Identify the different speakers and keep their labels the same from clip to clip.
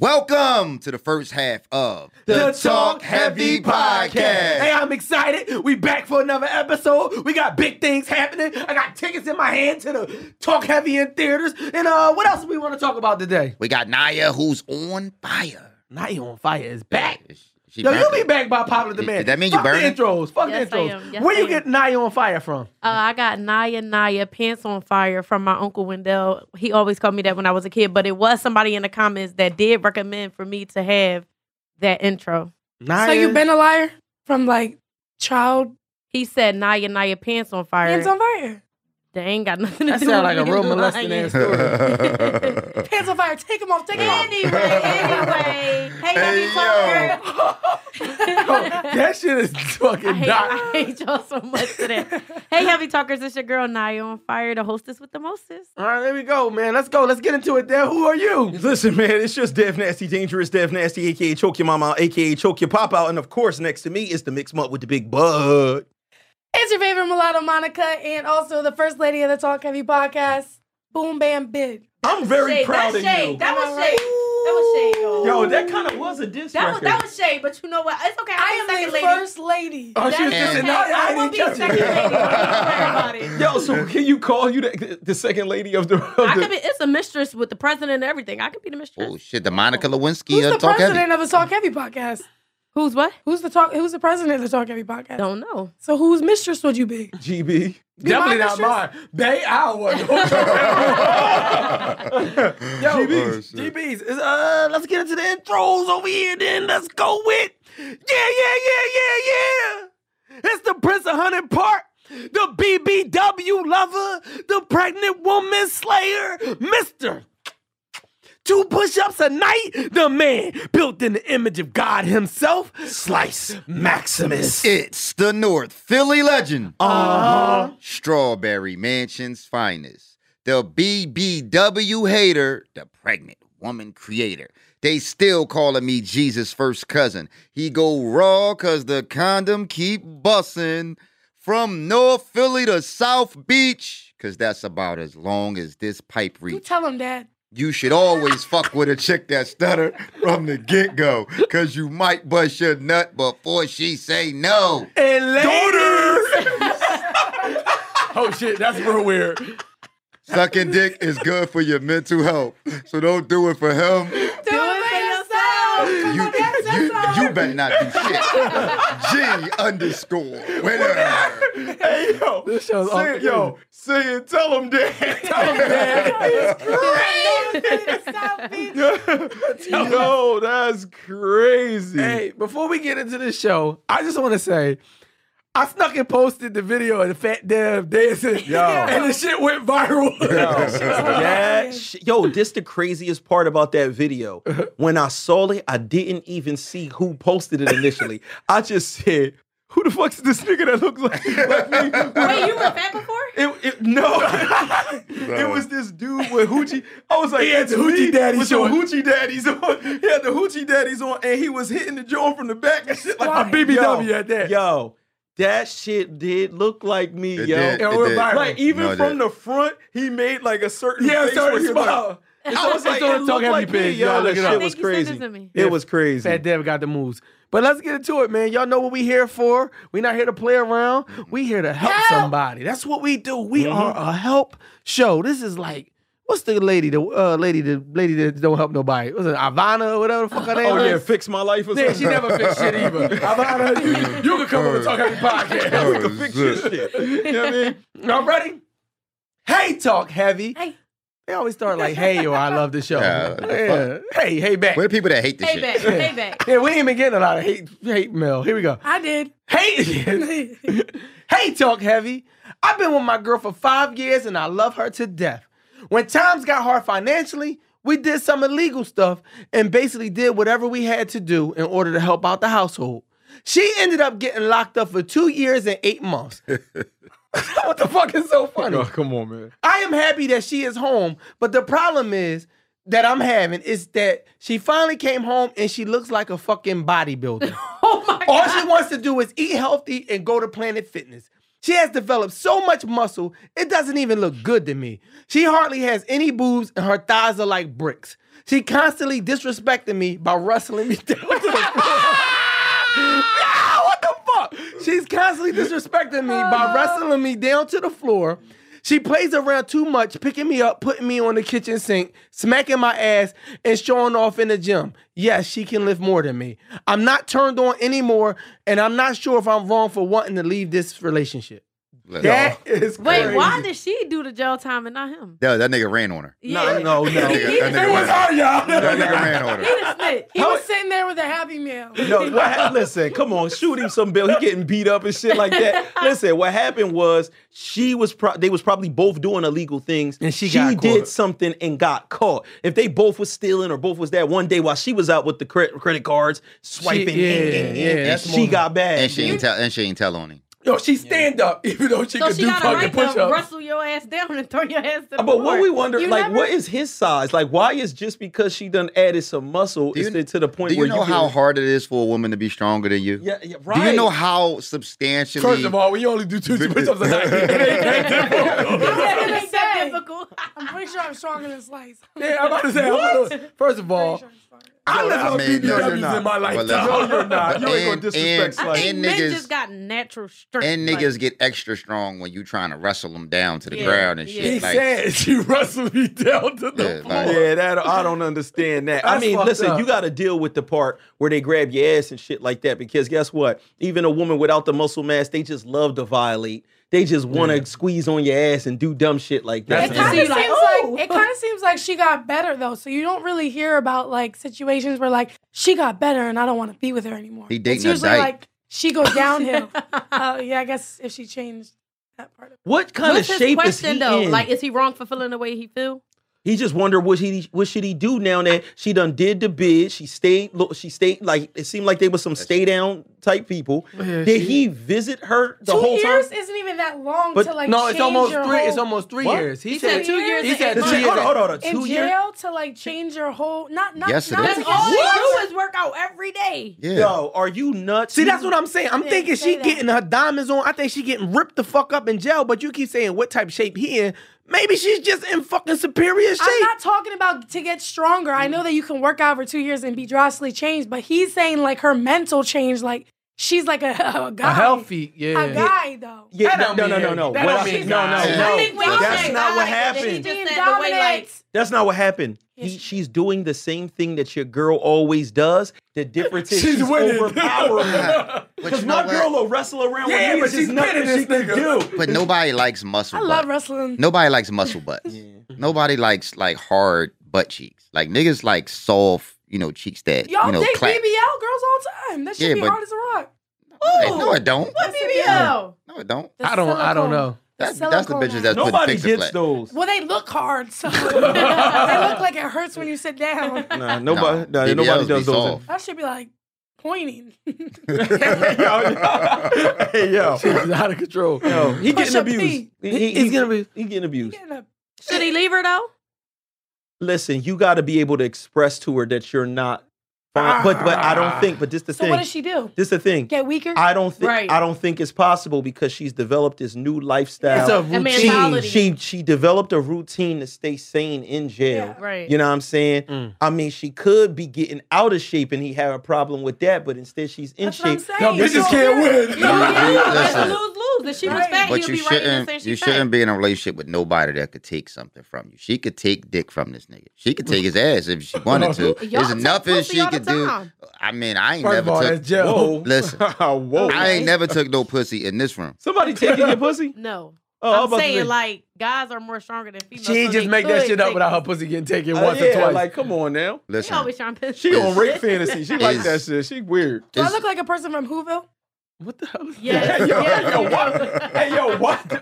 Speaker 1: Welcome to the first half of
Speaker 2: Hey, I'm excited. We back for another episode. We got big things happening. I got tickets in my hand to the Talk Heavy in theaters. And uh, what else do we want to talk about today?
Speaker 1: We got Naya who's on fire.
Speaker 2: Night on Fire is back.
Speaker 1: She
Speaker 2: Yo, you
Speaker 1: back.
Speaker 2: be back by popular demand.
Speaker 1: Did that mean you
Speaker 2: Fuck the
Speaker 1: burning?
Speaker 2: intros. Fuck
Speaker 3: Yes,
Speaker 2: the
Speaker 3: I am.
Speaker 2: intros.
Speaker 3: Yes,
Speaker 2: Where
Speaker 3: I
Speaker 2: you
Speaker 3: am.
Speaker 2: get Naya on fire from?
Speaker 3: Uh, I got Naya Naya pants on fire from my uncle Wendell. He always called me that when I was a kid, but it was somebody in the comments that did recommend for me to have that intro.
Speaker 2: Naya.
Speaker 4: So you've been a liar from like child
Speaker 3: He said Naya Naya pants on fire.
Speaker 4: hands on fire.
Speaker 3: They ain't got nothing to
Speaker 2: That
Speaker 3: do
Speaker 2: sound like
Speaker 3: with
Speaker 2: a
Speaker 3: me
Speaker 2: real
Speaker 3: lying.
Speaker 2: molesting ass story.
Speaker 4: Hands on fire. Take them off. Take them off.
Speaker 3: Anyway, anyway.
Speaker 1: Hey,
Speaker 3: Hey,
Speaker 1: yo.
Speaker 3: hey
Speaker 2: Yo,
Speaker 3: yo.
Speaker 2: that shit is
Speaker 3: I
Speaker 2: fucking
Speaker 3: hate,
Speaker 2: not.
Speaker 3: I hate y'all so much today. hey, heavy talkers, it's your girl Naya on fire, the hostess with the mostest.
Speaker 2: All right, there we go, man. Let's go. Let's get into it, Dan. Who are you?
Speaker 5: Listen, man, it's just Dev Nasty, Dangerous Dev Nasty, aka Choke Your Mama Out, aka Choke Your Pop Out. And of course, next to me is the Mix 'em Up with the Big Bud.
Speaker 4: It's your favorite mulatto, Monica, and also the first lady of the Talk Heavy podcast. Boom, bam, big.
Speaker 5: I'm very proud of you.
Speaker 4: That was shade.
Speaker 3: That was shade, y'all.
Speaker 2: Oh.
Speaker 5: Yo, that kind of was a diss
Speaker 3: That was
Speaker 5: record.
Speaker 3: that was shade, but you know what? It's okay.
Speaker 4: I am the
Speaker 3: second lady.
Speaker 4: first lady.
Speaker 2: Oh, she was
Speaker 3: That's
Speaker 2: dissing
Speaker 3: okay.
Speaker 2: Naya. I,
Speaker 3: I will
Speaker 2: didn't
Speaker 3: be
Speaker 2: catch
Speaker 3: second lady. Don't you worry about
Speaker 2: it.
Speaker 3: it.
Speaker 5: Yo, so can you call you the, the second lady of the? Of
Speaker 3: I
Speaker 5: the
Speaker 3: could be. It's a mistress with the president and everything. I could be the mistress.
Speaker 1: oh shit, the Monica Lewinsky
Speaker 4: Who's
Speaker 1: of
Speaker 4: the
Speaker 1: Talk
Speaker 4: president
Speaker 1: Heavy.
Speaker 4: of the Talk Heavy podcast?
Speaker 3: Who's what?
Speaker 4: Who's the talk? Who's the president of the Talk Heavy podcast?
Speaker 3: Don't know.
Speaker 4: So whose mistress would you be?
Speaker 5: GB.
Speaker 4: Be my
Speaker 2: Definitely not
Speaker 4: mistress?
Speaker 2: mine. Bay hour. Yo,
Speaker 1: Oh,
Speaker 2: GBs,
Speaker 1: shit.
Speaker 2: GBs. it's, Uh, let's get into the intros over here. Then let's go with. Yeah, yeah, yeah, yeah, yeah. It's the Prince of Hunting Park. The BBW lover, the pregnant woman slayer, Mr. Two push ups a night, the man built in the image of God himself, Slice Maximus.
Speaker 1: It's the North Philly legend.
Speaker 2: Uh-huh.
Speaker 1: Strawberry Mansion's finest. The BBW hater, the pregnant woman creator. They still calling me Jesus' first cousin. He go raw cause the condom keep bussin'. From North Philly to South Beach, cause that's about as long as this pipe
Speaker 4: You
Speaker 1: reach.
Speaker 4: tell him, Dad.
Speaker 1: You should always fuck with a chick that stutter from the get-go. Cause you might bust your nut before she say no.
Speaker 2: and ladies. oh shit, that's real weird.
Speaker 1: Sucking dick is good for your mental health. So don't do it for him.
Speaker 4: Do it for yourself.
Speaker 1: You, you, you better not do shit. G underscore winner.
Speaker 5: Hey yo,
Speaker 2: This show's
Speaker 5: sing,
Speaker 2: off-
Speaker 5: yo, sing it. Tell him, Dan. Tell him, Yo, that's crazy.
Speaker 2: Hey, before we get into this show, I just want to say, I snuck and posted the video of the fat dev dancing,
Speaker 5: Yo.
Speaker 2: and the shit went viral.
Speaker 5: that sh- yo, this the craziest part about that video. When I saw it, I didn't even see who posted it initially. I just said, "Who the fuck's this nigga that looks like, like me?"
Speaker 3: Wait, you were fat before?
Speaker 5: It, it, no, it was this dude with hoochie. I was like,
Speaker 2: He had the
Speaker 5: "That's
Speaker 2: hoochie
Speaker 5: me
Speaker 2: daddies
Speaker 5: with your
Speaker 2: on.
Speaker 5: hoochie daddies on." He had the hoochie daddies on, and he was hitting the joint from the back and shit like
Speaker 2: A BBW
Speaker 5: Yo,
Speaker 2: at that.
Speaker 5: Yo, that shit did look like me,
Speaker 1: It
Speaker 5: yo.
Speaker 1: did,
Speaker 2: it
Speaker 5: And we're
Speaker 2: did.
Speaker 5: viral. Like even
Speaker 1: No, it did.
Speaker 5: from the front, he made like a certain
Speaker 2: yeah,
Speaker 5: face where
Speaker 2: sorry,
Speaker 5: he was like-
Speaker 2: small.
Speaker 5: I was like,
Speaker 2: It's on
Speaker 5: it
Speaker 2: the Talk
Speaker 5: looked
Speaker 2: Heavy
Speaker 5: like me,
Speaker 2: page. Y'all
Speaker 5: yo.
Speaker 2: look
Speaker 5: That
Speaker 2: it up.
Speaker 5: shit was
Speaker 3: Thank you, sent
Speaker 5: crazy.
Speaker 3: it to me.
Speaker 2: Yeah.
Speaker 5: It was crazy.
Speaker 2: Fat Dev got the moves. But let's get into it, man. Y'all know what we here for. we not here to play around. We here to help,
Speaker 4: Help!
Speaker 2: somebody. That's what we do. We are a help show. This is like, what's the lady, the uh, lady, the lady that don't help nobody? Was it Ivana or whatever the fuck her name
Speaker 5: Oh yeah,
Speaker 2: was?
Speaker 5: fix my life or something.
Speaker 2: Yeah, she never fixed shit either. Ivana, you, you can come over and talk every podcast.
Speaker 5: We can fix your shit. You know what I mean?
Speaker 2: Y'all ready? Hey, talk heavy.
Speaker 4: Hey.
Speaker 2: They always start like, hey, yo, I love the show.
Speaker 1: Yeah, what the
Speaker 2: Yeah. Hey, hey, back.
Speaker 1: Where the people that hate this
Speaker 3: Hey back,
Speaker 1: shit?
Speaker 3: hey back.
Speaker 2: Yeah, we ain't been getting a lot of hate, hate mail. Here we go.
Speaker 4: I did.
Speaker 2: Hey, hey, talk heavy. I've been with my girl for five years and I love her to death. When times got hard financially, we did some illegal stuff and basically did whatever we had to do in order to help out the household. She ended up getting locked up for two years and eight months. what the fuck is so funny?
Speaker 5: Oh, come on, man.
Speaker 2: I am happy that she is home, but the problem is that I'm having is that she finally came home and she looks like a fucking bodybuilder.
Speaker 3: Oh my
Speaker 2: All
Speaker 3: god.
Speaker 2: she wants to do is eat healthy and go to Planet Fitness. She has developed so much muscle, it doesn't even look good to me. She hardly has any boobs and her thighs are like bricks. She constantly disrespected me by wrestling me down to the floor. Yeah, Ah, what the fuck? She's constantly disrespecting me
Speaker 3: Uh-huh.
Speaker 2: by wrestling me down to the floor. She plays around too much, picking me up, putting me on the kitchen sink, smacking my ass, and showing off in the gym. Yes, she can lift more than me. I'm not turned on anymore, and I'm not sure if I'm wrong for wanting to leave this relationship.
Speaker 1: Look,
Speaker 2: That is
Speaker 3: Wait,
Speaker 2: crazy.
Speaker 3: why did she do the jail time and not him?
Speaker 1: that, that nigga ran on her.
Speaker 5: No, no, no.
Speaker 1: That nigga,
Speaker 3: He
Speaker 1: that nigga
Speaker 3: did.
Speaker 1: ran- that
Speaker 2: y'all?
Speaker 1: nigga ran on
Speaker 3: He
Speaker 1: her.
Speaker 3: the snitch.
Speaker 4: He was sitting there with a Happy Meal.
Speaker 5: No, what hap- listen, come on, shoot him some bill. He getting beat up and shit like that. Listen, what happened was she was pro- they was probably both doing illegal things.
Speaker 2: And she got
Speaker 5: did
Speaker 2: caught.
Speaker 5: something and got caught. If they both was stealing or both was that one day while she was out with the cre- credit cards swiping,
Speaker 2: yeah,
Speaker 5: ding, ding, ding,
Speaker 2: yeah,
Speaker 5: and
Speaker 2: that's
Speaker 5: she
Speaker 2: more-
Speaker 5: got bad.
Speaker 1: And she ain't tell and she ain't tell on him.
Speaker 2: Yo, she stand up, even though she
Speaker 3: So
Speaker 2: could
Speaker 3: she
Speaker 2: do
Speaker 3: got a
Speaker 2: fucking
Speaker 3: right
Speaker 2: push
Speaker 3: to
Speaker 2: ups.
Speaker 3: wrestle your ass down and throw your ass to the
Speaker 5: Uh, but what
Speaker 3: floor.
Speaker 5: we wonder,
Speaker 4: You
Speaker 5: like,
Speaker 4: never-
Speaker 5: what is his size? Like, why is just because she done added some muscle,
Speaker 1: Do you-
Speaker 5: is it to the point
Speaker 1: Do you
Speaker 5: where
Speaker 1: know
Speaker 5: can-
Speaker 1: how hard it is for a woman to be stronger than you?
Speaker 5: Yeah, yeah,
Speaker 1: Do
Speaker 5: right.
Speaker 1: you know how substantially?
Speaker 2: First of all, we only do two push ups a night. It ain't that difficult.
Speaker 4: Yeah,
Speaker 3: It's
Speaker 4: yeah.
Speaker 3: that difficult.
Speaker 4: I'm pretty sure I'm stronger than Slice.
Speaker 2: Yeah, I'm about to say. I'm gonna- First of all,
Speaker 4: Pretty sure I'm stronger.
Speaker 2: I
Speaker 1: No,
Speaker 2: live
Speaker 1: I
Speaker 2: on
Speaker 1: mean, no,
Speaker 2: BBWs
Speaker 5: you're
Speaker 2: in
Speaker 5: not.
Speaker 2: my
Speaker 1: But
Speaker 2: lifetime.
Speaker 1: listen.
Speaker 2: No, you're not.
Speaker 5: You ain't gonna
Speaker 1: And-
Speaker 5: disrespect
Speaker 1: and-
Speaker 5: Slice.
Speaker 3: I think
Speaker 1: and
Speaker 3: men
Speaker 1: niggas-
Speaker 3: just got natural strength.
Speaker 1: and
Speaker 3: like-
Speaker 1: niggas get extra strong when you trying to wrestle them down to the
Speaker 3: Yeah,
Speaker 1: ground and
Speaker 3: yeah.
Speaker 1: shit.
Speaker 2: He
Speaker 1: like,
Speaker 2: said she wrestled me down to the
Speaker 1: Yeah, like-
Speaker 2: floor.
Speaker 5: Yeah, that I don't understand that. I
Speaker 2: That's
Speaker 5: mean,
Speaker 2: fucked
Speaker 5: listen,
Speaker 2: up.
Speaker 5: you got to deal with the part where they grab your ass and shit like that because guess what? Even a woman without the muscle mass, they just love to violate. They just want to squeeze on your ass and do dumb shit like that.
Speaker 4: It
Speaker 2: That's
Speaker 4: kind
Speaker 2: So
Speaker 4: of
Speaker 3: you're
Speaker 4: seems
Speaker 3: like,
Speaker 4: like,
Speaker 3: "Oh."
Speaker 4: it kind of seems like she got better though, so you don't really hear about like situations where like she got better and I don't want to be with her anymore.
Speaker 1: He dating
Speaker 4: it's
Speaker 1: a
Speaker 4: usually
Speaker 1: dyke.
Speaker 4: like she goes downhill. uh, yeah, I guess if she changed that part of
Speaker 5: What kind
Speaker 3: What's
Speaker 5: of
Speaker 3: his
Speaker 5: shape is
Speaker 3: question
Speaker 5: he
Speaker 3: though?
Speaker 5: in?
Speaker 3: Like, is he wrong for feeling the way he feel?
Speaker 5: he just wondered what he what should he do now that she done did the bid. She stayed. Look, she stayed. Like it seemed like they were some stay down typ people. did he visit her the
Speaker 4: it. two
Speaker 5: whole
Speaker 4: years
Speaker 5: time?
Speaker 4: isn't even that long
Speaker 5: But-
Speaker 4: to like
Speaker 2: No, it's
Speaker 4: change
Speaker 2: almost
Speaker 4: your
Speaker 2: three.
Speaker 4: Whole,
Speaker 2: It's almost three
Speaker 5: What?
Speaker 2: years. He,
Speaker 3: He said two years
Speaker 2: He
Speaker 3: and
Speaker 2: said
Speaker 3: eight
Speaker 2: two
Speaker 5: Hold on,
Speaker 2: years.
Speaker 5: hold on, hold on.
Speaker 4: in
Speaker 5: Two years.
Speaker 4: jail to like change your whole not not
Speaker 1: Yes, it
Speaker 4: not
Speaker 1: is.
Speaker 4: to
Speaker 3: That's
Speaker 4: get
Speaker 3: all
Speaker 4: shit.
Speaker 3: he do is work out every day.
Speaker 1: yeah.
Speaker 5: Yo, are you nuts?
Speaker 2: See,
Speaker 5: You-
Speaker 2: that's what I'm saying. I'm
Speaker 4: Yeah,
Speaker 2: thinking
Speaker 4: say
Speaker 2: she
Speaker 4: that.
Speaker 2: getting her diamonds on. I think she getting ripped the fuck up in jail. But you keep saying what type of shape he in? Maybe she's just in fucking superior shape.
Speaker 4: I'm not talking about to get stronger. I know that you can work out for two years and be drastically changed, but he's saying like her mental change, like she's like a, a guy,
Speaker 2: yeah.
Speaker 4: a guy though.
Speaker 5: Yeah,
Speaker 2: That don't
Speaker 5: no, no,
Speaker 2: mean
Speaker 5: no,
Speaker 2: it.
Speaker 5: no,
Speaker 2: That
Speaker 5: What
Speaker 2: don't
Speaker 5: I-
Speaker 2: mean
Speaker 5: no, no,
Speaker 2: it.
Speaker 5: no.
Speaker 4: I think when you
Speaker 5: That's
Speaker 4: say
Speaker 5: not what
Speaker 3: that, like,
Speaker 5: happened.
Speaker 3: he
Speaker 4: Being
Speaker 3: just said the way, like,
Speaker 4: dominant.
Speaker 5: That's not what happened.
Speaker 4: Yes,
Speaker 5: He,
Speaker 4: she-
Speaker 5: she's doing the same thing that your girl always does. The difference is she's, overpowering her.
Speaker 1: but
Speaker 5: Because
Speaker 1: you know
Speaker 5: my
Speaker 1: what?
Speaker 5: girl will wrestle around
Speaker 2: Yeah,
Speaker 5: with me.
Speaker 2: but
Speaker 5: It's just
Speaker 2: she's
Speaker 5: nothing
Speaker 2: better than
Speaker 5: she can
Speaker 2: this nigga.
Speaker 5: do.
Speaker 1: But nobody likes muscle.
Speaker 4: I love
Speaker 1: butt.
Speaker 4: wrestling. Mm-hmm.
Speaker 1: Nobody likes muscle butts. Nobody likes like hard butt cheeks. Like niggas like soft, you know, cheeks that
Speaker 4: Y'all
Speaker 1: you know
Speaker 4: date
Speaker 1: clap.
Speaker 4: BBL girls all the time. That should
Speaker 1: Yeah,
Speaker 4: be
Speaker 1: but-
Speaker 4: hard as a rock.
Speaker 1: Hey, no, it don't.
Speaker 3: What
Speaker 4: That's a
Speaker 3: BBL?
Speaker 1: No, it don't.
Speaker 4: The
Speaker 2: I don't- I don't
Speaker 4: silicone-
Speaker 2: know.
Speaker 1: That's that's the bitches
Speaker 4: silicone
Speaker 1: that's putting
Speaker 5: Nobody
Speaker 1: pictures
Speaker 5: gets
Speaker 1: flat.
Speaker 5: those.
Speaker 4: Well, they look hard, so they look like it hurts when you sit down.
Speaker 5: Nah,
Speaker 1: nobody- nah, BBLs nobody does be those. soft.
Speaker 4: I should be like pointing.
Speaker 5: hey, yo.
Speaker 2: She's out of control.
Speaker 5: Yo, he
Speaker 4: Push
Speaker 5: getting
Speaker 4: up
Speaker 5: abused.
Speaker 4: P.
Speaker 5: He,
Speaker 2: He-
Speaker 5: he-
Speaker 2: he's
Speaker 5: he-
Speaker 2: gonna be-
Speaker 5: he getting abused.
Speaker 4: Getting a-
Speaker 3: Should he leave her though?
Speaker 5: Listen, you got to be able to express to her that you're not fine. But but I don't think. But this the
Speaker 4: So
Speaker 5: thing.
Speaker 4: what does she do?
Speaker 5: this the thing.
Speaker 4: Get weaker?
Speaker 5: I don't think
Speaker 3: Right.
Speaker 5: I don't think it's possible because she's developed this new lifestyle.
Speaker 2: It's a
Speaker 3: The
Speaker 2: routine.
Speaker 3: mentality.
Speaker 5: She she developed a routine to stay sane in jail.
Speaker 4: Yeah.
Speaker 3: Right.
Speaker 5: You know what I'm saying?
Speaker 2: Mm.
Speaker 5: I mean, she could be getting out of shape and he had a problem with that, but instead she's in
Speaker 4: That's what I'm
Speaker 5: shape.
Speaker 4: saying.
Speaker 2: Y'all bitches can't win.
Speaker 1: You- you-
Speaker 3: That's
Speaker 1: listen,
Speaker 3: lose lose. If she was
Speaker 4: Right.
Speaker 3: fat,
Speaker 1: But
Speaker 3: he'd
Speaker 1: you
Speaker 3: be right in
Speaker 1: shouldn't
Speaker 3: the same
Speaker 1: you shouldn't be in a relationship with nobody that could take something from you. She could take dick from this nigga. She could take his ass if she wanted to.
Speaker 3: Y'all
Speaker 1: There's
Speaker 3: take
Speaker 1: nothing
Speaker 3: pussy
Speaker 1: she
Speaker 3: all the
Speaker 1: could do.
Speaker 3: time.
Speaker 1: I mean, I ain't
Speaker 2: First of
Speaker 1: never
Speaker 2: all,
Speaker 1: took
Speaker 2: that's Joe.
Speaker 5: Whoa.
Speaker 1: Listen.
Speaker 5: Whoa.
Speaker 1: I ain't never took no pussy in this room.
Speaker 5: Somebody taking your pussy?
Speaker 3: No.
Speaker 5: Oh, I'm
Speaker 3: I'm
Speaker 5: about to
Speaker 3: saying
Speaker 5: say.
Speaker 3: like guys are more stronger than females.
Speaker 2: She ain't
Speaker 3: so
Speaker 2: just
Speaker 3: they
Speaker 2: make that
Speaker 3: could
Speaker 2: shit up
Speaker 3: take-
Speaker 2: without her pussy getting taken
Speaker 5: Uh,
Speaker 2: once
Speaker 5: yeah,
Speaker 2: or twice.
Speaker 5: like come on now.
Speaker 3: She
Speaker 1: Listen,
Speaker 3: always trying to piss.
Speaker 5: She
Speaker 1: Is-
Speaker 5: on rape fantasy. She like
Speaker 1: is-
Speaker 5: that shit. She weird.
Speaker 4: Do I
Speaker 1: It's-
Speaker 4: look like a person from Whoville?
Speaker 2: what the hell is
Speaker 3: Yes.
Speaker 5: Hey yo,
Speaker 3: yes,
Speaker 5: hey, yo,
Speaker 3: you
Speaker 5: what?
Speaker 3: do.
Speaker 5: hey yo,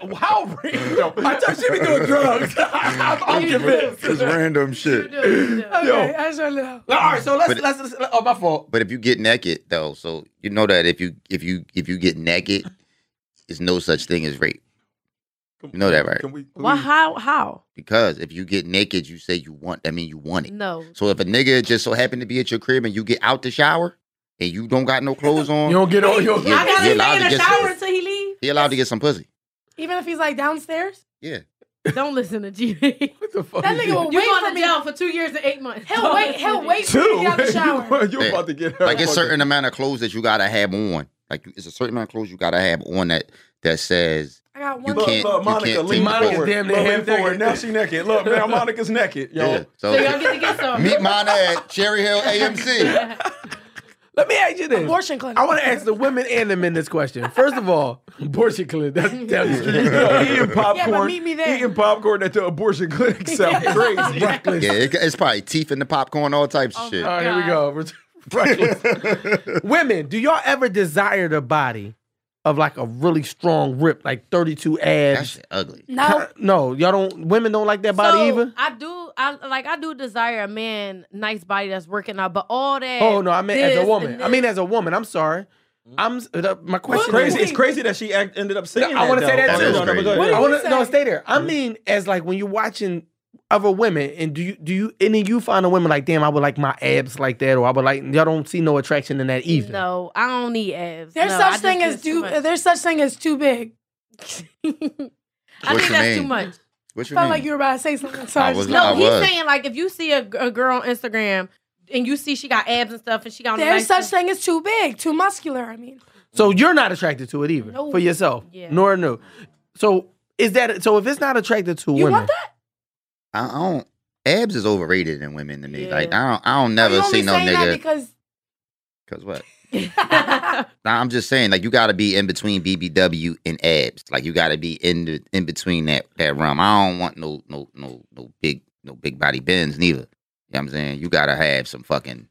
Speaker 5: what? How random?
Speaker 2: I thought she be doing drugs. I'm, I'm
Speaker 3: You do.
Speaker 2: convinced.
Speaker 1: it's random
Speaker 3: You
Speaker 1: shit.
Speaker 3: do, you do.
Speaker 4: Okay,
Speaker 5: Yo.
Speaker 4: I just wanna know.
Speaker 2: All right, so let's,
Speaker 1: But-
Speaker 2: let's let's. Oh, my fault.
Speaker 1: But if you get naked though, so you know that if you if you if you get naked, it's no such thing as rape. You know that, right?
Speaker 5: Can we,
Speaker 3: Why? How? How?
Speaker 1: Because if you get naked, you say you want. That mean you want it.
Speaker 3: No.
Speaker 1: So if a nigga just so happened to be at your crib and you get out the shower and you don't got no clothes
Speaker 2: You
Speaker 1: on,
Speaker 2: don't get on your.
Speaker 1: Yeah,
Speaker 3: I gotta
Speaker 1: you're
Speaker 3: stay
Speaker 1: allowed
Speaker 3: in
Speaker 1: to
Speaker 3: the
Speaker 1: get-
Speaker 3: shower until he leave.
Speaker 1: he allowed to get some pussy.
Speaker 4: Even if he's like downstairs?
Speaker 1: Yeah.
Speaker 3: Don't listen to GB.
Speaker 2: What the fuck?
Speaker 4: That
Speaker 2: is
Speaker 4: nigga
Speaker 2: it?
Speaker 4: will
Speaker 3: You're
Speaker 4: wait
Speaker 3: going
Speaker 4: for
Speaker 3: to
Speaker 4: me.
Speaker 3: jail for two years and eight months.
Speaker 4: He'll
Speaker 3: Don't
Speaker 4: wait.
Speaker 3: listen
Speaker 4: He'll
Speaker 3: to
Speaker 4: wait for me to
Speaker 5: Two.
Speaker 4: get out the shower.
Speaker 5: you you about to get her.
Speaker 1: Like it's
Speaker 5: fucking-
Speaker 1: certain amount of clothes that you gotta have on. Like it's a certain amount of clothes you gotta have on that that says
Speaker 4: I got
Speaker 1: you
Speaker 4: one.
Speaker 5: Look,
Speaker 1: can't.
Speaker 5: look,
Speaker 1: you
Speaker 5: Monica,
Speaker 1: can't
Speaker 5: lean
Speaker 1: take
Speaker 2: Monica's
Speaker 5: forward.
Speaker 1: forward.
Speaker 2: damn near
Speaker 5: Look, lean
Speaker 2: half
Speaker 5: forward.
Speaker 2: naked.
Speaker 5: Now she naked. Look, man, Monica's naked. Yo,
Speaker 1: Yeah.
Speaker 3: So y'all
Speaker 1: So
Speaker 3: get to get some.
Speaker 1: meet Mona at Cherry Hill AMC.
Speaker 2: Let me ask you this.
Speaker 4: Abortion clinic.
Speaker 2: I want to ask the women and the men this question. First of all, abortion clinic. That's down the street.
Speaker 5: eating popcorn.
Speaker 4: meet me there.
Speaker 5: Eating popcorn at the abortion clinic sounds crazy.
Speaker 2: Reckless.
Speaker 1: Yeah, it, it's probably teeth in the popcorn, all types of
Speaker 3: Oh
Speaker 1: shit.
Speaker 2: All right, here we go. Reckless. women, do y'all ever desire the body of like a really strong rip, like 32
Speaker 1: That
Speaker 2: abs?
Speaker 1: shit ugly.
Speaker 4: no.
Speaker 2: No, y'all don't. Women don't like that body
Speaker 3: Oh. so,
Speaker 2: either.
Speaker 3: I do. I like. I do desire a man, nice body that's working out, but all that.
Speaker 2: Oh no, I mean as a
Speaker 3: eh, this
Speaker 2: woman.
Speaker 3: and
Speaker 2: I mean
Speaker 3: this-
Speaker 2: as a woman. I'm sorry. I'm s- the- my
Speaker 5: It's
Speaker 2: question.
Speaker 5: crazy.
Speaker 2: is-
Speaker 5: It's crazy that she act, ended up saying
Speaker 2: I
Speaker 5: want to
Speaker 2: say that
Speaker 1: That
Speaker 2: too.
Speaker 1: is
Speaker 5: No, no, but go
Speaker 1: crazy.
Speaker 5: ahead.
Speaker 2: I
Speaker 4: What
Speaker 2: want
Speaker 4: say?
Speaker 2: to no stay there. I mean, as like when you're watching other women, and do you do you any of you find a woman like, damn, I would like my abs like that, or I would like y'all don't see no attraction in that either.
Speaker 3: No, I don't need abs.
Speaker 4: There's
Speaker 3: No, I
Speaker 4: such
Speaker 3: just
Speaker 4: thing
Speaker 3: think
Speaker 4: as
Speaker 3: it's
Speaker 4: too.
Speaker 3: too much.
Speaker 4: There's such thing as too big.
Speaker 3: I
Speaker 1: What
Speaker 3: think
Speaker 1: you
Speaker 3: that's
Speaker 1: mean?
Speaker 3: too much.
Speaker 1: What you
Speaker 4: Felt
Speaker 1: mean?
Speaker 4: like you were about to say something. So
Speaker 1: I
Speaker 4: I
Speaker 1: was
Speaker 4: just
Speaker 1: not-
Speaker 4: no.
Speaker 3: No, he's
Speaker 1: was.
Speaker 3: saying like if you see a, a girl on Instagram and you see she got abs and stuff and she got on a
Speaker 4: There's
Speaker 3: nice
Speaker 4: such thing as too big, too muscular. I mean,
Speaker 2: So you're not attracted to it either
Speaker 4: No.
Speaker 2: for yourself,
Speaker 3: Yeah.
Speaker 2: nor no. So is that so? If it's not attracted to
Speaker 4: you
Speaker 2: women,
Speaker 4: want that?
Speaker 1: I I don't. Abs is overrated in women to me.
Speaker 3: Yeah.
Speaker 1: Like I don't. I don't never
Speaker 4: you
Speaker 1: see
Speaker 4: only
Speaker 1: no
Speaker 4: saying that
Speaker 1: nigga.
Speaker 4: because
Speaker 1: Cause what?
Speaker 3: thing.
Speaker 1: Nah, I'm just saying, like you got to be in between BBW and abs. Like you got to be in the, in between that that realm. I don't want no no no no big no big body bends neither. You know what I'm saying? You got to have some fucking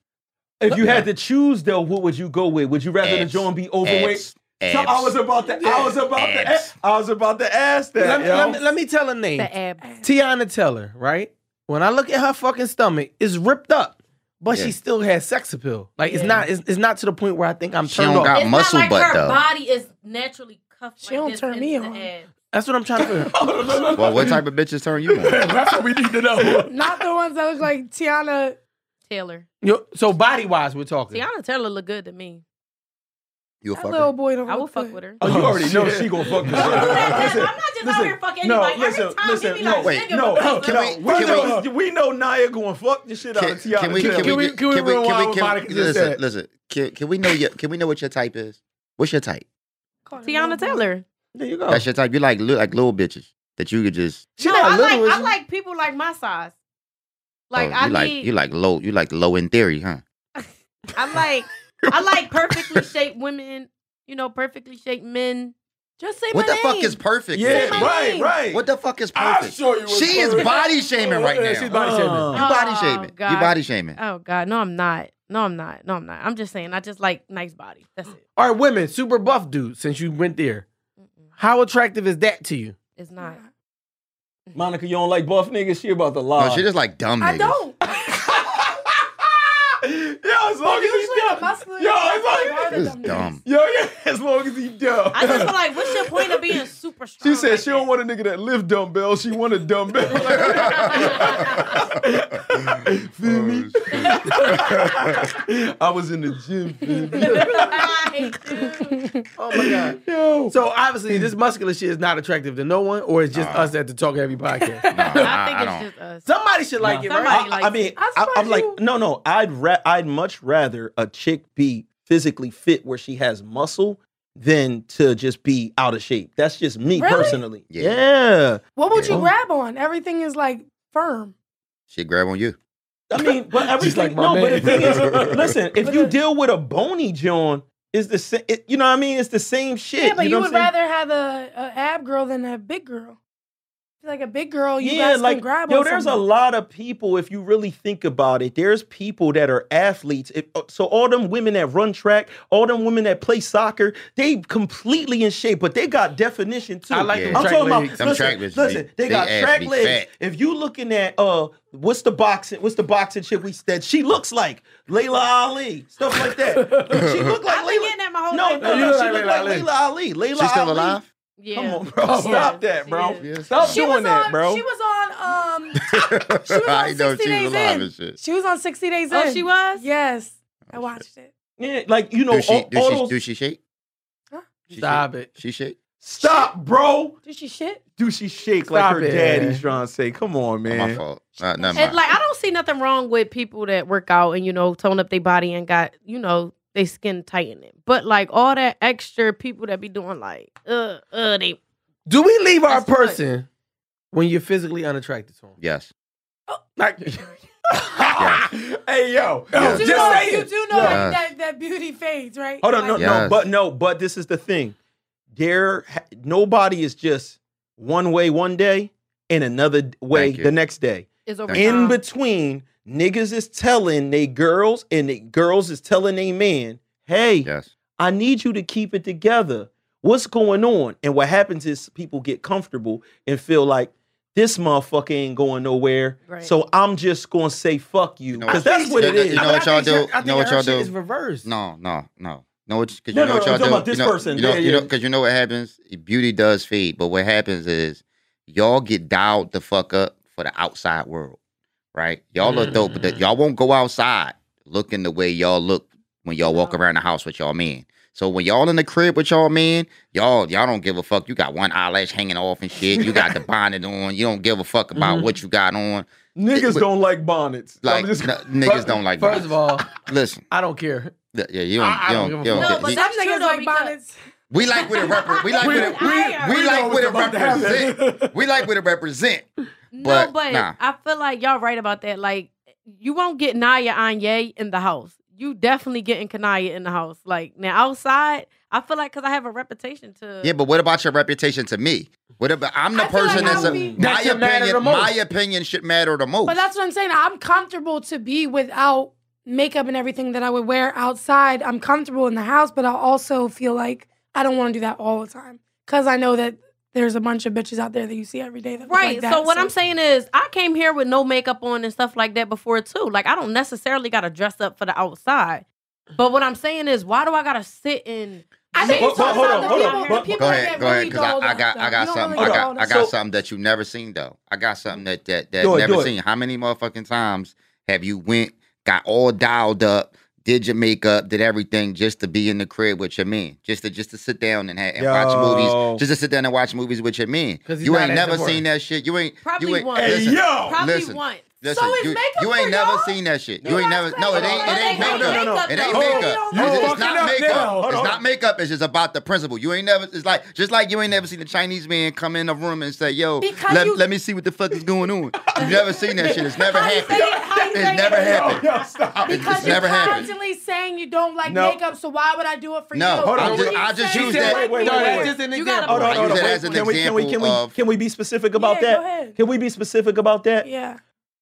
Speaker 5: If you had to choose though, what would you go with? Would you rather the
Speaker 1: Abs.
Speaker 5: John be
Speaker 1: abs.
Speaker 5: overweight?
Speaker 1: abs.
Speaker 5: So I was about to. I was about to.
Speaker 1: Abs.
Speaker 5: a- I was about to ask that.
Speaker 2: let, me,
Speaker 5: yo.
Speaker 2: let me- let me tell a name.
Speaker 3: the abs.
Speaker 2: Tiana Teller, right? When I look at her fucking stomach, it's ripped up, but
Speaker 1: Yeah.
Speaker 2: she still has sex appeal. Like it's
Speaker 3: Yeah.
Speaker 2: not it's, it's not to the point where I think I'm
Speaker 1: She
Speaker 2: turned
Speaker 1: don't
Speaker 2: off.
Speaker 1: got-
Speaker 3: It's
Speaker 1: muscle
Speaker 3: not like
Speaker 1: butt,
Speaker 3: her
Speaker 1: though.
Speaker 3: body is naturally cuffed.
Speaker 4: She
Speaker 3: like
Speaker 4: don't
Speaker 3: this
Speaker 4: turn me
Speaker 3: into
Speaker 4: on.
Speaker 3: abs.
Speaker 2: That's what I'm trying to figure. out.
Speaker 1: well, what type of bitches turn you on?
Speaker 5: That's what we need to know.
Speaker 4: not the ones that look like Tiana.
Speaker 3: Taylor.
Speaker 2: Yo, so body wise, we're talking.
Speaker 3: Tiana Taylor look good to me.
Speaker 1: You a
Speaker 4: That little
Speaker 1: fucker?
Speaker 4: boy don't.
Speaker 3: I will
Speaker 4: look
Speaker 3: fuck
Speaker 4: good.
Speaker 3: with her.
Speaker 5: Oh, you already know
Speaker 2: shit.
Speaker 5: she gonna fuck this.
Speaker 3: Don't do that,
Speaker 5: up.
Speaker 3: Dad.
Speaker 5: Listen,
Speaker 3: I'm not just out
Speaker 5: listen,
Speaker 3: here fucking
Speaker 5: no,
Speaker 3: anybody. Every
Speaker 5: listen,
Speaker 3: time
Speaker 5: listen,
Speaker 3: people be
Speaker 5: no,
Speaker 3: like,
Speaker 1: wait,
Speaker 3: nigga,
Speaker 5: no,
Speaker 3: but-
Speaker 5: no,
Speaker 1: can we-
Speaker 5: we,
Speaker 1: can
Speaker 5: know, we know Naya going fuck the shit out
Speaker 1: Can,
Speaker 5: of Tiana.
Speaker 1: can we can,
Speaker 5: Taylor.
Speaker 1: we
Speaker 2: can we
Speaker 1: can we
Speaker 2: rewind
Speaker 1: can we
Speaker 2: what
Speaker 1: can
Speaker 2: Monica
Speaker 1: we
Speaker 2: just
Speaker 1: listen
Speaker 2: said?
Speaker 1: listen can can we know your can we know what your type is? What's your type?
Speaker 4: Call her
Speaker 3: Tiana
Speaker 4: little boy.
Speaker 3: Taylor.
Speaker 2: There
Speaker 5: Oh.
Speaker 2: you go.
Speaker 1: That's your type. You like li- like little bitches that you could just
Speaker 2: She
Speaker 3: no,
Speaker 2: not
Speaker 3: I
Speaker 2: little,
Speaker 3: like I
Speaker 2: is-
Speaker 3: like people like my size.
Speaker 5: Oh,
Speaker 3: Like
Speaker 1: oh,
Speaker 3: I
Speaker 1: you like
Speaker 3: need
Speaker 1: you like low you like low in theory, huh?
Speaker 3: I like I like perfectly shaped women, you know, perfectly shaped men.
Speaker 4: Just say
Speaker 1: What
Speaker 4: my
Speaker 1: the fuck
Speaker 4: name.
Speaker 1: is perfect?
Speaker 5: Yeah,
Speaker 1: then?
Speaker 4: my
Speaker 5: right,
Speaker 4: name.
Speaker 5: right.
Speaker 1: What the fuck is
Speaker 5: I'll
Speaker 1: perfect?
Speaker 5: show you. what's
Speaker 1: She is
Speaker 5: perfect.
Speaker 1: body shaming right
Speaker 5: Yeah,
Speaker 1: now.
Speaker 5: She's
Speaker 1: You
Speaker 5: body shaming.
Speaker 2: Uh.
Speaker 1: body
Speaker 3: Oh,
Speaker 1: shaming. You
Speaker 3: God.
Speaker 1: body shaming.
Speaker 3: Oh God, no, I'm not. No, I'm not. No, I'm not. I'm just saying I just like nice body. That's it.
Speaker 2: All right, women, super buff dudes. Since you went there,
Speaker 3: Mm-mm.
Speaker 2: how attractive is that to you?
Speaker 3: It's not.
Speaker 5: Monica, you don't like buff niggas. She about to lie.
Speaker 1: No, she just like dumb niggas.
Speaker 4: I don't.
Speaker 5: yo, as long as
Speaker 4: Usually
Speaker 5: he's
Speaker 4: the
Speaker 5: dumb.
Speaker 4: muscular.
Speaker 5: Yo,
Speaker 4: guys
Speaker 5: as long
Speaker 4: are
Speaker 5: as
Speaker 4: harder
Speaker 1: This is
Speaker 4: than me.
Speaker 1: dumb.
Speaker 5: Yo, yeah, as long as he dumb.
Speaker 3: I just feel like, what's your point of being super strong?
Speaker 5: She said
Speaker 3: like
Speaker 5: she don't
Speaker 3: that?
Speaker 5: want a nigga that lift dumbbells. She want a dumbbell. Feel me? I was in the gym. baby.
Speaker 2: Oh my god.
Speaker 5: Yo.
Speaker 2: So obviously, this muscular shit is not attractive to no one, or it's just
Speaker 1: Nah.
Speaker 2: us at the Talk Heavy podcast.
Speaker 1: No,
Speaker 3: I think
Speaker 1: I, I
Speaker 3: it's
Speaker 1: don't.
Speaker 3: just us.
Speaker 2: Somebody should like
Speaker 5: Nah.
Speaker 2: it,
Speaker 3: Somebody-
Speaker 2: right?
Speaker 5: I, I mean,
Speaker 4: I'm
Speaker 5: I, am
Speaker 4: surprised
Speaker 5: like,
Speaker 4: you-
Speaker 5: no, no. I'd ra- I'd much rather a chick be physically fit where she has muscle than to just be out of shape. That's just me
Speaker 4: Really?
Speaker 5: personally.
Speaker 1: Yeah.
Speaker 5: yeah.
Speaker 4: What would
Speaker 1: Yeah.
Speaker 4: you grab on? Everything is like firm.
Speaker 1: She grab on you.
Speaker 5: I mean, but
Speaker 2: She's
Speaker 5: everything.
Speaker 2: like, my
Speaker 5: no, but the
Speaker 2: man.
Speaker 5: thing is, listen. If
Speaker 4: But
Speaker 5: you
Speaker 4: the-
Speaker 5: deal with a bony John, is the same. You know what I mean? It's the same shit.
Speaker 4: Yeah, but you,
Speaker 5: know what
Speaker 4: would
Speaker 5: I'm saying?
Speaker 4: rather have a, a ab girl than a big girl. Like a big girl, Oh, you
Speaker 5: yeah,
Speaker 4: guys
Speaker 5: like
Speaker 4: can grab
Speaker 5: yo,
Speaker 4: on
Speaker 5: there's a
Speaker 4: something.
Speaker 5: lot of people. If you really think about it, there's people that are athletes. If- uh, so all them women that run track, all them women that play soccer, they completely in shape, but they got definition too.
Speaker 2: I like
Speaker 1: Yeah.
Speaker 2: them
Speaker 5: I'm
Speaker 2: track
Speaker 5: talking
Speaker 2: legs.
Speaker 5: about
Speaker 1: Them
Speaker 5: listen,
Speaker 1: track legs
Speaker 5: listen,
Speaker 1: be-
Speaker 5: they,
Speaker 1: they
Speaker 5: got
Speaker 1: ass
Speaker 5: track
Speaker 1: be
Speaker 5: legs.
Speaker 1: fat.
Speaker 5: If you looking at uh, what's the boxing? What's the boxing chick we that she looks like Layla Ali, stuff like that. she look like
Speaker 3: I've been
Speaker 5: Layla.
Speaker 3: getting that my whole
Speaker 5: No,
Speaker 3: life.
Speaker 5: no,
Speaker 2: You
Speaker 5: no,
Speaker 2: look
Speaker 5: she
Speaker 2: like
Speaker 5: look
Speaker 2: Layla
Speaker 5: like "Oh,
Speaker 2: Ali.
Speaker 5: Layla Ali. Layla
Speaker 1: She's still
Speaker 5: Ali.
Speaker 1: alive.
Speaker 3: Yeah.
Speaker 5: Come on, bro. Stop that,
Speaker 3: she
Speaker 5: bro.
Speaker 3: is.
Speaker 5: Stop
Speaker 4: She was
Speaker 5: doing that,
Speaker 4: on-
Speaker 5: bro.
Speaker 4: She was on. Um, she was on
Speaker 1: I know
Speaker 4: 60
Speaker 1: she
Speaker 4: days
Speaker 1: was alive
Speaker 4: in.
Speaker 1: and shit.
Speaker 4: she was on 60 Days In.
Speaker 3: Oh, she was?
Speaker 4: Yes, I
Speaker 5: Oh,
Speaker 1: shit.
Speaker 4: watched it.
Speaker 5: Yeah, like you know,
Speaker 1: Do she
Speaker 5: all,
Speaker 1: do
Speaker 5: all
Speaker 1: she
Speaker 5: those.
Speaker 1: do she shake?
Speaker 4: Huh?
Speaker 1: She
Speaker 2: Stop it.
Speaker 1: shake? She shake.
Speaker 5: Stop, bro.
Speaker 4: Did she shit?
Speaker 5: Do she shake like
Speaker 6: Stop
Speaker 5: her
Speaker 6: it.
Speaker 5: daddy's trying to say? Come on,
Speaker 1: Oh,
Speaker 5: man.
Speaker 1: my fault. Uh, never
Speaker 3: And
Speaker 1: mind.
Speaker 3: like I don't see nothing wrong with people that work out and you know tone up their body and got you know they skin tightening. But like all that extra people that be doing like uh uh they
Speaker 6: Do we leave our
Speaker 3: That's what-
Speaker 6: person when you're physically unattracted to him?
Speaker 1: yes.
Speaker 6: Like,
Speaker 5: hey, yo.
Speaker 1: Yeah.
Speaker 4: You
Speaker 5: I'm Just
Speaker 4: do know,
Speaker 5: saying.
Speaker 4: you do know
Speaker 1: Yeah.
Speaker 4: that, that beauty fades, right?
Speaker 5: Hold on, no,
Speaker 4: Like,
Speaker 1: Yes.
Speaker 5: no, but no, but this is the thing. There, ha- nobody is just one way one day and another d- way
Speaker 1: Thank you.
Speaker 5: the next day.
Speaker 3: is over
Speaker 5: In
Speaker 3: time.
Speaker 5: between, niggas is telling they girls and they girls is telling they man, hey,
Speaker 1: Yes.
Speaker 5: I need you to keep it together. What's going on? And what happens is people get comfortable and feel like this motherfucker ain't going nowhere.
Speaker 3: Right.
Speaker 5: So I'm just gonna say fuck you.
Speaker 1: You know
Speaker 5: Because
Speaker 1: what-
Speaker 5: that's what it is.
Speaker 1: You know
Speaker 6: I
Speaker 1: what y'all
Speaker 6: think her-
Speaker 1: do?
Speaker 6: I
Speaker 1: Know
Speaker 6: think
Speaker 1: what
Speaker 6: her
Speaker 1: y'all
Speaker 6: shit
Speaker 1: do?
Speaker 6: Is reversed.
Speaker 1: No, no, no, no. It's because
Speaker 5: No,
Speaker 1: you know
Speaker 5: no,
Speaker 1: what
Speaker 5: no,
Speaker 1: y'all
Speaker 5: I'm
Speaker 1: do.
Speaker 5: talking about this
Speaker 1: you know,
Speaker 5: person.
Speaker 1: You know,
Speaker 5: Yeah,
Speaker 1: you know,
Speaker 5: yeah.
Speaker 1: because you know what happens. Beauty does fade, but what happens is y'all get dialed the fuck up for the outside world, right? Y'all look dope,
Speaker 6: Mm.
Speaker 1: but that y'all won't go outside looking the way y'all look when y'all walk around the house with y'all men. So when y'all in the crib with y'all men, y'all y'all don't give a fuck. You got one eyelash hanging off and shit. You got the bonnet on. You don't give a fuck about
Speaker 6: Mm-hmm.
Speaker 1: what you got on.
Speaker 5: Niggas
Speaker 1: But-
Speaker 5: don't like bonnets. I'm
Speaker 1: Like
Speaker 5: just-
Speaker 1: n- niggas don't like.
Speaker 6: First of
Speaker 1: bonnets.
Speaker 6: all,
Speaker 1: listen,
Speaker 6: I don't care.
Speaker 1: yeah, you don't,
Speaker 6: I- I
Speaker 1: you
Speaker 6: don't
Speaker 1: don't,
Speaker 6: give
Speaker 1: you
Speaker 6: a
Speaker 1: don't
Speaker 6: fuck.
Speaker 1: get-
Speaker 3: No, but
Speaker 1: you-
Speaker 4: Some
Speaker 3: That's true,
Speaker 4: niggas
Speaker 3: though,
Speaker 4: like
Speaker 3: because-
Speaker 4: bonnets.
Speaker 1: We like with it repre- we like
Speaker 5: We-
Speaker 1: with it, we,
Speaker 4: we-
Speaker 1: we
Speaker 5: we know
Speaker 1: like with
Speaker 5: what's
Speaker 1: it
Speaker 5: about to happen.
Speaker 1: represent. We like with it represent.
Speaker 3: no,
Speaker 1: but,
Speaker 3: but
Speaker 1: nah.
Speaker 3: I feel like y'all right about that. Like you won't get Naya Anye in the house. You definitely getting Kanaya in the house. Like now outside, I feel like because I have a reputation to
Speaker 1: Yeah, but what about your reputation to me? What about I'm the
Speaker 4: I feel
Speaker 1: person
Speaker 4: like
Speaker 1: that's
Speaker 4: I
Speaker 1: a,
Speaker 4: would be-
Speaker 1: my
Speaker 6: That should matter the
Speaker 1: opinion.
Speaker 6: most.
Speaker 1: My opinion should matter the most.
Speaker 4: But that's what I'm saying. I'm comfortable to be without makeup and everything that I would wear outside. I'm comfortable in the house, but I also feel like I don't want to do that all the time because I know that there's a bunch of bitches out there that you see every day that look
Speaker 3: Right.
Speaker 4: Like that,
Speaker 3: so what I'm saying is, I came here with no makeup on and stuff like that before too. Like I don't necessarily got to dress up for the outside. But what I'm saying is, why do I gotta sit in?
Speaker 4: I think
Speaker 5: But-
Speaker 4: it's
Speaker 5: but
Speaker 4: all
Speaker 5: hold
Speaker 4: about
Speaker 5: on,
Speaker 4: the
Speaker 5: hold on,
Speaker 4: people-
Speaker 5: but-
Speaker 4: the people
Speaker 1: go
Speaker 4: that
Speaker 1: ahead,
Speaker 4: get
Speaker 1: go ahead,
Speaker 4: really
Speaker 1: because I,
Speaker 4: dolled
Speaker 1: I
Speaker 4: up,
Speaker 1: got
Speaker 4: though.
Speaker 1: I
Speaker 4: You
Speaker 1: got
Speaker 4: don't
Speaker 1: something
Speaker 4: really
Speaker 1: I
Speaker 4: get
Speaker 1: got
Speaker 4: dolled
Speaker 1: I
Speaker 4: up.
Speaker 1: got
Speaker 5: So-
Speaker 1: something that you've never seen though. I got something that that that
Speaker 5: Do it,
Speaker 1: never
Speaker 5: do it.
Speaker 1: seen. How many motherfucking times have you went got all dialed up? Did your makeup, did everything just to be in the crib with your men, just to just to sit down and, ha- and watch
Speaker 5: Yo.
Speaker 1: movies, just to sit down and watch movies with your men.
Speaker 6: 'Cause he's
Speaker 1: You
Speaker 6: not
Speaker 1: ain't
Speaker 6: as
Speaker 1: never
Speaker 6: important.
Speaker 1: seen that shit. You ain't
Speaker 3: Probably
Speaker 1: you ain't,
Speaker 3: once.
Speaker 5: Hey,
Speaker 1: listen,
Speaker 5: yo.
Speaker 3: Probably
Speaker 1: listen.
Speaker 3: once.
Speaker 1: Listen,
Speaker 4: So is
Speaker 1: you,
Speaker 4: makeup
Speaker 1: you ain't
Speaker 4: for
Speaker 1: never
Speaker 4: y'all?
Speaker 1: seen that shit. You
Speaker 4: No,
Speaker 1: ain't
Speaker 4: that's
Speaker 1: never. No, it
Speaker 4: like-
Speaker 1: ain't. It
Speaker 4: They
Speaker 1: ain't
Speaker 4: hate
Speaker 1: makeup.
Speaker 3: makeup,
Speaker 1: It ain't
Speaker 3: though.
Speaker 1: makeup.
Speaker 4: They don't
Speaker 1: It's-
Speaker 4: know.
Speaker 1: It's not
Speaker 5: Fucking up now.
Speaker 1: makeup.
Speaker 5: Hold
Speaker 1: It's
Speaker 5: on.
Speaker 1: not makeup. It's just about the principle. You ain't never. It's like just like you ain't never seen a Chinese man come in a room and say, "Yo,
Speaker 4: Because
Speaker 1: let,
Speaker 4: you-
Speaker 1: let me see what the fuck is going on." You've never seen that shit. It's never
Speaker 4: How you say it?
Speaker 1: happened.
Speaker 4: How you
Speaker 1: It's
Speaker 4: say it?
Speaker 1: never happened.
Speaker 5: Yo, yo, stop.
Speaker 4: Because
Speaker 1: It's
Speaker 4: you're
Speaker 1: never happened.
Speaker 4: constantly saying you don't like
Speaker 5: No.
Speaker 4: makeup, so why would I do it for
Speaker 1: No,
Speaker 4: you?
Speaker 1: hold
Speaker 5: on,
Speaker 4: You
Speaker 5: just-
Speaker 4: keep
Speaker 1: I just
Speaker 4: saying
Speaker 1: used
Speaker 4: you
Speaker 1: that-
Speaker 4: like
Speaker 5: wait,
Speaker 4: me.
Speaker 5: wait, wait,
Speaker 6: That's
Speaker 5: wait.
Speaker 6: just an
Speaker 3: You
Speaker 6: example.
Speaker 3: gotta-
Speaker 5: Hold on,
Speaker 1: I
Speaker 5: hold on.
Speaker 1: use
Speaker 5: Wait,
Speaker 1: it as an
Speaker 5: can, we, can, we, can, we,
Speaker 1: example of-
Speaker 5: can we be specific
Speaker 4: Yeah,
Speaker 5: about that?
Speaker 4: go ahead.
Speaker 5: Can we be specific about that?
Speaker 4: Yeah.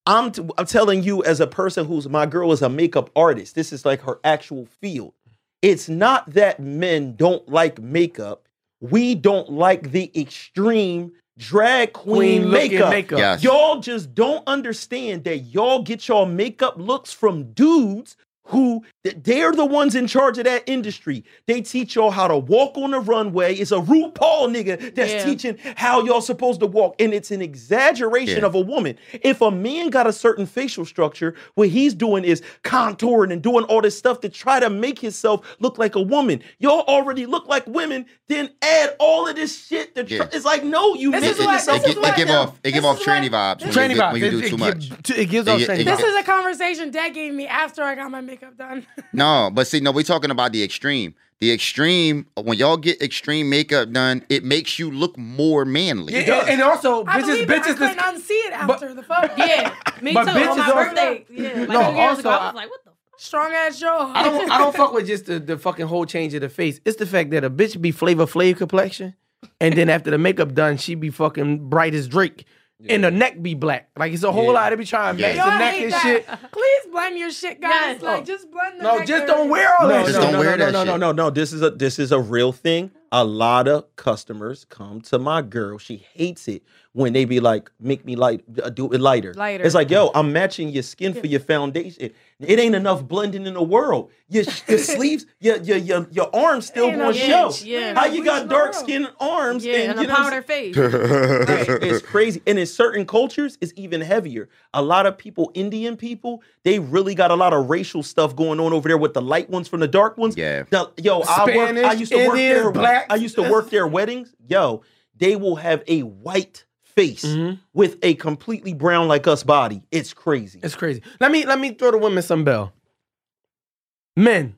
Speaker 5: I'm, t- I'm telling you, as a person who's my girl is a makeup artist, this is like her actual field. It's not that men don't like makeup, we don't like the extreme drag queen,
Speaker 6: Queen looking
Speaker 5: makeup.
Speaker 6: makeup.
Speaker 1: Yes.
Speaker 5: Y'all just don't understand that y'all get y'all makeup looks from dudes who th- they're the ones in charge of that industry. They teach y'all how to walk on the runway. It's a RuPaul nigga that's
Speaker 3: Yeah.
Speaker 5: teaching how y'all supposed to walk. And it's an exaggeration
Speaker 1: Yeah.
Speaker 5: of a woman. If a man got a certain facial structure, what he's doing is contouring and doing all this stuff to try to make himself look like a woman. Y'all already look like women, then add all of this shit to try-
Speaker 1: Yeah.
Speaker 5: it's like, no, you
Speaker 4: This
Speaker 1: It,
Speaker 4: is
Speaker 1: it,
Speaker 5: making
Speaker 4: what-
Speaker 1: it,
Speaker 5: yourself
Speaker 4: this
Speaker 1: gi-
Speaker 4: is
Speaker 1: it
Speaker 4: what-
Speaker 1: give
Speaker 4: no,
Speaker 1: off it give
Speaker 4: this
Speaker 1: off
Speaker 4: is what-
Speaker 1: tranny vibes when
Speaker 6: Training
Speaker 1: you do-
Speaker 6: vibes.
Speaker 1: when you do
Speaker 6: It-
Speaker 1: too
Speaker 6: it
Speaker 1: much.
Speaker 6: give- It gives off
Speaker 1: Yeah,
Speaker 6: training
Speaker 1: yeah,
Speaker 4: This
Speaker 6: vibes.
Speaker 4: is a conversation that gave me after I got my makeup done.
Speaker 1: No, but see, no, we're talking about the extreme. The extreme, when y'all get extreme makeup done, it makes you look more manly.
Speaker 6: Yeah, and, and also,
Speaker 4: I
Speaker 6: bitches,
Speaker 4: believe it. I
Speaker 6: bitches,
Speaker 4: couldn't
Speaker 6: this,
Speaker 4: unsee it
Speaker 6: but-
Speaker 4: after the fuck.
Speaker 3: Yeah, me
Speaker 6: But
Speaker 3: too. On
Speaker 6: bitches
Speaker 3: my
Speaker 6: are-
Speaker 3: birthday, yeah, like
Speaker 6: No,
Speaker 3: two years
Speaker 6: also,
Speaker 3: ago, I was like, what the?
Speaker 4: Strong ass jaw.
Speaker 6: I don't, I don't fuck with just the, the fucking whole change of the face. It's the fact that a bitch be flavor Flav complexion, and then after the makeup done, she be fucking bright as Drake, and the neck be black. Like it's a whole
Speaker 5: Yeah.
Speaker 6: lot to be trying to match
Speaker 1: Yeah.
Speaker 4: Y'all
Speaker 6: the neck
Speaker 4: hate
Speaker 6: and
Speaker 4: that.
Speaker 6: shit. Oh.
Speaker 4: Please blend your shit, guys.
Speaker 3: Yes.
Speaker 4: Like, just blend the
Speaker 6: No,
Speaker 4: neck
Speaker 6: just
Speaker 4: area.
Speaker 6: don't wear all that.
Speaker 1: Just
Speaker 6: shit.
Speaker 1: don't
Speaker 5: Oh, no,
Speaker 1: wear
Speaker 5: no,
Speaker 1: that
Speaker 5: no, No,
Speaker 1: shit.
Speaker 5: no, no, no. This is a this is a real thing. A lot of customers come to my girl. She hates it when they be like, make me light, uh, do it lighter.
Speaker 3: Lighter.
Speaker 5: It's like, yo, I'm matching your skin for
Speaker 3: Yeah.
Speaker 5: your foundation. It ain't enough blending in the world. Your, your sleeves, your your your, your arms still
Speaker 4: Ain't no
Speaker 5: gonna
Speaker 3: yeah,
Speaker 5: show.
Speaker 3: yeah.
Speaker 5: How you
Speaker 4: Bleach in
Speaker 5: got
Speaker 4: the
Speaker 5: dark
Speaker 4: world.
Speaker 5: skin arms?
Speaker 3: yeah, and
Speaker 5: you
Speaker 3: a
Speaker 5: know what I'm
Speaker 3: powder face.
Speaker 5: Right. it's crazy. And in certain cultures, it's even heavier. A lot of people, Indian people, they really got a lot of racial stuff going on over there with the light ones from the dark ones.
Speaker 1: Yeah.
Speaker 5: The- yo, I work, I
Speaker 2: Spanish,
Speaker 5: used to work
Speaker 2: Indian,
Speaker 5: their
Speaker 2: black.
Speaker 5: I used to work their weddings. Yo, they will have a white face
Speaker 1: Mm-hmm.
Speaker 2: Mhm.
Speaker 5: with a completely brown like us body. It's crazy.
Speaker 2: It's crazy. Let me let me throw the women some bell. Men,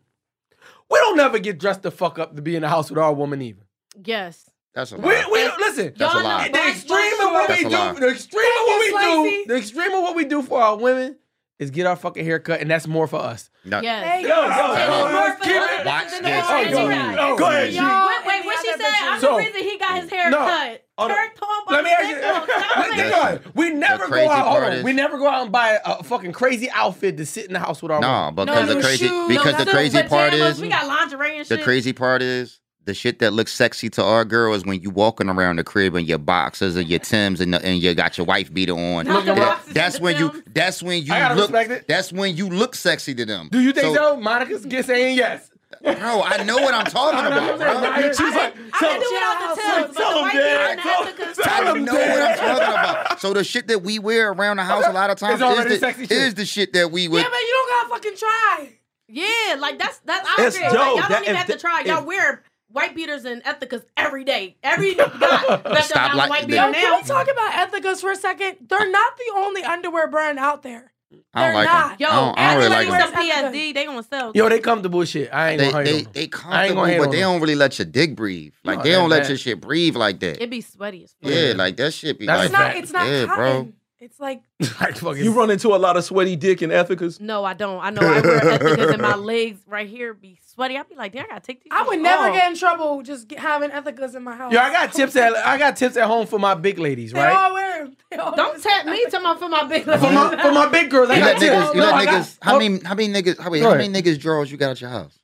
Speaker 2: we don't never get dressed the fuck up to be in the house with our woman either.
Speaker 3: Yes.
Speaker 1: That's a
Speaker 2: We,
Speaker 1: lot.
Speaker 2: we don't- listen.
Speaker 1: That's a
Speaker 3: Y'all
Speaker 1: lie.
Speaker 3: know
Speaker 2: The
Speaker 3: black
Speaker 2: extreme
Speaker 3: folks
Speaker 2: of what
Speaker 1: That's
Speaker 2: we
Speaker 1: a
Speaker 2: do,
Speaker 1: lie.
Speaker 2: the extreme of
Speaker 4: Thank you,
Speaker 2: what we do,
Speaker 4: Slicey.
Speaker 2: the extreme of what we do for our women is get our fucking hair cut, and that's more for us.
Speaker 1: No.
Speaker 3: Yes.
Speaker 2: yo,
Speaker 3: It's more for
Speaker 2: Keep
Speaker 3: us
Speaker 2: it-
Speaker 1: Watch
Speaker 3: than the
Speaker 1: this.
Speaker 3: orange
Speaker 2: Oh, yo,
Speaker 3: ride.
Speaker 2: yo. Go ahead, G.
Speaker 4: Y'all
Speaker 3: Wait, wait,
Speaker 4: and
Speaker 3: what
Speaker 4: the
Speaker 3: she
Speaker 4: other
Speaker 3: said? I'm
Speaker 2: So-
Speaker 3: the reason he got his hair
Speaker 2: No.
Speaker 3: cut.
Speaker 5: Hold on.
Speaker 3: Turned on by
Speaker 2: Let me ask you.
Speaker 3: sickle. Stop
Speaker 2: Let-
Speaker 3: it.
Speaker 2: Think on it. We never
Speaker 1: crazy
Speaker 2: go out. Hold
Speaker 1: part
Speaker 2: on.
Speaker 1: is-
Speaker 2: We never go out and buy a, a fucking crazy outfit to sit in the house with our
Speaker 1: No,
Speaker 2: woman.
Speaker 1: because
Speaker 4: no
Speaker 1: the crazy
Speaker 4: shoes,
Speaker 1: because
Speaker 4: no
Speaker 1: the
Speaker 3: suits,
Speaker 1: crazy part
Speaker 3: pajamas.
Speaker 1: is
Speaker 3: we got lingerie and
Speaker 1: the
Speaker 3: shit.
Speaker 1: crazy part is the shit that looks sexy to our girl is when you walking around the crib in your boxers and your Tims and, the, and you got your wife beater on.
Speaker 3: Not the
Speaker 1: That-
Speaker 3: boxers,
Speaker 1: that's
Speaker 3: the
Speaker 1: when you
Speaker 3: Tims.
Speaker 1: that's when you
Speaker 2: I gotta
Speaker 1: look
Speaker 2: respect it.
Speaker 1: that's when you look sexy to them.
Speaker 2: Do you think so?
Speaker 1: so?
Speaker 2: Monica's get saying yes.
Speaker 1: Bro, I know what I'm talking
Speaker 2: know what
Speaker 1: about.
Speaker 2: I'm saying.
Speaker 1: Bro.
Speaker 2: Now you're-
Speaker 3: I
Speaker 2: She's
Speaker 3: can,
Speaker 2: like,
Speaker 3: I
Speaker 2: tell-
Speaker 3: can do it
Speaker 4: tell-
Speaker 3: off the tub, but
Speaker 5: tell
Speaker 3: the
Speaker 5: 'em,
Speaker 3: white
Speaker 5: Dad.
Speaker 3: people
Speaker 5: Tell-
Speaker 3: have to cause
Speaker 1: I
Speaker 2: tell 'em.
Speaker 1: don't know what I'm talking about. So the shit that we wear around the house a lot of times
Speaker 2: already
Speaker 1: is the,
Speaker 2: sexy shit.
Speaker 1: is the shit that we would.
Speaker 4: Yeah, but you don't gotta fucking try.
Speaker 3: Yeah, like that's that's our
Speaker 5: That's
Speaker 3: shit. Like,
Speaker 5: dope.
Speaker 3: y'all don't
Speaker 5: That-
Speaker 3: even
Speaker 5: if
Speaker 3: have to
Speaker 5: the-
Speaker 3: try. Y'all
Speaker 5: if-
Speaker 3: wear white beaters and ethicas every day. Every guy that's
Speaker 1: Stop
Speaker 3: got a
Speaker 1: like-
Speaker 3: white
Speaker 4: Yo,
Speaker 3: beater
Speaker 4: can
Speaker 3: now.
Speaker 4: we talk about Ethicas for a second? They're not the only underwear brand out there.
Speaker 1: I don't
Speaker 4: They're
Speaker 1: like
Speaker 4: not.
Speaker 1: them.
Speaker 3: Yo,
Speaker 1: I don't, I don't
Speaker 3: ask
Speaker 1: really
Speaker 3: them
Speaker 1: like
Speaker 4: everybody
Speaker 1: them.
Speaker 3: some
Speaker 4: them.
Speaker 3: PSD, they gonna sell.
Speaker 2: Yo, they comfortable shit. I ain't
Speaker 1: They
Speaker 2: gonna hate
Speaker 1: they
Speaker 2: on them.
Speaker 1: they
Speaker 2: I ain't
Speaker 1: comfortable,
Speaker 2: gonna hate
Speaker 1: but
Speaker 2: on
Speaker 1: they
Speaker 2: them.
Speaker 1: don't really let your dick breathe. Like
Speaker 2: No,
Speaker 1: they
Speaker 2: that
Speaker 1: don't let
Speaker 2: bad.
Speaker 1: your shit breathe like that.
Speaker 3: It be sweaty as fuck.
Speaker 1: yeah,
Speaker 2: Yeah.
Speaker 1: like that shit be
Speaker 2: That's
Speaker 1: like
Speaker 4: It's not. It's not
Speaker 1: yeah,
Speaker 4: cotton.
Speaker 1: bro.
Speaker 4: It's like
Speaker 2: Like, fucking-
Speaker 5: You run into a lot of sweaty dick and ethicas.
Speaker 3: No, I don't. I know I wear ethicas and my legs right here be sweaty. I be like, damn, I gotta take these.
Speaker 4: I
Speaker 3: things
Speaker 4: would never
Speaker 6: Oh.
Speaker 3: off.
Speaker 4: get in trouble just get, having Ethicas in my house.
Speaker 2: Yo, I got tips at I got tips at home for my big ladies,
Speaker 4: They
Speaker 2: right?
Speaker 4: all wear. them. They all wear
Speaker 3: Don't tap me to my for my big.
Speaker 2: For my for my big girls, I
Speaker 1: You
Speaker 2: got
Speaker 1: let niggas,
Speaker 2: tips.
Speaker 1: you
Speaker 2: No, I
Speaker 1: let
Speaker 2: got-
Speaker 1: niggas. How many, how many niggas? How, wait,
Speaker 2: Go
Speaker 1: how
Speaker 2: ahead.
Speaker 1: many niggas drawers you got at your house?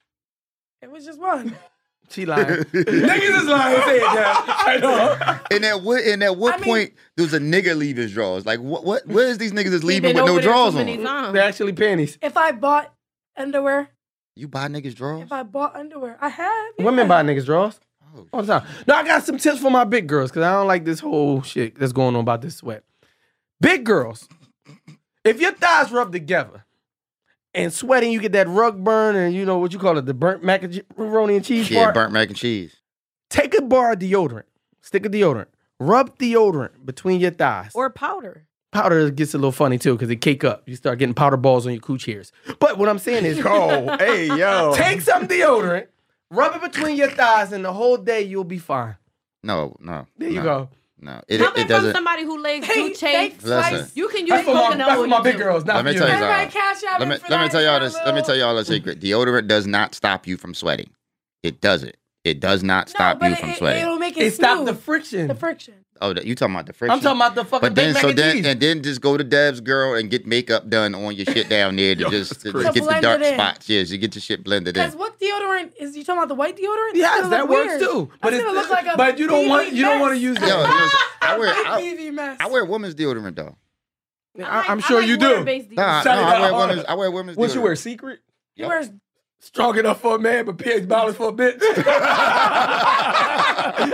Speaker 4: It was just one.
Speaker 2: She lying. niggas is lying. Say it, Dad. I know.
Speaker 1: And at what? And at what
Speaker 4: I mean-
Speaker 1: point does a nigga leave his drawers? Like what? What? Where is these niggas is
Speaker 3: He
Speaker 1: leaving
Speaker 3: been
Speaker 1: with no
Speaker 3: over there
Speaker 1: drawers
Speaker 3: too many
Speaker 1: on?
Speaker 3: times.
Speaker 2: They're actually panties.
Speaker 4: If I bought underwear,
Speaker 1: You buy niggas drawers?
Speaker 4: if I bought underwear, I have. yeah.
Speaker 2: Women buy niggas draws
Speaker 1: Oh.
Speaker 2: all the time. No, I got some tips for my big girls because I don't like this whole shit that's going on about this sweat. Big girls, if your thighs rub together and sweating, you get that rug burn and you know what you call it, the burnt macaroni and cheese
Speaker 1: Yeah,
Speaker 2: part.
Speaker 1: burnt mac and cheese.
Speaker 2: Take a bar of deodorant, stick of deodorant, rub deodorant between your thighs.
Speaker 3: or powder.
Speaker 2: powder gets a little funny too because it cake up. You start getting powder balls on your cooch hairs. But what I'm saying is,
Speaker 5: Oh, hey, yo.
Speaker 2: take some deodorant, rub it between your thighs, and the whole day you'll be fine.
Speaker 1: No, no.
Speaker 2: There you
Speaker 1: no,
Speaker 2: go.
Speaker 1: No, it, it
Speaker 3: Coming from
Speaker 1: doesn't.
Speaker 3: somebody who legs
Speaker 4: They-
Speaker 3: do
Speaker 4: they
Speaker 3: chafe,
Speaker 1: Listen.
Speaker 4: slice-
Speaker 3: you can use
Speaker 2: That's for my,
Speaker 3: coconut
Speaker 2: that's for
Speaker 3: oil
Speaker 2: my
Speaker 3: you
Speaker 2: big
Speaker 3: do.
Speaker 2: girls. Not
Speaker 1: Let me
Speaker 2: for
Speaker 1: tell you
Speaker 4: Everybody
Speaker 1: something.
Speaker 4: cash out.
Speaker 1: Let me
Speaker 4: for
Speaker 1: let me
Speaker 4: that,
Speaker 1: tell y'all
Speaker 4: that
Speaker 1: this. Let me
Speaker 4: little-
Speaker 1: tell y'all a secret. Deodorant does not stop you from sweating. It doesn't. It does not
Speaker 4: No,
Speaker 1: stop
Speaker 4: but
Speaker 1: you
Speaker 4: it,
Speaker 1: from
Speaker 4: it-
Speaker 1: sweating.
Speaker 4: It'll make it,
Speaker 2: It stopped the
Speaker 4: smooth.
Speaker 2: friction.
Speaker 4: the friction.
Speaker 1: oh, that- you talking about the friction?
Speaker 2: I'm talking about the fucking
Speaker 1: But then,
Speaker 2: big
Speaker 1: so
Speaker 2: mac and
Speaker 1: then,
Speaker 2: cheese.
Speaker 1: and then just go to Dev's girl and get makeup done on your shit down there to just to,
Speaker 5: crazy.
Speaker 1: just get the
Speaker 4: Blend
Speaker 1: dark
Speaker 4: it in.
Speaker 1: spots. Yeah, to get your shit blended in.
Speaker 4: Because what deodorant is? You talking about the white deodorant?
Speaker 2: yes,
Speaker 4: That's gonna
Speaker 2: that
Speaker 4: look
Speaker 2: works
Speaker 4: weird.
Speaker 2: too. But
Speaker 4: That's
Speaker 2: it's,
Speaker 4: gonna look like a
Speaker 2: but you don't want
Speaker 4: BB
Speaker 2: you don't want to use
Speaker 4: mess.
Speaker 1: Yo,
Speaker 2: that.
Speaker 1: listen, I wear I,
Speaker 4: BB mess.
Speaker 1: I wear women's deodorant though.
Speaker 3: I like-
Speaker 2: I'm
Speaker 3: I
Speaker 2: sure
Speaker 3: like
Speaker 2: you do.
Speaker 3: water-based
Speaker 1: Nah,
Speaker 3: deodorant.
Speaker 1: no,
Speaker 2: Shut
Speaker 1: I
Speaker 2: it
Speaker 1: wear
Speaker 2: down.
Speaker 1: women's. I wear women's.
Speaker 5: What
Speaker 1: deodorant.
Speaker 5: you wear? Secret?
Speaker 4: He wears
Speaker 2: Strong enough for a man, but pH balance for a bitch.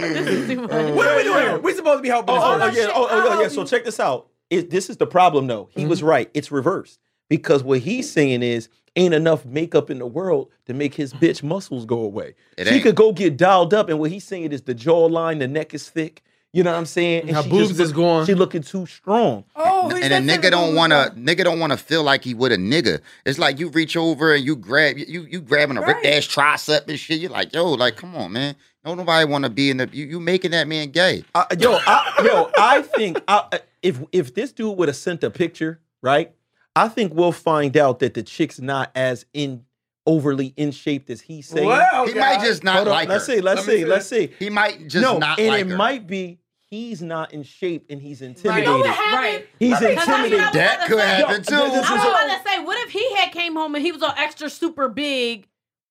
Speaker 3: This is too much.
Speaker 2: what are we doing here? We supposed to be helping. this
Speaker 5: Oh, oh,
Speaker 2: woman.
Speaker 5: oh, yeah. Oh, oh, oh, Mm-hmm. yeah. So check this out. It, this is the problem, though. He was right. It's reversed because what he's saying is ain't enough makeup in the world to make his bitch muscles go away.
Speaker 1: It
Speaker 5: she
Speaker 1: ain't.
Speaker 5: could go get dialed up, and what he's saying is the jawline, the neck is thick. You know what I'm saying? And
Speaker 2: Her
Speaker 5: she
Speaker 2: boobs
Speaker 5: just
Speaker 2: is going-
Speaker 5: She looking too strong.
Speaker 4: Oh, he
Speaker 1: and a
Speaker 4: said
Speaker 1: nigga
Speaker 4: something
Speaker 1: don't
Speaker 4: was
Speaker 1: want to
Speaker 4: wrong.
Speaker 1: nigga don't want to feel like he with a nigga. It's like you reach over and you grab you you grabbing a
Speaker 4: Right.
Speaker 1: ripped ass tricep and shit. You're like, yo, like come on, man. Don't nobody want to be in the you, you making that man gay.
Speaker 5: I, yo, I, yo, I think I, if if this dude would have sent a picture, right? I think we'll find out that the chick's not as in overly in shaped as he's saying.
Speaker 2: Well,
Speaker 1: he might
Speaker 2: guys.
Speaker 1: just not
Speaker 5: Oh, Hold on,
Speaker 1: like
Speaker 5: let's
Speaker 1: her.
Speaker 5: see, let's
Speaker 2: Let me
Speaker 5: see,
Speaker 2: see.
Speaker 5: let's see.
Speaker 1: He might just
Speaker 5: no,
Speaker 1: not
Speaker 5: and
Speaker 1: like
Speaker 5: it
Speaker 1: her.
Speaker 5: might be he's not in shape and he's
Speaker 4: You
Speaker 5: intimidated.
Speaker 4: know what
Speaker 3: Right.
Speaker 4: happened?
Speaker 5: He's
Speaker 4: Let me tell you
Speaker 5: intimidated.
Speaker 3: what
Speaker 1: That could happen
Speaker 5: Yo,
Speaker 1: too.
Speaker 5: this
Speaker 3: I
Speaker 5: is
Speaker 3: was
Speaker 5: a-
Speaker 3: about to say, what if he had came home and he was all extra super big?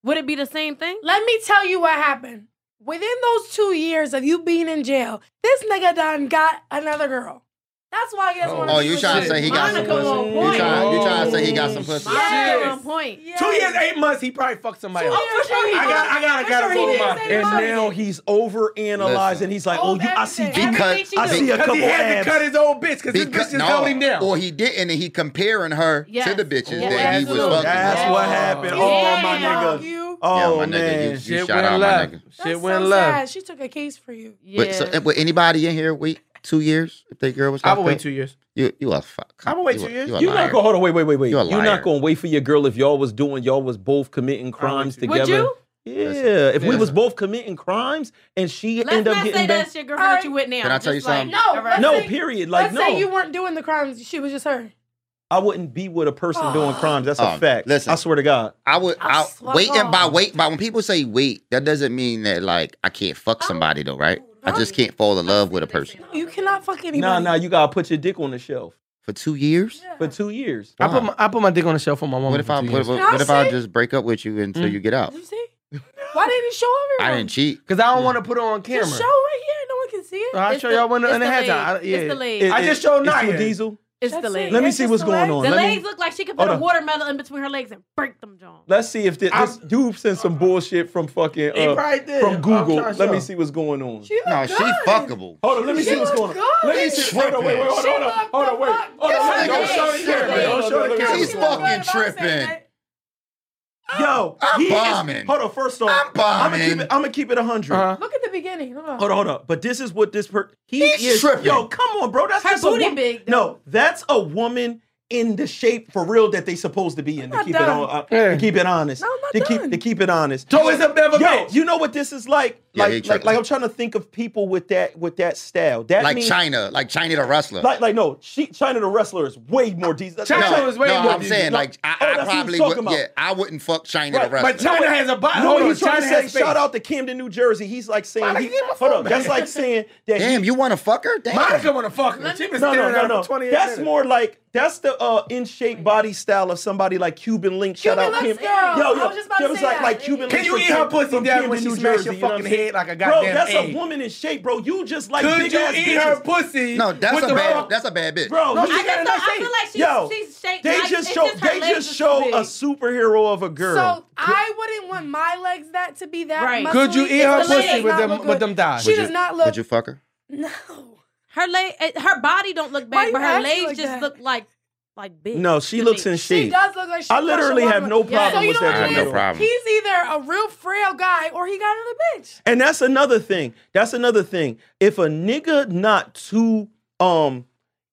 Speaker 3: Would it be the same thing?
Speaker 4: Let me tell you what happened. within those two years of you being in jail, this nigga done got another girl. That's why he doesn't want to.
Speaker 1: Oh, you trying to say he got some
Speaker 3: Monica
Speaker 1: pussy?
Speaker 3: on
Speaker 1: You
Speaker 3: point.
Speaker 1: trying, you trying to say he got some pussy?
Speaker 3: Monica
Speaker 2: Yes.
Speaker 3: on point.
Speaker 4: Yes.
Speaker 2: Two years, eight months, he probably fucked somebody
Speaker 4: Two
Speaker 2: else.
Speaker 4: years,
Speaker 2: I
Speaker 4: eight
Speaker 2: got, I got, I got
Speaker 4: months.
Speaker 2: to
Speaker 4: Two
Speaker 2: go
Speaker 4: years,
Speaker 2: to
Speaker 4: eight
Speaker 2: my.
Speaker 5: And
Speaker 4: Listen.
Speaker 5: now he's over analyzing. He's like, oh, you, I see.
Speaker 4: Everything
Speaker 1: Because-
Speaker 3: she
Speaker 5: I
Speaker 3: do.
Speaker 5: see a
Speaker 2: Because
Speaker 5: couple
Speaker 2: he had
Speaker 5: abs.
Speaker 2: to cut his old bitch because his
Speaker 1: Because-
Speaker 2: bitch just held him down.
Speaker 1: Or he didn't, and he comparing her
Speaker 3: Yes.
Speaker 1: to the bitches
Speaker 3: Yes,
Speaker 1: that he was
Speaker 3: absolutely.
Speaker 1: fucking.
Speaker 5: That's
Speaker 1: with.
Speaker 5: what happened.
Speaker 3: Yeah.
Speaker 5: Oh my
Speaker 3: Yeah.
Speaker 5: nigga.
Speaker 4: You.
Speaker 5: Oh
Speaker 1: yeah, my
Speaker 5: man.
Speaker 1: nigga, you, you
Speaker 2: Shit
Speaker 1: shout
Speaker 2: went
Speaker 1: out
Speaker 2: left.
Speaker 1: my nigga.
Speaker 4: That's
Speaker 2: Shit
Speaker 4: so
Speaker 2: went
Speaker 4: sad.
Speaker 2: left.
Speaker 4: She took a case for you.
Speaker 3: Yeah.
Speaker 1: But so, would anybody in here wait two years if their girl was?
Speaker 2: I would
Speaker 1: locked
Speaker 2: wait
Speaker 1: up?
Speaker 2: two years.
Speaker 1: You, you a fuck.
Speaker 2: I would wait
Speaker 1: you a-
Speaker 2: two years.
Speaker 1: You a
Speaker 5: You're
Speaker 1: liar.
Speaker 5: not gonna hold on. Wait, wait, wait, wait.
Speaker 1: You're
Speaker 5: You're
Speaker 1: a liar.
Speaker 5: not gonna wait for your girl if y'all was doing y'all was both committing crimes
Speaker 2: you.
Speaker 5: together.
Speaker 3: Would you?
Speaker 5: Yeah. If we
Speaker 1: Listen.
Speaker 5: was both committing crimes and she
Speaker 3: Let's
Speaker 5: end up
Speaker 3: not say
Speaker 5: getting back.
Speaker 3: that's your girl that you with now.
Speaker 1: Can I tell you
Speaker 3: Just like-
Speaker 1: something?
Speaker 4: No,
Speaker 3: All right.
Speaker 5: No,
Speaker 4: Let's say-
Speaker 5: period. Like
Speaker 4: Let's say you
Speaker 5: no.
Speaker 4: weren't doing the crimes. She was just her.
Speaker 5: I wouldn't be with a person doing crimes. That's
Speaker 1: Oh,
Speaker 5: a fact.
Speaker 1: listen.
Speaker 5: I swear to God.
Speaker 1: I would. I
Speaker 4: s-
Speaker 1: waiting by wait by when people say wait, that doesn't mean that like I can't fuck somebody though, right? I just can't fall in love with a person
Speaker 4: You cannot fuck anybody.
Speaker 5: Nah, nah, you gotta put your dick on the shelf
Speaker 1: for two years.
Speaker 5: for two years.
Speaker 2: I put my, I put my dick on the shelf for my woman.
Speaker 1: What if
Speaker 2: for
Speaker 1: I
Speaker 2: two
Speaker 1: what if,
Speaker 2: years. Mm.
Speaker 4: Can I
Speaker 1: what if I
Speaker 4: say-
Speaker 1: just break up with you until you get out?
Speaker 4: Did you see? Why didn't you show
Speaker 1: I
Speaker 4: everyone?
Speaker 1: didn't cheat.
Speaker 2: Because I don't want to put her on camera.
Speaker 4: Just show right here. No one can see it.
Speaker 5: Uh,
Speaker 2: So I
Speaker 3: It's
Speaker 2: show
Speaker 3: the-
Speaker 2: y'all one
Speaker 3: it's
Speaker 2: and a
Speaker 3: the
Speaker 2: half time. I-
Speaker 3: leg.
Speaker 2: Yeah.
Speaker 3: It's the leg.
Speaker 2: I just showed
Speaker 5: it's
Speaker 2: Naya.
Speaker 5: too diesel.
Speaker 3: It's the
Speaker 4: That's
Speaker 3: leg.
Speaker 4: it.
Speaker 5: Let me
Speaker 4: It's
Speaker 5: see
Speaker 4: just
Speaker 5: what's
Speaker 4: the
Speaker 5: going
Speaker 4: legs.
Speaker 5: on.
Speaker 3: The
Speaker 5: Let me-
Speaker 3: legs look like she could
Speaker 5: Hold
Speaker 3: put a
Speaker 5: on.
Speaker 3: watermelon in between her legs and break them, John.
Speaker 5: Let's see if this, this
Speaker 2: I'm-
Speaker 5: dude sent some bullshit from fucking
Speaker 2: He
Speaker 5: uh,
Speaker 2: probably did.
Speaker 5: from
Speaker 2: I'm
Speaker 5: Google.
Speaker 2: trying to
Speaker 5: Let
Speaker 2: show.
Speaker 5: me see what's going on.
Speaker 4: She
Speaker 1: No,
Speaker 4: looked
Speaker 1: she
Speaker 4: good.
Speaker 1: fuckable.
Speaker 5: Hold on, let me
Speaker 4: She
Speaker 5: see what's
Speaker 4: looks
Speaker 5: going on.
Speaker 4: good.
Speaker 5: Let me
Speaker 4: She's
Speaker 5: see. Hold on, wait, wait, hold
Speaker 4: She
Speaker 5: on, hold on,
Speaker 4: looked
Speaker 5: hold on, wait.
Speaker 4: fuck
Speaker 5: Hold on,
Speaker 4: good.
Speaker 5: wait, don't show the
Speaker 1: She's
Speaker 5: camera. Don't show the
Speaker 1: fucking
Speaker 5: camera.
Speaker 1: She's
Speaker 4: She looked good.
Speaker 1: fucking
Speaker 4: If I'm saying
Speaker 1: tripping.
Speaker 4: that-
Speaker 5: Yo,
Speaker 1: I'm
Speaker 5: he is-
Speaker 1: bombing.
Speaker 5: hold on, first off,
Speaker 1: I'm bombing.
Speaker 5: I'm gonna keep it. I'm gonna keep it hundred.
Speaker 2: Uh-huh.
Speaker 4: Look at the beginning. Hold on.
Speaker 5: Hold on, hold on. But this is what this per he
Speaker 1: He's
Speaker 5: is.
Speaker 1: tripping.
Speaker 5: Yo, come on, bro. That's
Speaker 3: Her
Speaker 5: just
Speaker 3: booty
Speaker 5: a wo-
Speaker 3: big, though.
Speaker 5: No, that's a woman in the shape for real that they supposed to be in. To
Speaker 4: not
Speaker 5: keep it
Speaker 4: done.
Speaker 5: on, uh,
Speaker 2: Yeah.
Speaker 5: to keep it honest.
Speaker 4: No, I'm not
Speaker 5: to
Speaker 4: done.
Speaker 5: keep to keep it honest.
Speaker 2: Toe is up never
Speaker 5: Yo,
Speaker 2: bitch.
Speaker 5: you know what this is like?
Speaker 1: Yeah, he
Speaker 5: like, like,
Speaker 1: tripping.
Speaker 5: like I'm trying to think of people with that with that style. That
Speaker 1: Like
Speaker 5: means,
Speaker 1: China, like China the wrestler.
Speaker 5: Like, like no, she, China the wrestler is way more decent.
Speaker 2: China
Speaker 5: That's-
Speaker 2: China is way
Speaker 1: no,
Speaker 2: more
Speaker 1: I'm
Speaker 2: than-
Speaker 1: saying like I, I
Speaker 5: Oh, that's what I'm
Speaker 1: probably
Speaker 5: talking
Speaker 1: would.
Speaker 5: about.
Speaker 1: Yeah, I wouldn't fuck China
Speaker 5: Right,
Speaker 1: the wrestler.
Speaker 2: But China has a body.
Speaker 5: No,
Speaker 2: Hold on,
Speaker 5: he's trying
Speaker 2: China
Speaker 5: to
Speaker 2: has
Speaker 5: say
Speaker 2: space.
Speaker 5: shout out to Camden, New Jersey. He's like saying,
Speaker 2: Why
Speaker 5: he,
Speaker 2: did you get my
Speaker 5: hold
Speaker 2: phone
Speaker 5: on, that's
Speaker 2: back?
Speaker 5: like saying that he
Speaker 1: Damn, you want to fuck her? Damn.
Speaker 2: Monica want to fuck her.
Speaker 3: Let
Speaker 2: She
Speaker 3: me-
Speaker 2: been
Speaker 5: No,
Speaker 2: staring
Speaker 5: no,
Speaker 2: at
Speaker 5: no,
Speaker 2: her
Speaker 5: no.
Speaker 2: for 28
Speaker 5: That's
Speaker 2: minutes.
Speaker 5: more like that's the uh, in shape body style of somebody like Cuban Link. Shout
Speaker 4: Cuban
Speaker 5: out
Speaker 4: Link's
Speaker 5: Kim.
Speaker 4: girl.
Speaker 5: Yo,
Speaker 4: I
Speaker 5: yo,
Speaker 4: was just about
Speaker 5: there
Speaker 4: to
Speaker 5: was
Speaker 4: say
Speaker 5: like
Speaker 4: that.
Speaker 5: like Cuban.
Speaker 2: Can
Speaker 5: Link
Speaker 2: you
Speaker 5: from
Speaker 2: eat her
Speaker 5: Cam-
Speaker 2: pussy
Speaker 5: from
Speaker 2: down
Speaker 5: Camden,
Speaker 2: when she
Speaker 5: New
Speaker 2: smash
Speaker 5: Jersey,
Speaker 2: your
Speaker 5: you know what
Speaker 2: fucking
Speaker 5: I'm saying?
Speaker 2: head like a
Speaker 5: Bro,
Speaker 2: goddamn
Speaker 5: that's
Speaker 2: egg?
Speaker 5: a woman in shape, bro. You just like
Speaker 2: Could
Speaker 5: big
Speaker 2: you
Speaker 5: ass
Speaker 2: eat
Speaker 5: bitches.
Speaker 2: her pussy?
Speaker 1: No, that's
Speaker 2: with
Speaker 1: a
Speaker 2: the
Speaker 1: bad.
Speaker 2: wrong-
Speaker 1: That's a bad bitch.
Speaker 5: Bro,
Speaker 2: No, she
Speaker 5: you
Speaker 3: I,
Speaker 5: gotta
Speaker 3: just
Speaker 5: know-
Speaker 3: don't, I feel like she's,
Speaker 5: Yo,
Speaker 3: she's shaking.
Speaker 5: they
Speaker 3: like,
Speaker 5: just
Speaker 3: it's
Speaker 5: show
Speaker 3: her
Speaker 5: they
Speaker 3: legs
Speaker 5: just
Speaker 3: is
Speaker 5: show
Speaker 3: too
Speaker 5: a
Speaker 3: big.
Speaker 5: superhero of a girl.
Speaker 4: So I wouldn't want my legs that to be that.
Speaker 3: Right.
Speaker 4: Right.
Speaker 2: Could you eat her
Speaker 3: It's the
Speaker 2: pussy
Speaker 3: leg.
Speaker 2: with them with them thighs?
Speaker 4: She
Speaker 1: Would
Speaker 4: does
Speaker 1: you-
Speaker 4: not look-
Speaker 1: Would you fuck her?
Speaker 4: No.
Speaker 3: her leg, eh, her body don't look
Speaker 4: Why
Speaker 3: big,
Speaker 4: you
Speaker 3: but her
Speaker 4: acting
Speaker 3: legs
Speaker 4: like
Speaker 3: just
Speaker 4: that?
Speaker 3: look like like big.
Speaker 5: no, she
Speaker 3: to
Speaker 5: looks
Speaker 3: me.
Speaker 5: in
Speaker 4: She
Speaker 5: shape.
Speaker 4: does look like she.
Speaker 5: I literally
Speaker 4: crushed a
Speaker 5: have no
Speaker 4: watermelon.
Speaker 5: problem
Speaker 3: So you
Speaker 5: with
Speaker 4: know
Speaker 5: that.
Speaker 4: what
Speaker 1: I
Speaker 4: it
Speaker 1: have no
Speaker 4: is?
Speaker 1: problem.
Speaker 4: He's either a real frail guy or he got another bitch.
Speaker 5: And that's another thing. That's another thing. If a nigga not too um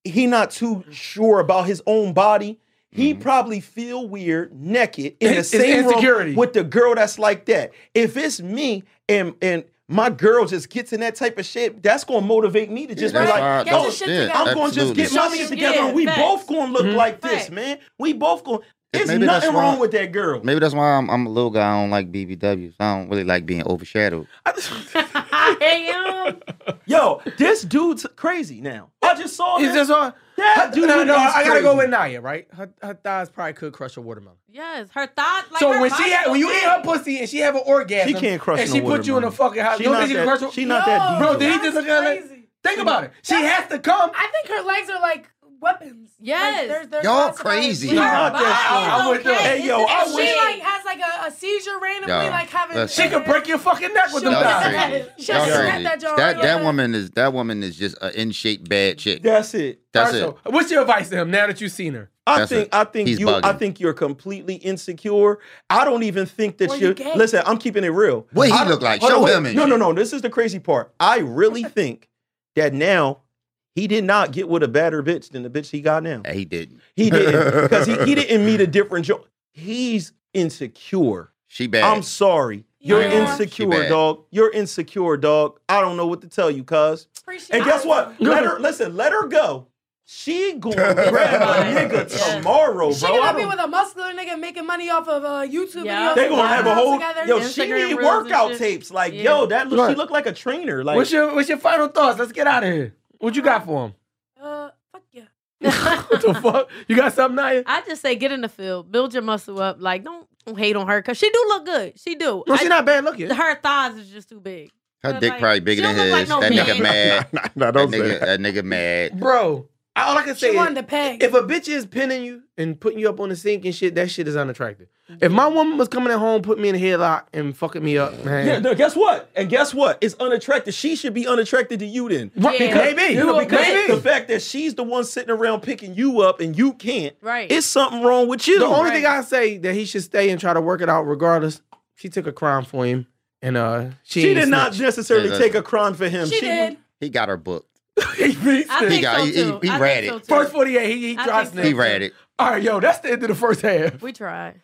Speaker 5: he not too sure about his own body, he probably feel weird naked in the
Speaker 2: It's
Speaker 5: same
Speaker 2: insecurity.
Speaker 5: room with the girl that's like that. If it's me and and my girl just gets in that type of shit, that's gonna motivate me to just
Speaker 1: That's
Speaker 5: be like,
Speaker 1: why-
Speaker 4: Get
Speaker 5: "Yo,
Speaker 4: your shit
Speaker 1: yeah,
Speaker 4: together.
Speaker 5: I'm gonna just
Speaker 1: absolutely.
Speaker 5: get my
Speaker 3: Show me
Speaker 5: shit
Speaker 3: your-
Speaker 5: together
Speaker 3: yeah,
Speaker 5: and we
Speaker 3: facts.
Speaker 5: both gonna look like this,
Speaker 3: Facts.
Speaker 5: man. We both gonna there's
Speaker 1: maybe that's
Speaker 5: nothing
Speaker 1: why-
Speaker 5: wrong with that girl.
Speaker 1: Maybe that's why I'm, I'm a little guy. I don't like BBWs. I don't really like being overshadowed.
Speaker 3: I am.
Speaker 5: Yo, this dude's crazy now. I just saw
Speaker 2: Is
Speaker 5: this.
Speaker 2: this on?
Speaker 5: That dude
Speaker 2: no, no,
Speaker 5: is
Speaker 2: I gotta
Speaker 5: crazy.
Speaker 2: go with Naya, right? Her, her thighs probably could crush a watermelon.
Speaker 3: Yes, her thighs. Like
Speaker 2: so
Speaker 3: her
Speaker 2: when
Speaker 3: body
Speaker 2: she had, when you
Speaker 3: look
Speaker 2: eat her pussy and she have an orgasm,
Speaker 5: She can't crush
Speaker 2: and
Speaker 5: no
Speaker 2: she put you in a
Speaker 5: watermelon.
Speaker 2: fucking house.
Speaker 5: She
Speaker 2: you don't
Speaker 5: not
Speaker 2: think she can
Speaker 5: that-
Speaker 2: crush?
Speaker 5: she not that
Speaker 4: No,
Speaker 2: Bro,
Speaker 5: deep,
Speaker 2: did he
Speaker 4: that's
Speaker 2: just look at her like-
Speaker 4: crazy.
Speaker 2: Think about it. She has to come.
Speaker 4: I think her legs are like weapons.
Speaker 3: Yes.
Speaker 4: Like, there's, there's
Speaker 1: Y'all
Speaker 4: lots of
Speaker 1: crazy.
Speaker 4: bodies.
Speaker 5: Nah,
Speaker 3: her
Speaker 5: not
Speaker 3: body
Speaker 5: that
Speaker 3: is
Speaker 2: shit. I would do it.
Speaker 3: okay.
Speaker 5: Hey,
Speaker 3: This
Speaker 5: yo,
Speaker 3: is-
Speaker 5: I
Speaker 3: and
Speaker 4: She
Speaker 5: wish-
Speaker 3: she
Speaker 4: like has like a, a seizure randomly,
Speaker 1: Y'all,
Speaker 4: like having.
Speaker 1: listen.
Speaker 2: She could break your fucking neck with them
Speaker 4: She-
Speaker 1: Y'all
Speaker 4: Yeah.
Speaker 2: thighs.
Speaker 1: crazy.
Speaker 4: She
Speaker 1: Y'all
Speaker 4: had to snap
Speaker 1: crazy.
Speaker 4: that jar
Speaker 1: That
Speaker 4: right
Speaker 1: that
Speaker 4: away.
Speaker 1: woman is that woman is just an in shape bad chick.
Speaker 5: That's it.
Speaker 1: That's it.
Speaker 2: Marshall, What's your advice to him now that you've seen her?
Speaker 5: I
Speaker 1: That's
Speaker 5: think
Speaker 1: it.
Speaker 5: I think
Speaker 1: He's
Speaker 5: you I
Speaker 1: bugging.
Speaker 5: think you're completely insecure. I don't even think that
Speaker 4: Or you
Speaker 5: you
Speaker 4: gay.
Speaker 5: listen. I'm keeping it real.
Speaker 1: What he
Speaker 5: I don't-
Speaker 1: look like?
Speaker 5: hold
Speaker 1: Show
Speaker 5: wait.
Speaker 1: him and
Speaker 5: No, no,
Speaker 1: shit.
Speaker 5: no. This is the crazy part. I really think that now he did not get with a badder bitch than the bitch he got now.
Speaker 1: Yeah, he didn't.
Speaker 5: He didn't because he, he didn't meet a different. Jo- He's insecure.
Speaker 1: She bad.
Speaker 5: I'm sorry. You're
Speaker 4: Yeah. She
Speaker 5: insecure,
Speaker 1: bad.
Speaker 5: dog. You're insecure, dog. I don't know what to tell you, cuz.
Speaker 4: Appreciate
Speaker 5: And guess
Speaker 4: it.
Speaker 5: what? Let her listen, let her go. She gonna grab a nigga
Speaker 3: Yeah.
Speaker 5: tomorrow, bro.
Speaker 4: She
Speaker 5: I
Speaker 4: gonna be
Speaker 5: don't-
Speaker 4: with a muscular nigga making money off of uh, YouTube
Speaker 3: Yeah.
Speaker 4: videos.
Speaker 5: they gonna have a whole
Speaker 4: together.
Speaker 5: yo.
Speaker 3: Instagram
Speaker 5: She
Speaker 3: reels
Speaker 5: need
Speaker 3: and
Speaker 5: workout
Speaker 3: shit.
Speaker 5: tapes. Like
Speaker 3: Yeah.
Speaker 5: yo, that look, she
Speaker 2: Right.
Speaker 5: look like a trainer. Like
Speaker 2: What's your what's your final thoughts? Let's get out of here. What you got for him?
Speaker 4: Uh, fuck yeah.
Speaker 2: What the fuck? You got something, Naya?
Speaker 3: I just say get in the field, build your muscle up. Like don't don't hate on her because she do look good. She do.
Speaker 2: No, she
Speaker 3: I-
Speaker 2: not bad looking.
Speaker 3: Her thighs is just too big.
Speaker 1: Her
Speaker 3: But,
Speaker 1: dick
Speaker 3: like,
Speaker 1: probably bigger
Speaker 3: she
Speaker 1: than
Speaker 3: don't
Speaker 1: his.
Speaker 3: look like
Speaker 1: that
Speaker 3: no
Speaker 1: nigga
Speaker 3: man.
Speaker 1: mad.
Speaker 5: Nah, nah,
Speaker 1: That
Speaker 5: don't say
Speaker 1: nigga, that
Speaker 5: that.
Speaker 1: nigga mad.
Speaker 2: Bro, I- all I can say
Speaker 4: She
Speaker 2: is
Speaker 4: wanted to peg.
Speaker 2: if a bitch is pinning you and putting you up on the sink and shit, that shit is unattractive. If my woman was coming at home, put me in a headlock and fucking me up, man.
Speaker 5: Yeah, no, guess what? And guess what? It's unattractive. She should be unattracted to you then.
Speaker 2: Right,
Speaker 3: Yeah.
Speaker 2: because-
Speaker 5: Maybe.
Speaker 2: you know,
Speaker 4: Well,
Speaker 2: because
Speaker 4: maybe.
Speaker 5: The fact that she's the one sitting around picking you up and you can't,
Speaker 3: Right.
Speaker 5: it's something wrong with you.
Speaker 2: The only thing
Speaker 3: Right.
Speaker 2: I say that he should stay and try to work it out, regardless. She took a crime for him, and uh, she,
Speaker 5: she
Speaker 2: ain't
Speaker 5: did not
Speaker 2: snitch.
Speaker 5: necessarily
Speaker 1: Yeah, that's-
Speaker 5: take a crime for him.
Speaker 4: she did.
Speaker 1: He got her booked.
Speaker 3: I think
Speaker 1: got-
Speaker 3: so
Speaker 1: he- he-
Speaker 3: too.
Speaker 1: he
Speaker 3: I
Speaker 1: read
Speaker 3: think so
Speaker 1: it.
Speaker 3: too.
Speaker 2: First forty-eight, he, he
Speaker 3: I
Speaker 2: tried
Speaker 3: think
Speaker 2: to
Speaker 3: so.
Speaker 1: He
Speaker 3: read
Speaker 1: ratted.
Speaker 2: All right, yo, that's the end of the first half.
Speaker 3: we tried.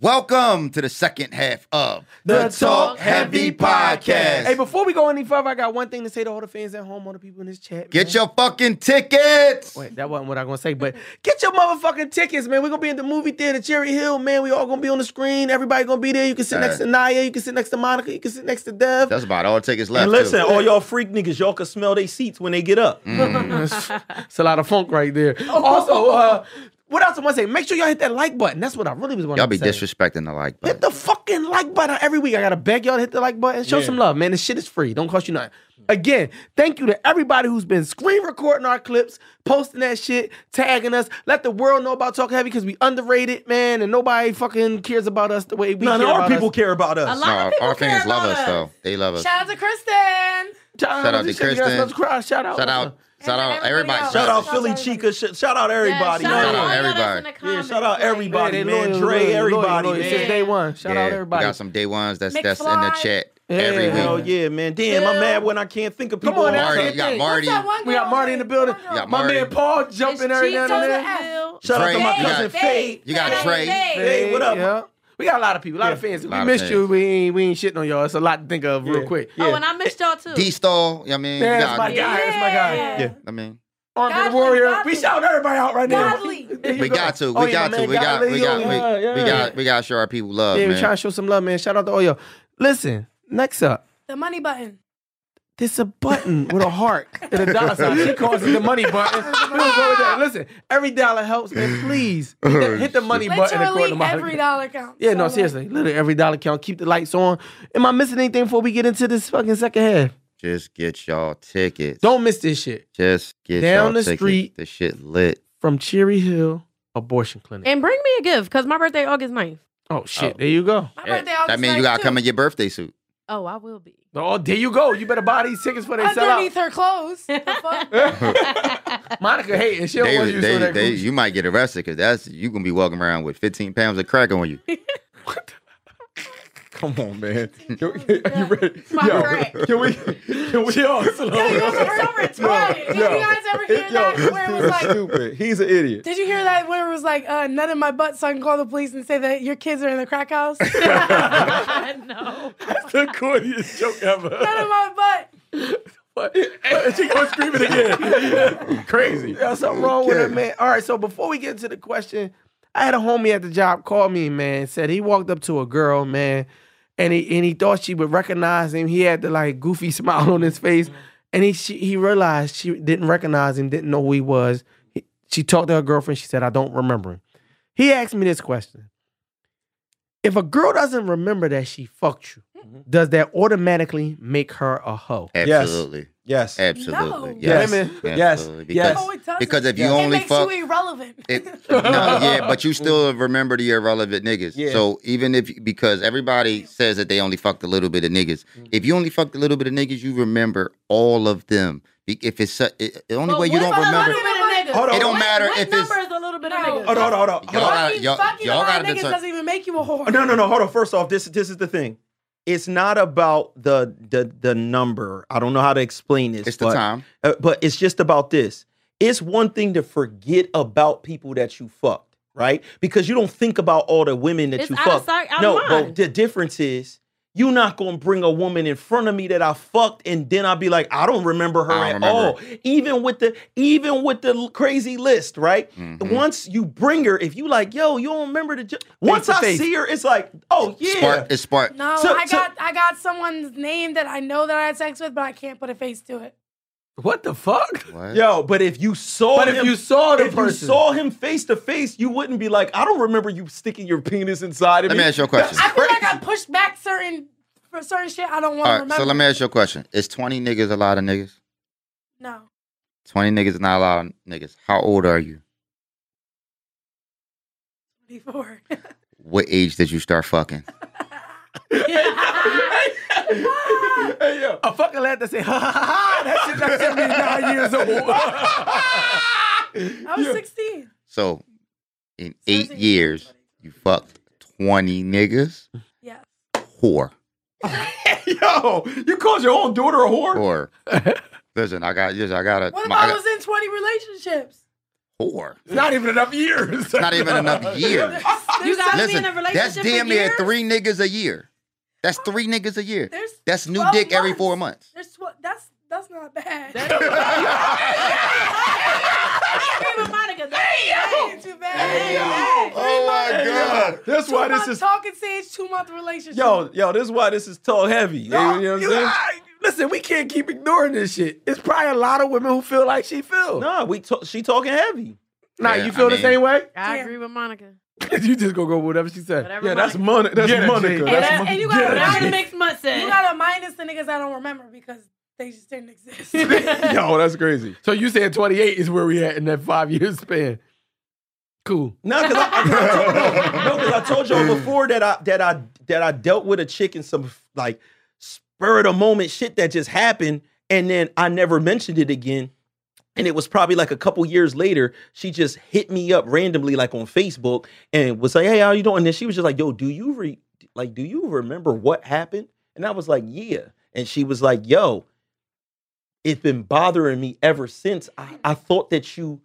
Speaker 1: Welcome to the second half of
Speaker 2: The
Speaker 3: Talk Heavy Podcast.
Speaker 2: Hey, before we go any further, I got one thing to say to all the fans at home, all the people in this chat. man.
Speaker 1: Get your fucking tickets.
Speaker 2: Wait, that wasn't what I was gonna say, but get your motherfucking tickets, man. We're gonna be at the movie theater, Cherry Hill, man. We all gonna be on the screen. Everybody gonna be there. You can sit next to Naya, you can sit next to Monica, you can sit next to Dev.
Speaker 1: That's about all tickets left.
Speaker 5: And
Speaker 1: too.
Speaker 5: listen, all y'all freak niggas, y'all can smell their seats when they get up.
Speaker 1: Mm-hmm.
Speaker 2: It's a lot of funk right there. Also, uh, what else I want to say? Make sure y'all hit that like button. That's what I really was wanting
Speaker 1: y'all
Speaker 2: to
Speaker 1: be
Speaker 2: say.
Speaker 1: disrespecting the like
Speaker 2: Hit
Speaker 1: button.
Speaker 2: the fucking like button every week. I gotta beg y'all to hit the like button. Show some love, man. This shit is free. Don't cost you nothing. Again, thank you to everybody who's been screen recording our clips, posting that shit, tagging us. Let the world know about Talk Heavy because we underrated, man, and nobody fucking cares about us the way we
Speaker 5: None
Speaker 2: care
Speaker 5: of our
Speaker 2: about
Speaker 5: people care about
Speaker 3: A
Speaker 5: us.
Speaker 3: lot of
Speaker 1: No,
Speaker 3: people
Speaker 1: our
Speaker 3: care
Speaker 1: fans love
Speaker 3: about
Speaker 1: us though. They love us.
Speaker 4: Shout out to Kristen.
Speaker 2: us. Shout,
Speaker 1: Shout out to
Speaker 2: these niggas,
Speaker 1: Kristen.
Speaker 2: let's cry. Shout out.
Speaker 1: Shout out, shout out
Speaker 4: everybody
Speaker 1: everybody.
Speaker 4: else.
Speaker 5: Shout out
Speaker 4: Shout
Speaker 5: Philly
Speaker 4: out everybody.
Speaker 5: Chica. Sh- Shout out
Speaker 3: Yeah,
Speaker 5: everybody.
Speaker 3: shout
Speaker 1: Shout
Speaker 3: out
Speaker 1: out
Speaker 3: all
Speaker 5: man.
Speaker 3: of us
Speaker 1: everybody.
Speaker 3: in the
Speaker 1: Yeah,
Speaker 5: Yeah,
Speaker 3: comments,
Speaker 5: shout out
Speaker 3: like-
Speaker 5: everybody,
Speaker 2: Man,
Speaker 5: man.
Speaker 2: loyal,
Speaker 5: Dre,
Speaker 2: loyal,
Speaker 5: everybody,
Speaker 2: loyal, Since
Speaker 5: man.
Speaker 2: day one. Shout out
Speaker 1: Yeah,
Speaker 2: everybody.
Speaker 1: We got some day ones that's that's in the
Speaker 4: McFly.
Speaker 1: chat
Speaker 2: Yeah,
Speaker 1: every
Speaker 5: Hell
Speaker 1: week.
Speaker 5: yeah, man. Damn, I'm
Speaker 3: Phil.
Speaker 5: mad when I can't think of
Speaker 2: Come
Speaker 5: people.
Speaker 2: on, that's
Speaker 1: Marty,
Speaker 2: it.
Speaker 1: you got Marty.
Speaker 4: What's that one
Speaker 2: We got
Speaker 4: girl
Speaker 2: Marty in the building.
Speaker 4: One girl.
Speaker 1: You got
Speaker 2: My
Speaker 1: Marty.
Speaker 2: man Paul
Speaker 3: It's
Speaker 2: jumping every now and
Speaker 3: Cheetos
Speaker 2: then.
Speaker 4: and
Speaker 3: Phil.
Speaker 5: Shout out to my
Speaker 1: Dre,
Speaker 5: cousin
Speaker 4: Dre,
Speaker 5: Faye.
Speaker 1: You got
Speaker 4: Faye,
Speaker 1: Trey.
Speaker 4: Faye.
Speaker 5: Hey, what up?
Speaker 2: Yeah. We got a lot of people, a lot of fans.
Speaker 1: Lot
Speaker 2: We
Speaker 1: of
Speaker 2: missed you.
Speaker 1: fans.
Speaker 2: We ain't we ain't shitting on y'all. It's a lot to think of real
Speaker 5: Yeah.
Speaker 2: quick.
Speaker 3: Oh, and I missed y'all too.
Speaker 1: D stall. I mean, you
Speaker 2: Man, that's
Speaker 1: got-
Speaker 2: my guy. That's my guy.
Speaker 4: Yeah.
Speaker 5: Yeah.
Speaker 1: I mean,
Speaker 2: Armed and
Speaker 4: Oh, Godly,
Speaker 2: warrior.
Speaker 4: godly.
Speaker 2: We shouting everybody out right now.
Speaker 4: Godly.
Speaker 2: There you
Speaker 1: we
Speaker 2: go.
Speaker 1: got to,
Speaker 2: Oh,
Speaker 1: we
Speaker 2: yeah,
Speaker 1: got
Speaker 2: man,
Speaker 1: to, we got,
Speaker 2: godly.
Speaker 1: we got,
Speaker 2: Yeah,
Speaker 1: we, we
Speaker 2: yeah.
Speaker 1: got, we got to show our people love,
Speaker 2: Yeah, we
Speaker 1: man.
Speaker 2: trying to show some love, man. Shout out to all y'all. Listen, next up,
Speaker 4: The money button.
Speaker 2: there's a button with a heart and a dollar sign. She calls it the money button. We don't go with that. Listen, every dollar helps, man. Please hit the, hit the money button according to
Speaker 4: Literally
Speaker 2: my
Speaker 4: every dollar counts.
Speaker 2: Yeah, no,
Speaker 4: So, like,
Speaker 2: seriously. Literally every dollar count. Keep the lights on. Am I missing anything before we get into this fucking second half?
Speaker 1: Just get y'all tickets.
Speaker 2: Don't miss this shit.
Speaker 1: Just get
Speaker 2: Down
Speaker 1: y'all
Speaker 2: the
Speaker 1: tickets.
Speaker 2: street.
Speaker 1: The shit lit.
Speaker 2: From Cherry Hill Abortion Clinic.
Speaker 3: And bring me a gift because my birthday August 9th.
Speaker 2: Oh shit,
Speaker 1: Oh.
Speaker 2: there you go.
Speaker 4: My birthday August
Speaker 1: that means you
Speaker 4: 9th,
Speaker 1: gotta
Speaker 4: too.
Speaker 1: come in your birthday suit.
Speaker 3: Oh, I will be.
Speaker 2: Oh, there you go. You better buy these tickets before they sell
Speaker 4: underneath
Speaker 2: out.
Speaker 4: her clothes. The fuck?
Speaker 2: Monica hating. She don't
Speaker 1: They,
Speaker 2: want you to
Speaker 1: they,
Speaker 2: sell that
Speaker 1: they,
Speaker 2: Gucci.
Speaker 1: you might get arrested because that's you gonna be walking around with 15 pounds of crack on you.
Speaker 5: Come on, man. Are you ready?
Speaker 3: My
Speaker 5: Yo,
Speaker 3: crack.
Speaker 5: Can we? Can we all slow
Speaker 4: Yo, you
Speaker 5: down?
Speaker 4: guys are so retarded. Did
Speaker 5: yo,
Speaker 4: you guys ever hear that where it was like
Speaker 5: stupid. He's an idiot.
Speaker 4: Did you hear that where it was like, uh, none in my butt, so I can call the police and say that your kids are in the crack house? none in
Speaker 3: I know.
Speaker 5: That's the corniest joke ever.
Speaker 4: my butt.
Speaker 5: And she goes screaming again. Crazy.
Speaker 2: Yeah, something wrong with it,
Speaker 5: Yeah.
Speaker 2: man. All right, so before we get into the question, I had a homie at the job call me, man. Said he walked up to a girl, man, and he and he thought she would recognize him. He had the like goofy smile on his face, and he she, he realized she didn't recognize him, didn't know who he was. He- she talked to her girlfriend. She said, "I don't remember him." He asked me this question: If a girl doesn't remember that she fucked you, does that automatically make her a hoe?
Speaker 1: Absolutely.
Speaker 5: Yes.
Speaker 1: Absolutely.
Speaker 4: No.
Speaker 1: Yes.
Speaker 2: Women.
Speaker 5: Yes.
Speaker 1: Absolutely.
Speaker 5: Yes.
Speaker 1: Because,
Speaker 4: No, it doesn't.
Speaker 1: because if you
Speaker 5: Yes.
Speaker 4: It
Speaker 1: only
Speaker 4: makes
Speaker 1: fuck
Speaker 4: you irrelevant.
Speaker 1: It, no, yeah, but you still remember the irrelevant niggas.
Speaker 5: Yeah.
Speaker 1: So even if because everybody says that they only fucked a little bit of niggas, if you only fucked a little bit of niggas, you remember all of them. Be- If it's su- it, the only
Speaker 3: But
Speaker 1: way you
Speaker 3: what
Speaker 1: don't
Speaker 3: about a
Speaker 1: remember,
Speaker 3: little bit of niggas?
Speaker 5: Hold on.
Speaker 1: it don't
Speaker 3: What-
Speaker 1: matter
Speaker 3: what
Speaker 1: if it's
Speaker 3: number is a little bit of
Speaker 4: No.
Speaker 3: niggas?
Speaker 5: Hold on, hold on,
Speaker 1: Y'all
Speaker 5: hold on.
Speaker 1: gotta-
Speaker 4: Fucking-
Speaker 1: y'all-
Speaker 4: fucking
Speaker 1: y'all
Speaker 4: a lot
Speaker 1: gotta
Speaker 4: of niggas
Speaker 1: deter-
Speaker 4: doesn't even make you a whore.
Speaker 5: Oh, No, no, no. Hold on. First off, this this is the thing. It's not about the the the number. I don't know how to explain this.
Speaker 1: it's the
Speaker 5: but-
Speaker 1: time.
Speaker 5: uh, but it's just about this. It's one thing to forget about people that you fucked, right? Because you don't think about all the women that
Speaker 3: It's
Speaker 5: you
Speaker 3: out of
Speaker 5: fucked.
Speaker 3: sight, out of
Speaker 5: no,
Speaker 3: mind.
Speaker 5: but the difference is you're not gonna bring a woman in front of me that I fucked, and then I'll be like, I don't remember her
Speaker 1: I
Speaker 5: at
Speaker 1: don't
Speaker 5: all. Even with the even with the l- crazy list, right?
Speaker 1: Mhm.
Speaker 5: Once you bring her, if you like, yo, you don't remember the. Ju-, once
Speaker 2: to
Speaker 5: I
Speaker 2: face.
Speaker 5: see her, it's like, oh yeah,
Speaker 1: Spark is spark.
Speaker 4: No,
Speaker 5: So-
Speaker 4: I
Speaker 5: so-
Speaker 4: got I got someone's name that I know that I had sex with, but I can't put a face to it.
Speaker 2: What the fuck?
Speaker 1: What?
Speaker 5: Yo, but if you saw
Speaker 2: But if
Speaker 5: him-
Speaker 2: you saw the
Speaker 5: if you
Speaker 2: person,
Speaker 5: saw him face to face, you wouldn't be like, I don't remember you sticking your penis inside of
Speaker 1: Let
Speaker 5: me.
Speaker 1: me ask you a question.
Speaker 4: I feel like I pushed back certain for certain shit I don't want to
Speaker 1: All right,
Speaker 4: remember.
Speaker 1: so let me ask you a question. Is 20 niggas a lot of niggas?
Speaker 4: No,
Speaker 1: 20 niggas not a lot of niggas. How old are you?
Speaker 4: before.
Speaker 1: What age did you start fucking?
Speaker 5: hey, yo.
Speaker 2: a fucking lad that say, ha ha ha, that shit, that shit means nine years old.
Speaker 4: I was 16.
Speaker 1: So, in eight
Speaker 4: 17.
Speaker 1: years, you fucked 20 niggas?
Speaker 4: Yes.
Speaker 1: Whore.
Speaker 5: Yo, you called your own daughter a whore?
Speaker 1: Whore. Listen, I got, yes, I got a
Speaker 4: What if
Speaker 1: my-
Speaker 4: I
Speaker 1: got-
Speaker 4: was in 20 relationships?
Speaker 1: whore.
Speaker 2: It's not even enough years.
Speaker 1: Not even enough years.
Speaker 4: There's
Speaker 3: gotta
Speaker 4: seven-
Speaker 3: be
Speaker 1: Listen,
Speaker 3: in a
Speaker 1: that's
Speaker 3: relationship
Speaker 1: damn
Speaker 3: for
Speaker 1: near
Speaker 3: years?
Speaker 1: three niggas a year. That's three niggas a year.
Speaker 4: There's
Speaker 1: That's new
Speaker 4: 12
Speaker 1: dick every
Speaker 4: months.
Speaker 1: four months.
Speaker 4: There's tw- that's that's not bad. That ain't too bad.
Speaker 1: Oh my God.
Speaker 5: That's why
Speaker 4: Two
Speaker 5: this
Speaker 4: month
Speaker 5: is
Speaker 4: talking stage, two month relationship.
Speaker 5: yo, yo, this is why this is tall heavy. You know what I'm
Speaker 2: You-
Speaker 5: saying?
Speaker 2: I- listen, we can't keep ignoring this shit. It's probably a lot of women who feel like she feel.
Speaker 5: Nah, we ta- she talking heavy.
Speaker 2: Nah,
Speaker 1: Yeah,
Speaker 2: you feel
Speaker 1: I
Speaker 2: the
Speaker 1: mean-
Speaker 2: same way?
Speaker 3: I agree with Monica.
Speaker 2: you just gonna go with whatever she said.
Speaker 3: Whatever Monica-
Speaker 5: Monica. That's
Speaker 2: Get it, Jay.
Speaker 3: And,
Speaker 2: that's
Speaker 3: that-
Speaker 2: my-
Speaker 3: and you got
Speaker 2: Yeah, that's
Speaker 3: whatever
Speaker 2: it.
Speaker 3: makes much sense.
Speaker 4: You gotta minus the niggas I don't remember because they just didn't exist.
Speaker 5: Yo, that's crazy.
Speaker 2: So you said 28 is where we at in that five year span. Cool.
Speaker 5: No, because I, 'cause I told- no, 'cause I told y'all before that I that I that I dealt with a chick in some like spur of the moment shit that just happened, and then I never mentioned it again. And it was probably like a couple years later, she just hit me up randomly, like on Facebook, and was like, "Hey, how you doing?" And then she was just like, "Yo, do you re- like do you remember what happened?" And I was like, "Yeah." And she was like, "Yo, it's been bothering me ever since. I, I thought that you."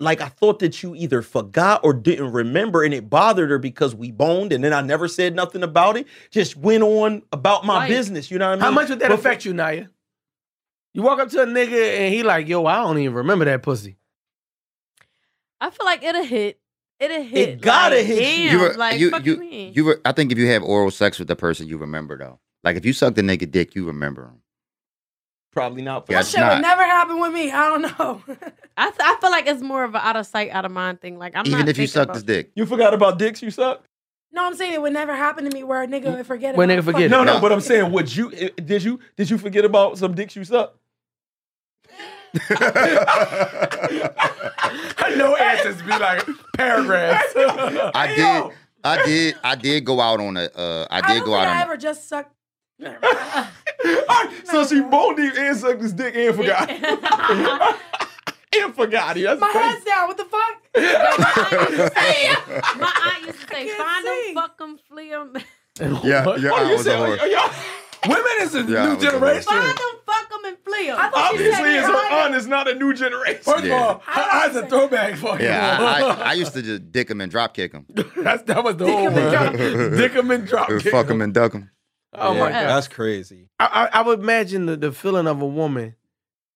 Speaker 5: like I thought that you either forgot or didn't remember, and it bothered her because we boned, and then I never said nothing about it. Just went on about my
Speaker 3: Right.
Speaker 5: business. You know what I mean?
Speaker 2: How much would that
Speaker 5: Before-
Speaker 2: affect you, Naya? You walk up to a nigga and he like, yo, I don't even remember that pussy.
Speaker 3: I feel like it'll hit. It'll hit.
Speaker 5: gotta
Speaker 3: like,
Speaker 5: hit you.
Speaker 3: damn,
Speaker 1: You were-
Speaker 3: like,
Speaker 1: you-
Speaker 3: fuck
Speaker 1: you-
Speaker 3: you, mean?
Speaker 1: You were, I think if you have oral sex with the person, you remember though. Like if you suck the nigga dick, you remember him.
Speaker 5: Probably not.
Speaker 1: Yeah,
Speaker 4: that
Speaker 1: it's
Speaker 4: shit
Speaker 1: not.
Speaker 4: would never happen with me. I don't know.
Speaker 3: I, th- I feel like it's more of an out of sight, out of mind thing. Like I'm
Speaker 1: Even
Speaker 3: not
Speaker 1: if you
Speaker 3: thinking
Speaker 1: suck
Speaker 3: about
Speaker 1: his dick.
Speaker 5: You forgot about dicks. You suck.
Speaker 4: no, I'm saying it would never happen to me where a nigga would forget.
Speaker 2: Where
Speaker 4: about
Speaker 2: nigga forget
Speaker 4: fucking-
Speaker 5: No,
Speaker 1: No.
Speaker 5: no. But I'm saying, would you? i- Did you? Did you forget about some dicks you suck?
Speaker 2: no answers be like paragraphs.
Speaker 1: I did. I did. I did go out on a. Uh, I
Speaker 4: I
Speaker 1: did
Speaker 4: don't
Speaker 1: go out on.
Speaker 4: think I
Speaker 1: a-
Speaker 4: ever just sucked. Never mind.
Speaker 5: so she boned him and sucked his dick and forgot. and forgot. That's
Speaker 4: My
Speaker 5: crazy.
Speaker 4: head's down. What the fuck?
Speaker 3: my aunt used to say, my aunt used to say,
Speaker 4: can't
Speaker 3: find
Speaker 4: see.
Speaker 3: them, fuck them, flea them, find
Speaker 1: Yeah, yeah,
Speaker 5: Oh,
Speaker 1: I
Speaker 5: you
Speaker 1: was a
Speaker 5: said,
Speaker 1: whore.
Speaker 5: oh, y'all-
Speaker 2: Women is a
Speaker 1: Yeah,
Speaker 2: new
Speaker 1: we can-
Speaker 2: generation.
Speaker 3: them, fuck them, and flea them.
Speaker 4: I thought she
Speaker 5: obviously,
Speaker 4: said
Speaker 5: it's
Speaker 4: it.
Speaker 5: her
Speaker 4: right.
Speaker 5: aunt is not a new generation.
Speaker 2: First
Speaker 1: Yeah.
Speaker 2: of all, her eyes a throwback for you.
Speaker 1: Yeah, I, I, I used to just dick him and drop kick him,
Speaker 2: That's, that was the whole
Speaker 4: and
Speaker 2: word.
Speaker 4: drop-
Speaker 2: Dick him and drop.
Speaker 1: Or
Speaker 2: kick
Speaker 1: fuck him and duck him.
Speaker 2: Oh my
Speaker 3: Yeah.
Speaker 2: god.
Speaker 5: that's crazy.
Speaker 2: I, I, I would imagine the, the feeling of a woman.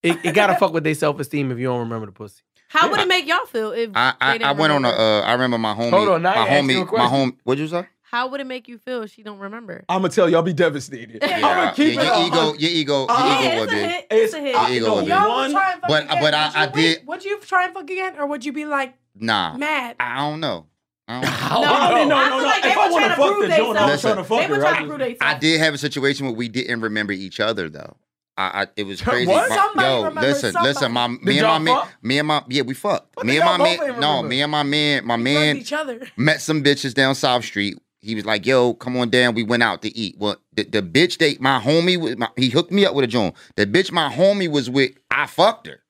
Speaker 2: It, it gotta fuck with their self esteem if you don't remember the pussy.
Speaker 3: How would it make y'all feel if
Speaker 1: I I, I
Speaker 3: they didn't
Speaker 1: went on a.
Speaker 3: remember?
Speaker 1: Uh, I remember my homie.
Speaker 2: Hold on, now
Speaker 1: my
Speaker 2: I asked you
Speaker 1: homie. My
Speaker 2: a question.
Speaker 1: home. What'd you say?
Speaker 3: How would it make you feel if she don't remember?
Speaker 5: I'm gonna tell y'all, be devastated.
Speaker 4: Yeah.
Speaker 5: I'm gonna keep
Speaker 1: yeah,
Speaker 5: it.
Speaker 1: your
Speaker 5: a
Speaker 1: ego. Your ego. your
Speaker 5: Uh,
Speaker 3: Oh, yeah,
Speaker 1: ego would
Speaker 3: it's a
Speaker 1: be.
Speaker 3: hit. It's a
Speaker 5: It's-
Speaker 3: hit.
Speaker 5: I-
Speaker 1: Your ego would be.
Speaker 5: Yo,
Speaker 4: Y'all would try and fuck
Speaker 1: But-
Speaker 4: again.
Speaker 1: but I-
Speaker 4: would
Speaker 1: I
Speaker 4: you, wait,
Speaker 1: did-
Speaker 4: Would you try and fuck again, or would you be like
Speaker 1: Nah,
Speaker 4: mad?
Speaker 1: I don't know. I don't.
Speaker 3: No,
Speaker 5: I mean, no,
Speaker 3: I
Speaker 5: no,
Speaker 3: feel
Speaker 5: no.
Speaker 3: like
Speaker 5: If
Speaker 3: they
Speaker 5: I
Speaker 3: were
Speaker 5: wanna
Speaker 3: trying to
Speaker 5: fuck
Speaker 3: prove
Speaker 5: the joint, I'm
Speaker 3: themselves.
Speaker 1: trying
Speaker 5: to fuck
Speaker 3: They were
Speaker 5: her.
Speaker 3: trying
Speaker 5: I
Speaker 3: to prove themselves.
Speaker 1: I did have a situation where we didn't remember each other though. I, I it was
Speaker 2: What?
Speaker 1: crazy. My-
Speaker 4: Somebody
Speaker 1: yo,
Speaker 4: remembers
Speaker 1: listen, listen. My me and my
Speaker 2: y'all
Speaker 1: man,
Speaker 2: fuck?
Speaker 1: me and my yeah, we fucked.
Speaker 2: What
Speaker 1: me and
Speaker 2: the
Speaker 1: my
Speaker 2: hell both
Speaker 1: man,
Speaker 2: ain't
Speaker 1: no,
Speaker 2: remember?
Speaker 1: me and my man, my
Speaker 4: Man,
Speaker 1: man
Speaker 4: each other.
Speaker 1: met some bitches down South Street. He was like, "Yo, come on down." We went out to eat. Well, the, the bitch they my homie was my, he hooked me up with a joint. The bitch my homie was with, I fucked her.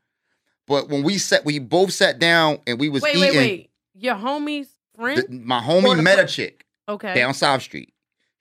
Speaker 1: But when we sat, we both sat down and we was
Speaker 3: Wait,
Speaker 1: eating.
Speaker 3: wait, wait. Your homie's friend?
Speaker 1: The- my
Speaker 3: Or
Speaker 1: homie
Speaker 3: the
Speaker 1: met a
Speaker 3: fr-
Speaker 1: chick
Speaker 3: okay.
Speaker 1: down South Street.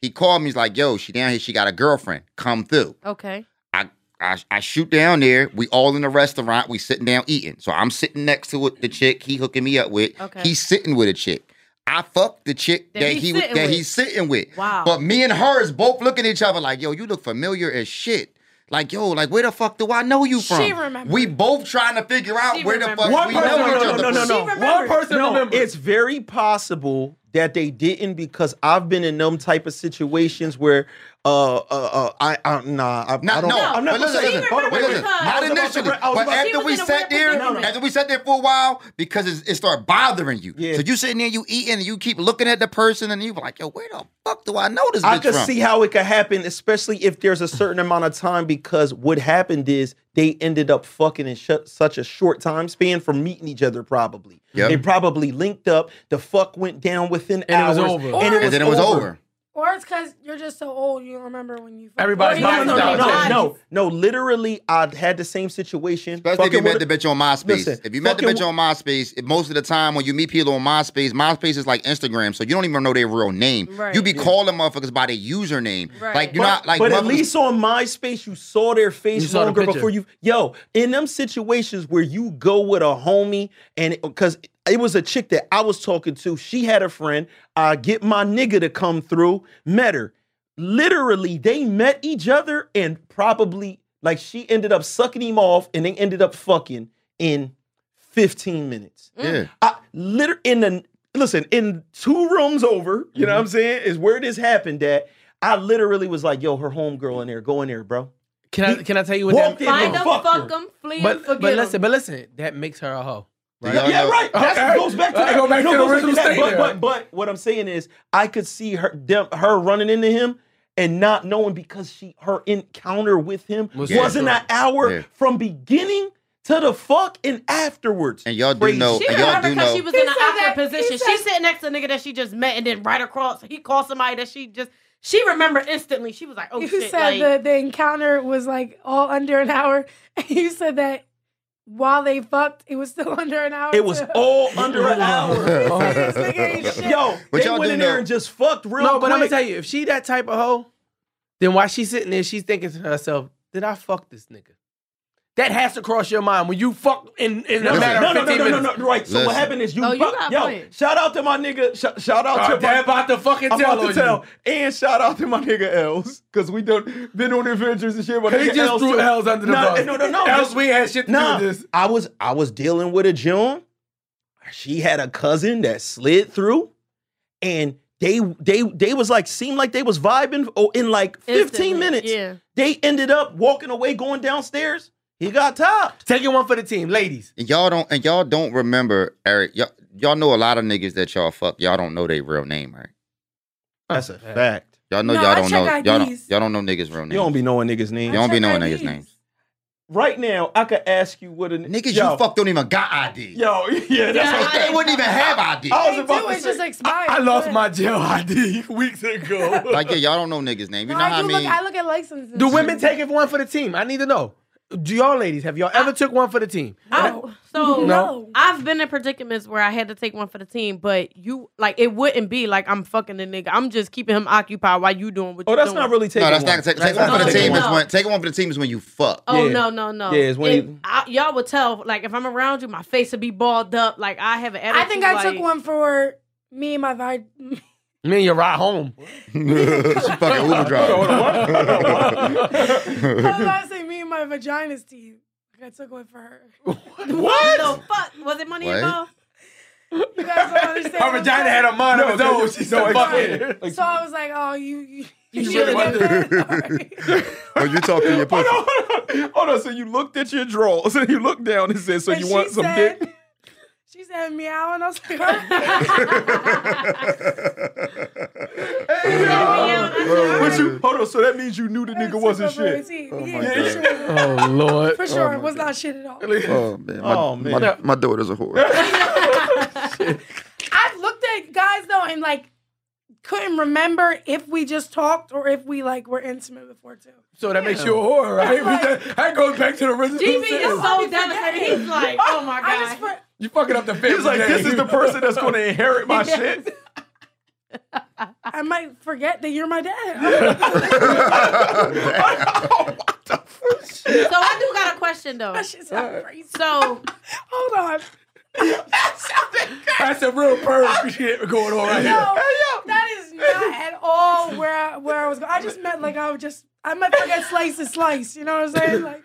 Speaker 1: He called me. He's like, "Yo, she down here. She got a girlfriend. Come through."
Speaker 3: Okay.
Speaker 1: I, I I shoot down there. We all in the restaurant. We sitting down eating. So I'm sitting next to the chick he hooking me up with.
Speaker 3: Okay.
Speaker 1: He's sitting with a chick. I fucked the chick that,
Speaker 3: That he's
Speaker 1: he was-
Speaker 3: sitting
Speaker 1: that
Speaker 3: with.
Speaker 1: he's sitting with.
Speaker 3: Wow.
Speaker 1: But me and her is both looking at each other like, yo, you look familiar as shit. Like, yo, like where the fuck do I know you
Speaker 4: She
Speaker 1: from?
Speaker 4: remembered.
Speaker 1: We both trying to figure out
Speaker 3: She
Speaker 1: where the
Speaker 3: remembered.
Speaker 1: fuck
Speaker 5: One
Speaker 1: we
Speaker 5: person-
Speaker 1: know
Speaker 5: no,
Speaker 1: each
Speaker 5: no,
Speaker 1: other.
Speaker 5: no, no,
Speaker 1: from.
Speaker 5: no.
Speaker 4: She remembered.
Speaker 2: One person
Speaker 5: No,
Speaker 2: remember.
Speaker 5: it's very possible that they didn't because I've been in them type of situations where uh uh, uh I, I nah I, I
Speaker 1: Not,
Speaker 5: don't
Speaker 1: no,
Speaker 3: No,
Speaker 5: I'm not
Speaker 1: but listen,
Speaker 3: she
Speaker 1: listen, hold on,
Speaker 3: remembered
Speaker 1: wait, listen.
Speaker 3: because-
Speaker 1: Not
Speaker 5: I was about to
Speaker 1: initially,
Speaker 5: bring- I was
Speaker 1: but
Speaker 5: about to-
Speaker 1: after
Speaker 3: She
Speaker 1: we
Speaker 3: was in a
Speaker 1: sat there,
Speaker 3: representative.
Speaker 1: after we sat there for a while, because it's, it started bothering you.
Speaker 5: Yeah.
Speaker 1: So you sitting there, you eating, and you keep looking at the person, and you be like, yo, where the fuck do I know this bitch
Speaker 5: I could
Speaker 1: from?
Speaker 5: see how it could happen, especially if there's a certain amount of time. Because what happened is they ended up fucking in sh- such a short time span from meeting each other. Probably
Speaker 1: Yep.
Speaker 5: they probably linked up. The fuck went down within
Speaker 2: And it
Speaker 5: hours,
Speaker 2: was over.
Speaker 5: and it was,
Speaker 1: and then it was
Speaker 5: over.
Speaker 1: over.
Speaker 4: Or it's because you're just so old, you don't remember when you.
Speaker 2: Everybody's
Speaker 4: Or
Speaker 5: No,
Speaker 4: you
Speaker 5: no,
Speaker 2: minds down.
Speaker 4: don't know
Speaker 5: no, no,
Speaker 4: your
Speaker 5: no,
Speaker 4: body.
Speaker 5: no. Literally, I had the same situation.
Speaker 1: Especially if you
Speaker 5: Fucking
Speaker 1: met the
Speaker 5: with-
Speaker 1: bitch on MySpace.
Speaker 5: Listen,
Speaker 1: if you met the
Speaker 5: fucking
Speaker 1: bitch on MySpace, it- most of the time when you meet people on MySpace, MySpace is like Instagram, so you don't even know their real name.
Speaker 3: Right.
Speaker 1: You be
Speaker 3: Yeah.
Speaker 1: calling motherfuckers by their username.
Speaker 3: Right.
Speaker 1: Like you're
Speaker 5: but,
Speaker 1: not like
Speaker 5: but at
Speaker 1: motherfuckers-
Speaker 5: least on MySpace, you saw their face
Speaker 2: You saw the
Speaker 5: longer
Speaker 2: picture.
Speaker 5: before you. Yo, in them situations where you go with a homie, and because it was a chick that I was talking to, she had a friend. I get my nigga to come through, met her. Literally, they met each other and probably like she ended up sucking him off, and they ended up fucking in fifteen minutes.
Speaker 1: yeah.
Speaker 3: Mm.
Speaker 5: I literally in the listen in two rooms over. You
Speaker 2: Mm-hmm.
Speaker 5: know what I'm saying? Is where this happened. That I literally was like, "Yo, her homegirl in there, go in there, bro."
Speaker 2: Can I can I tell you what
Speaker 5: Walked
Speaker 2: that?
Speaker 5: in
Speaker 3: Find
Speaker 5: and
Speaker 3: them,
Speaker 5: fucked
Speaker 3: fuck
Speaker 5: her.
Speaker 3: them, flee, and
Speaker 2: But
Speaker 3: forget
Speaker 2: but
Speaker 3: 'em.
Speaker 2: listen, but listen, that makes her a hoe.
Speaker 1: Do y'all
Speaker 5: Yeah,
Speaker 1: know-
Speaker 5: right. That
Speaker 2: Okay.
Speaker 5: goes back to
Speaker 2: All right,
Speaker 5: that.
Speaker 2: go back
Speaker 5: No,
Speaker 2: to the
Speaker 5: goes
Speaker 2: original
Speaker 5: that.
Speaker 2: statement.
Speaker 5: But, but but what I'm saying is, I could see her them, her running into him. And not knowing because she her encounter with him
Speaker 2: Was
Speaker 5: was not
Speaker 2: sexual.
Speaker 5: an hour
Speaker 1: Yeah.
Speaker 5: from beginning to the fuck and afterwards.
Speaker 1: And y'all do
Speaker 5: Crazy.
Speaker 1: know-
Speaker 3: She
Speaker 1: And y'all
Speaker 3: remember
Speaker 1: do
Speaker 3: because
Speaker 1: know-
Speaker 3: she was
Speaker 4: He
Speaker 3: in an
Speaker 4: said
Speaker 3: awkward
Speaker 4: that- he
Speaker 3: position.
Speaker 4: said-
Speaker 3: She sitting next to a nigga that she just met, and then right across, he called somebody that she just she remembered instantly. She was like, "Oh
Speaker 4: You
Speaker 3: shit!"
Speaker 4: said
Speaker 3: like,
Speaker 4: the, the encounter was like all under an hour, and you said that while they fucked, it was still under an hour.
Speaker 5: It was
Speaker 4: too.
Speaker 5: all under an hour.
Speaker 2: Oh,
Speaker 4: This nigga ain't shit.
Speaker 5: Yo,
Speaker 1: But
Speaker 5: they
Speaker 1: y'all
Speaker 5: went
Speaker 1: do
Speaker 5: in
Speaker 1: know-
Speaker 5: there and just fucked real
Speaker 2: No,
Speaker 5: quick.
Speaker 2: but I'm gonna tell you, if she that type of hoe, then why she sitting there, she's thinking to herself, "Did I fuck this nigga?" That has to cross your mind when you fuck in in a
Speaker 1: Listen.
Speaker 2: matter
Speaker 5: No,
Speaker 2: of
Speaker 5: no, no,
Speaker 2: fifteen
Speaker 5: no, no,
Speaker 2: minutes.
Speaker 5: no, Right. So what
Speaker 1: Listen.
Speaker 5: happened is you.
Speaker 3: Oh, you
Speaker 5: bu-
Speaker 3: got
Speaker 5: yo,
Speaker 3: point.
Speaker 5: shout out to my nigga. Sh- shout out
Speaker 2: Oh,
Speaker 5: to my,
Speaker 2: damn, about to fucking
Speaker 5: I'm
Speaker 2: tell
Speaker 5: about
Speaker 2: on
Speaker 5: to tell.
Speaker 2: you.
Speaker 5: And shout out to my nigga Els because we done been on adventures and shit. But
Speaker 2: He
Speaker 5: nigga
Speaker 2: just
Speaker 5: Els
Speaker 2: threw
Speaker 5: too.
Speaker 2: Els under the
Speaker 5: Nah,
Speaker 2: bus.
Speaker 5: No, no, no.
Speaker 2: Els,
Speaker 5: just-
Speaker 2: we had shit to do
Speaker 5: nah,
Speaker 2: with this.
Speaker 5: I was I was dealing with a June. She had a cousin that slid through, and they they they was like seemed like they was vibing. Oh, in like 15
Speaker 3: instantly.
Speaker 5: minutes,
Speaker 3: Yeah.
Speaker 5: they ended up walking away, going downstairs. He got topped.
Speaker 2: Taking one for the team, ladies.
Speaker 1: And y'all don't and y'all don't remember Eric. Y'all, y'all know a lot of niggas that y'all fuck. Y'all don't know their real name, right?
Speaker 5: That's a fact.
Speaker 1: Y'all know
Speaker 4: No,
Speaker 1: y'all
Speaker 4: I
Speaker 1: don't know
Speaker 4: check
Speaker 1: y'all don't,
Speaker 4: IDs.
Speaker 1: y'all don't know niggas real name.
Speaker 5: You don't be knowing niggas' names.
Speaker 1: Y'all don't be knowing
Speaker 4: Check
Speaker 1: niggas'
Speaker 4: IDs.
Speaker 1: names.
Speaker 5: Right now, I could ask you what a
Speaker 1: Niggas
Speaker 5: yo,
Speaker 1: you fuck don't even got ID.
Speaker 5: Yo, Oh. yeah, that's
Speaker 3: Yeah,
Speaker 5: what I'm
Speaker 1: They
Speaker 5: saying.
Speaker 1: wouldn't even have ID.
Speaker 5: I was
Speaker 4: They
Speaker 5: about
Speaker 4: do,
Speaker 5: to
Speaker 4: it's
Speaker 5: say,
Speaker 4: just expired.
Speaker 2: I lost
Speaker 4: Yeah.
Speaker 2: my jail ID weeks ago.
Speaker 1: Like yeah, y'all don't know niggas' name. You
Speaker 4: No,
Speaker 1: know
Speaker 4: I
Speaker 1: how I
Speaker 4: do look.
Speaker 1: mean?
Speaker 4: I look at licenses.
Speaker 2: do women take it for one for the team? I need to know. Do y'all ladies have y'all ever took one for the team?
Speaker 3: Oh, so
Speaker 4: No.
Speaker 3: I've been in predicaments where I had to take one for the team, but you like it wouldn't be like I'm fucking the nigga. I'm just keeping him occupied while you doing what
Speaker 5: Oh,
Speaker 3: you're
Speaker 5: that's
Speaker 3: doing.
Speaker 5: not really taking.
Speaker 1: No, that's
Speaker 5: one.
Speaker 1: not take, take
Speaker 2: That's
Speaker 1: one
Speaker 3: not
Speaker 1: for the
Speaker 3: taking
Speaker 1: team.
Speaker 3: one.
Speaker 1: Is when take one for the team is when you fuck.
Speaker 3: Oh
Speaker 5: Yeah.
Speaker 3: no no no!
Speaker 5: Yeah, it's when
Speaker 3: If
Speaker 5: you-
Speaker 3: I, y'all would tell like if I'm around you, my face would be balled up. Like I have an attitude.
Speaker 4: I think I took
Speaker 3: like-
Speaker 4: one for me and my vi-
Speaker 2: Me and your ride home.
Speaker 1: she fucking Uber
Speaker 5: Hold on,
Speaker 1: driver.
Speaker 5: what? Hold on, what?
Speaker 4: I was about to say me and my vagina's team. Like I took one for her.
Speaker 3: What the fuck was it? Money
Speaker 1: What?
Speaker 3: involved?
Speaker 4: You guys don't understand. what
Speaker 2: Her
Speaker 4: I'm
Speaker 2: vagina
Speaker 4: saying.
Speaker 2: had a mind of its
Speaker 5: No,
Speaker 2: own. She said, "Fuck it."
Speaker 4: So I was like, oh, you you,
Speaker 2: You
Speaker 4: should
Speaker 2: really
Speaker 4: have done that. Sorry.
Speaker 1: Oh, you talking your
Speaker 5: Hold
Speaker 1: pussy?
Speaker 5: on, hold on, hold on. So you looked at your drawers and you looked down and said, "So
Speaker 4: And
Speaker 5: you
Speaker 4: she
Speaker 5: want some
Speaker 4: said-
Speaker 5: dick?"
Speaker 4: She said meow, and I was like, oh.
Speaker 5: But you hold on. So that means you knew the nigga wasn't shit.
Speaker 4: Oh
Speaker 1: my
Speaker 4: For
Speaker 1: God.
Speaker 4: sure,
Speaker 2: Oh Lord.
Speaker 4: for sure it was not shit at all.
Speaker 1: Oh man, my,
Speaker 5: Oh, man.
Speaker 1: My, my daughter's a whore.
Speaker 4: I've looked at guys though and like couldn't remember if we just talked or if we like were intimate before too.
Speaker 2: So that makes you a whore, right?
Speaker 4: Right.
Speaker 2: that goes back to the original.
Speaker 3: DB is
Speaker 2: sin.
Speaker 4: I'll
Speaker 3: so
Speaker 4: be
Speaker 3: devastated.
Speaker 4: forgetting.
Speaker 3: He's like, oh my
Speaker 4: I just
Speaker 3: god.
Speaker 4: for,
Speaker 2: You fucking up the family.
Speaker 5: He's like, "This is the person that's going to inherit my
Speaker 4: Yes.
Speaker 5: shit."
Speaker 4: I might forget that you're my dad.
Speaker 3: So I do got a question though.
Speaker 4: that shit sounds crazy.
Speaker 3: So
Speaker 4: Hold on.
Speaker 2: That's a real perv shit going on right
Speaker 4: No,
Speaker 2: here.
Speaker 4: that is not at all where I, where I was going. I just meant like I would just I might forget slice to slice. You know what I'm saying? Like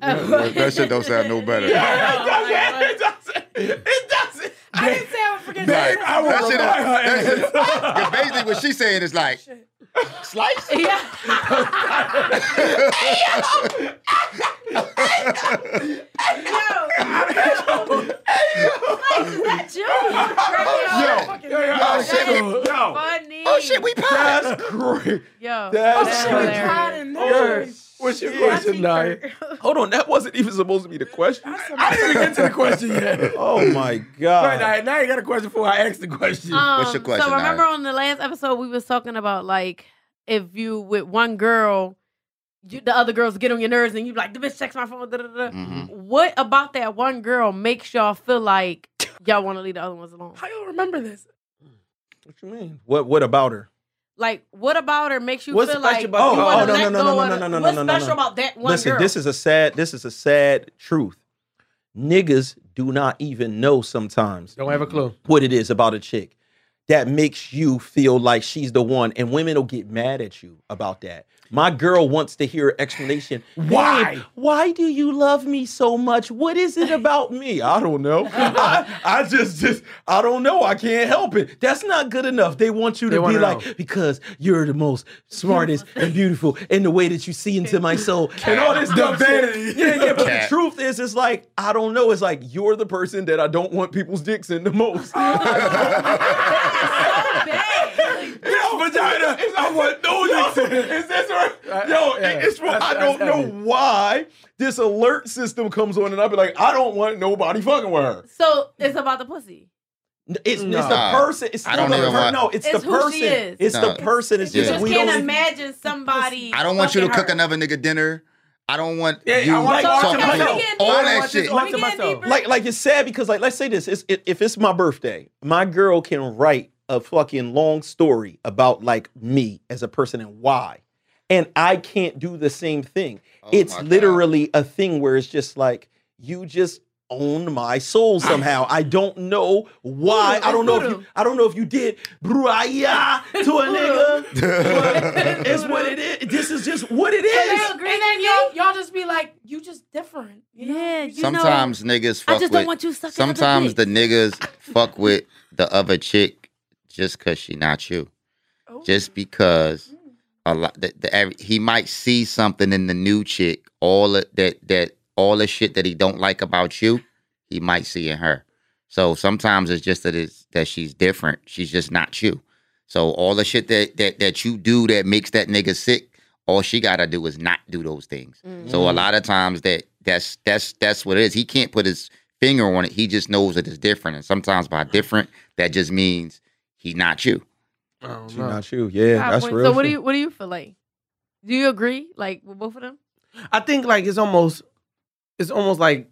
Speaker 3: uh,
Speaker 1: that shit don't sound no better.
Speaker 3: Oh my God.
Speaker 5: it doesn't. It doesn't.
Speaker 4: I didn't say I would forget.
Speaker 2: Babe,
Speaker 4: slice.
Speaker 2: I will
Speaker 1: that shit
Speaker 2: remind her
Speaker 1: up.
Speaker 2: ass.
Speaker 1: That's- Basically, what she's saying is like, slice.
Speaker 3: Yeah. Oh That's you.
Speaker 4: Oh,
Speaker 3: Yo.
Speaker 4: Fucking-
Speaker 1: Oh shit, we-
Speaker 2: Yo,
Speaker 3: Funny.
Speaker 1: oh shit, we Oh, pop.
Speaker 2: that's great.
Speaker 3: Yo.
Speaker 2: That's
Speaker 4: She
Speaker 2: Yo.
Speaker 4: was
Speaker 2: hilarious.
Speaker 4: hiding there.
Speaker 2: Yes. What's your
Speaker 3: My
Speaker 2: question,
Speaker 3: teeth
Speaker 2: Naya?
Speaker 3: hurt.
Speaker 5: Hold on, that wasn't even supposed to be the question.
Speaker 2: I didn't even get to the question yet.
Speaker 5: Oh my
Speaker 2: Right
Speaker 5: god.
Speaker 2: now, now you got a question before I ask the question.
Speaker 1: What's your
Speaker 3: Um,
Speaker 1: question,
Speaker 3: So
Speaker 1: Naya?
Speaker 3: remember on the last episode we was talking about like if you with one girl, you, the other girls get on your nerves and you be like the bitch checks my phone. Da, da, da.
Speaker 1: Mhm.
Speaker 3: What about that one girl makes y'all feel like y'all want to leave the other ones alone?
Speaker 4: How you remember this?
Speaker 5: What you mean? What what about her?
Speaker 3: Like what about her makes you
Speaker 6: What's
Speaker 3: feel
Speaker 6: special
Speaker 3: like
Speaker 6: about
Speaker 3: you
Speaker 5: that?
Speaker 3: want
Speaker 5: Oh,
Speaker 3: to
Speaker 5: no,
Speaker 3: let
Speaker 5: no,
Speaker 3: go
Speaker 5: no,
Speaker 3: of
Speaker 5: no,
Speaker 3: the-
Speaker 5: no, no,
Speaker 3: What's
Speaker 5: no, no,
Speaker 3: special
Speaker 5: no.
Speaker 3: about that one
Speaker 5: Listen,
Speaker 3: girl?
Speaker 5: this is a sad this is a sad truth. Niggas do not even know sometimes
Speaker 2: Don't have a clue.
Speaker 5: what it is about a chick that makes you feel like she's the one and women will get mad at you about that my girl wants to hear an explanation
Speaker 2: Why?
Speaker 5: "Babe, why do you love me so much what is it about me i don't know I, I just just i don't know i can't help it that's not good enough they want you
Speaker 2: They
Speaker 5: to be
Speaker 2: wanna
Speaker 5: like
Speaker 2: know.
Speaker 5: because you're the most smartest and beautiful in the way that you see into my soul and all this dumb shit. yeah yeah but the
Speaker 1: Cat.
Speaker 5: truth is it's like i don't know it's like you're the person that i don't want people's dicks in the most
Speaker 2: Yo, vagina. I want no
Speaker 5: Is this right? Yo,
Speaker 2: yeah.
Speaker 5: it's from,
Speaker 2: That's-
Speaker 5: I don't
Speaker 2: that's
Speaker 5: know
Speaker 2: heavy.
Speaker 5: why this alert system comes on, and I'll be like, I don't want nobody fucking with her.
Speaker 3: so it's about the pussy.
Speaker 5: It's,
Speaker 2: No.
Speaker 5: it's the
Speaker 1: Nah.
Speaker 5: person. It's
Speaker 1: I
Speaker 5: still
Speaker 1: don't
Speaker 5: the
Speaker 1: even
Speaker 5: per-
Speaker 1: want-
Speaker 5: No, it's,
Speaker 3: It's
Speaker 5: the
Speaker 3: who
Speaker 5: person.
Speaker 3: she is.
Speaker 5: It's
Speaker 1: Nah.
Speaker 5: the person. It's
Speaker 1: You
Speaker 5: just
Speaker 3: just
Speaker 5: we
Speaker 3: can't
Speaker 5: don't.
Speaker 3: imagine somebody.
Speaker 1: I don't want you to
Speaker 3: fucking
Speaker 1: cook
Speaker 3: her.
Speaker 1: another nigga dinner. I don't want
Speaker 2: Yeah,
Speaker 1: you
Speaker 2: I want
Speaker 3: So
Speaker 2: All
Speaker 1: talking
Speaker 2: to
Speaker 1: about
Speaker 2: myself.
Speaker 3: we
Speaker 1: all
Speaker 3: getting
Speaker 1: that
Speaker 3: deep.
Speaker 1: shit.
Speaker 2: all to
Speaker 3: We getting
Speaker 2: myself.
Speaker 3: deeper.
Speaker 5: like like it's sad because like let's say this it's, it, if it's my birthday my girl can write a fucking long story about like me as a person and why and i can't do the same thing
Speaker 1: Oh
Speaker 5: it's
Speaker 1: my God.
Speaker 5: literally a thing where it's just like you just own my soul somehow i don't know why
Speaker 3: Voodoo,
Speaker 5: i don't know if
Speaker 3: voodoo.
Speaker 5: you i don't know if you did bruaya to a nigga but it's what it is this is just what it
Speaker 4: And
Speaker 5: is
Speaker 4: then, and then y'all, y'all just be like, you just different. You know?
Speaker 3: Yeah, you know,
Speaker 1: Sometimes niggas fuck
Speaker 3: I
Speaker 1: with.
Speaker 3: just don't want you sucking. other
Speaker 1: sometimes the
Speaker 3: dicks.
Speaker 1: niggas fuck with the other chick just because she not you.
Speaker 4: Oh.
Speaker 1: Just because a lot the, the aver- he might see something in the new chick all of, that that all the shit that he don't like about you he might see in her. So sometimes it's just that it's that she's different. She's just not you. So all the shit that that that you do that makes that nigga sick, all she gotta do is not do those things. So
Speaker 5: Mm-hmm.
Speaker 1: a lot of times that that's that's that's what it is. He can't put his finger on it. He just knows that it's different. And sometimes by different, that just means he not you.
Speaker 5: She not you yeah
Speaker 3: Five
Speaker 5: that's
Speaker 3: points.
Speaker 5: real
Speaker 3: So what do
Speaker 5: shit.
Speaker 3: you what do you feel like? Do you agree? Like with both of them?
Speaker 2: I think like it's almost it's almost like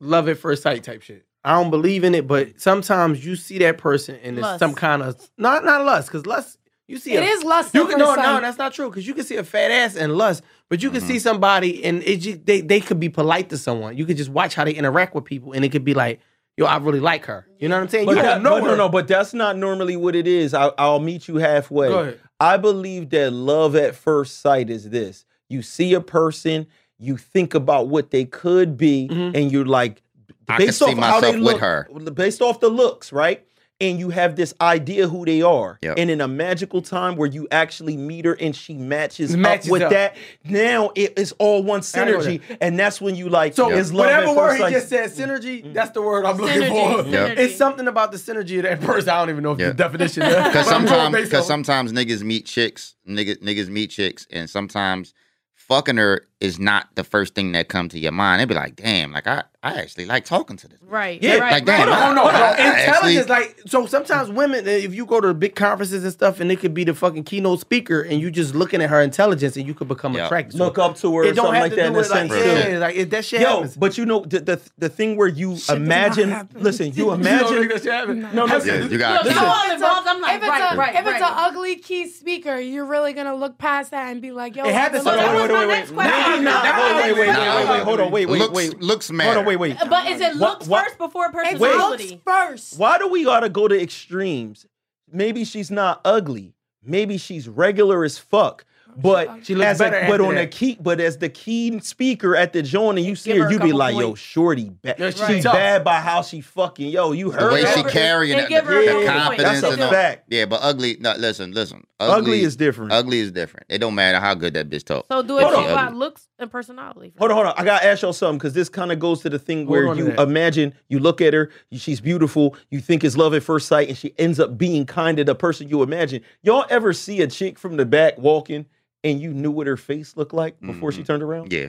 Speaker 2: love at first sight type shit. I don't believe in it, but sometimes you see that person and it's
Speaker 3: Lust.
Speaker 2: some kind of not not lust because lust you see
Speaker 4: It
Speaker 2: a-
Speaker 4: is lust.
Speaker 2: you
Speaker 4: at
Speaker 2: can,
Speaker 4: first
Speaker 2: no no
Speaker 4: sight.
Speaker 2: that's not true because you can see a fat ass and lust, but you can
Speaker 5: Mm-hmm.
Speaker 2: see somebody and it just, they they could be polite to someone. You could just watch how they interact with people and it could be like yo I really like her. You know what I'm saying?
Speaker 5: But
Speaker 2: you
Speaker 5: that-
Speaker 2: don't know
Speaker 5: but no,
Speaker 2: her.
Speaker 5: no, but that's not normally what it is. I, I'll meet you halfway.
Speaker 2: Go ahead.
Speaker 5: I believe that love at first sight is this: you see a person, you think about what they could be,
Speaker 2: Mhm.
Speaker 5: and you're like,
Speaker 1: I can
Speaker 5: based
Speaker 1: see
Speaker 5: off how they
Speaker 1: myself with
Speaker 5: look,
Speaker 1: her.
Speaker 5: based off the looks, right? And you have this idea who they are,
Speaker 1: Yep.
Speaker 5: and in a magical time where you actually meet her and she matches,
Speaker 2: Matches
Speaker 5: up with
Speaker 2: up.
Speaker 5: that, now it is all
Speaker 2: I
Speaker 5: one
Speaker 2: know
Speaker 5: synergy, and that's when you like.
Speaker 2: So
Speaker 5: is love at
Speaker 2: whatever
Speaker 5: first
Speaker 2: word he
Speaker 5: sight. Mm-hmm.
Speaker 2: just said, synergy. That's the word I'm looking
Speaker 3: Synergy,
Speaker 2: for.
Speaker 1: Yep.
Speaker 3: synergy.
Speaker 2: It's something about the synergy of that person. I don't even know if
Speaker 1: Yeah.
Speaker 2: the definition. Because
Speaker 1: Because sometimes, because sometimes niggas meet chicks, niggas, niggas meet chicks, and sometimes fucking her is not the first thing that come to your mind. They be like, damn, like I, I actually like talking to this.
Speaker 3: Right.
Speaker 5: Yeah,
Speaker 3: right.
Speaker 1: like that.
Speaker 2: Hold
Speaker 3: right.
Speaker 2: on, hold on,
Speaker 1: I- I
Speaker 2: bro. Intelligence,
Speaker 1: actually-
Speaker 2: like so. Sometimes women, eh, if you go to big conferences and stuff, and it could be the fucking keynote speaker, and you just looking at her intelligence, and you could become
Speaker 1: Yeah.
Speaker 2: attracted. to
Speaker 5: look
Speaker 2: her.
Speaker 5: up to her or
Speaker 2: It don't
Speaker 5: something
Speaker 2: have
Speaker 5: like
Speaker 2: to
Speaker 5: that.
Speaker 2: do
Speaker 5: in
Speaker 2: with
Speaker 5: a
Speaker 2: like
Speaker 5: sense.
Speaker 1: sense.
Speaker 2: yeah, like if that shit
Speaker 5: Yo,
Speaker 2: happens.
Speaker 5: but you know the the, the thing where you
Speaker 4: does not
Speaker 5: imagine.
Speaker 4: happen.
Speaker 5: Listen, you imagine. No, no,
Speaker 1: Yeah, you
Speaker 3: Look,
Speaker 1: got
Speaker 3: I'm
Speaker 1: listen,
Speaker 3: all involved. I'm like,
Speaker 4: if it's
Speaker 3: right,
Speaker 4: a,
Speaker 3: right,
Speaker 4: if it's an
Speaker 3: right.
Speaker 4: ugly key speaker, you're really gonna look past that and be like, yo,
Speaker 2: It happens
Speaker 4: look
Speaker 2: to
Speaker 4: at
Speaker 2: all
Speaker 4: that.
Speaker 3: wait, wait, wait, wait.
Speaker 5: Maybe not. Wait, wait, wait, wait, wait. Hold on, wait, wait,
Speaker 1: looks,
Speaker 5: wait.
Speaker 1: looks matter.
Speaker 5: Hold on, wait, wait.
Speaker 3: But is it
Speaker 5: What-
Speaker 3: looks
Speaker 5: what-
Speaker 3: first before
Speaker 4: It
Speaker 5: Wait.
Speaker 3: personality?
Speaker 4: looks first.
Speaker 5: Why do we gotta go to extremes? Maybe she's not ugly. Maybe she's regular as fuck. But
Speaker 2: She looks
Speaker 5: as a-
Speaker 2: better
Speaker 5: but
Speaker 2: after
Speaker 5: on the
Speaker 2: that.
Speaker 5: key, but as the key speaker at the joint, and you see
Speaker 3: Give
Speaker 5: her,
Speaker 3: her a
Speaker 5: you be
Speaker 3: couple
Speaker 5: like, yo,
Speaker 3: points.
Speaker 5: shorty, bad.
Speaker 2: Yo,
Speaker 5: she
Speaker 2: she tough.
Speaker 5: bad by how she fucking, yo, you
Speaker 1: The
Speaker 5: heard
Speaker 1: way
Speaker 5: that?
Speaker 1: she carrying
Speaker 3: They
Speaker 1: it, the,
Speaker 3: give her
Speaker 5: a
Speaker 1: the
Speaker 5: couple
Speaker 1: confidence
Speaker 5: That's a
Speaker 1: and all.
Speaker 5: fact.
Speaker 1: Yeah, but ugly. No, listen, listen.
Speaker 5: Ugly,
Speaker 1: Ugly,
Speaker 5: is different.
Speaker 1: ugly is different. It don't matter how good that bitch talk.
Speaker 3: So do it
Speaker 5: Hold
Speaker 3: just
Speaker 5: on.
Speaker 3: by looks and personality.
Speaker 5: Hold on, hold on. I gotta ask y'all something because this kind of goes to the thing
Speaker 2: Hold
Speaker 5: where
Speaker 2: on to
Speaker 5: you
Speaker 2: that.
Speaker 5: imagine you look at her, you- she's beautiful, you think it's love at first sight, and she ends up being kind of the person you imagine. Y'all ever see a chick from the back walking and you knew what her face looked like before she
Speaker 1: Mhm.
Speaker 5: turned around?
Speaker 1: Yeah,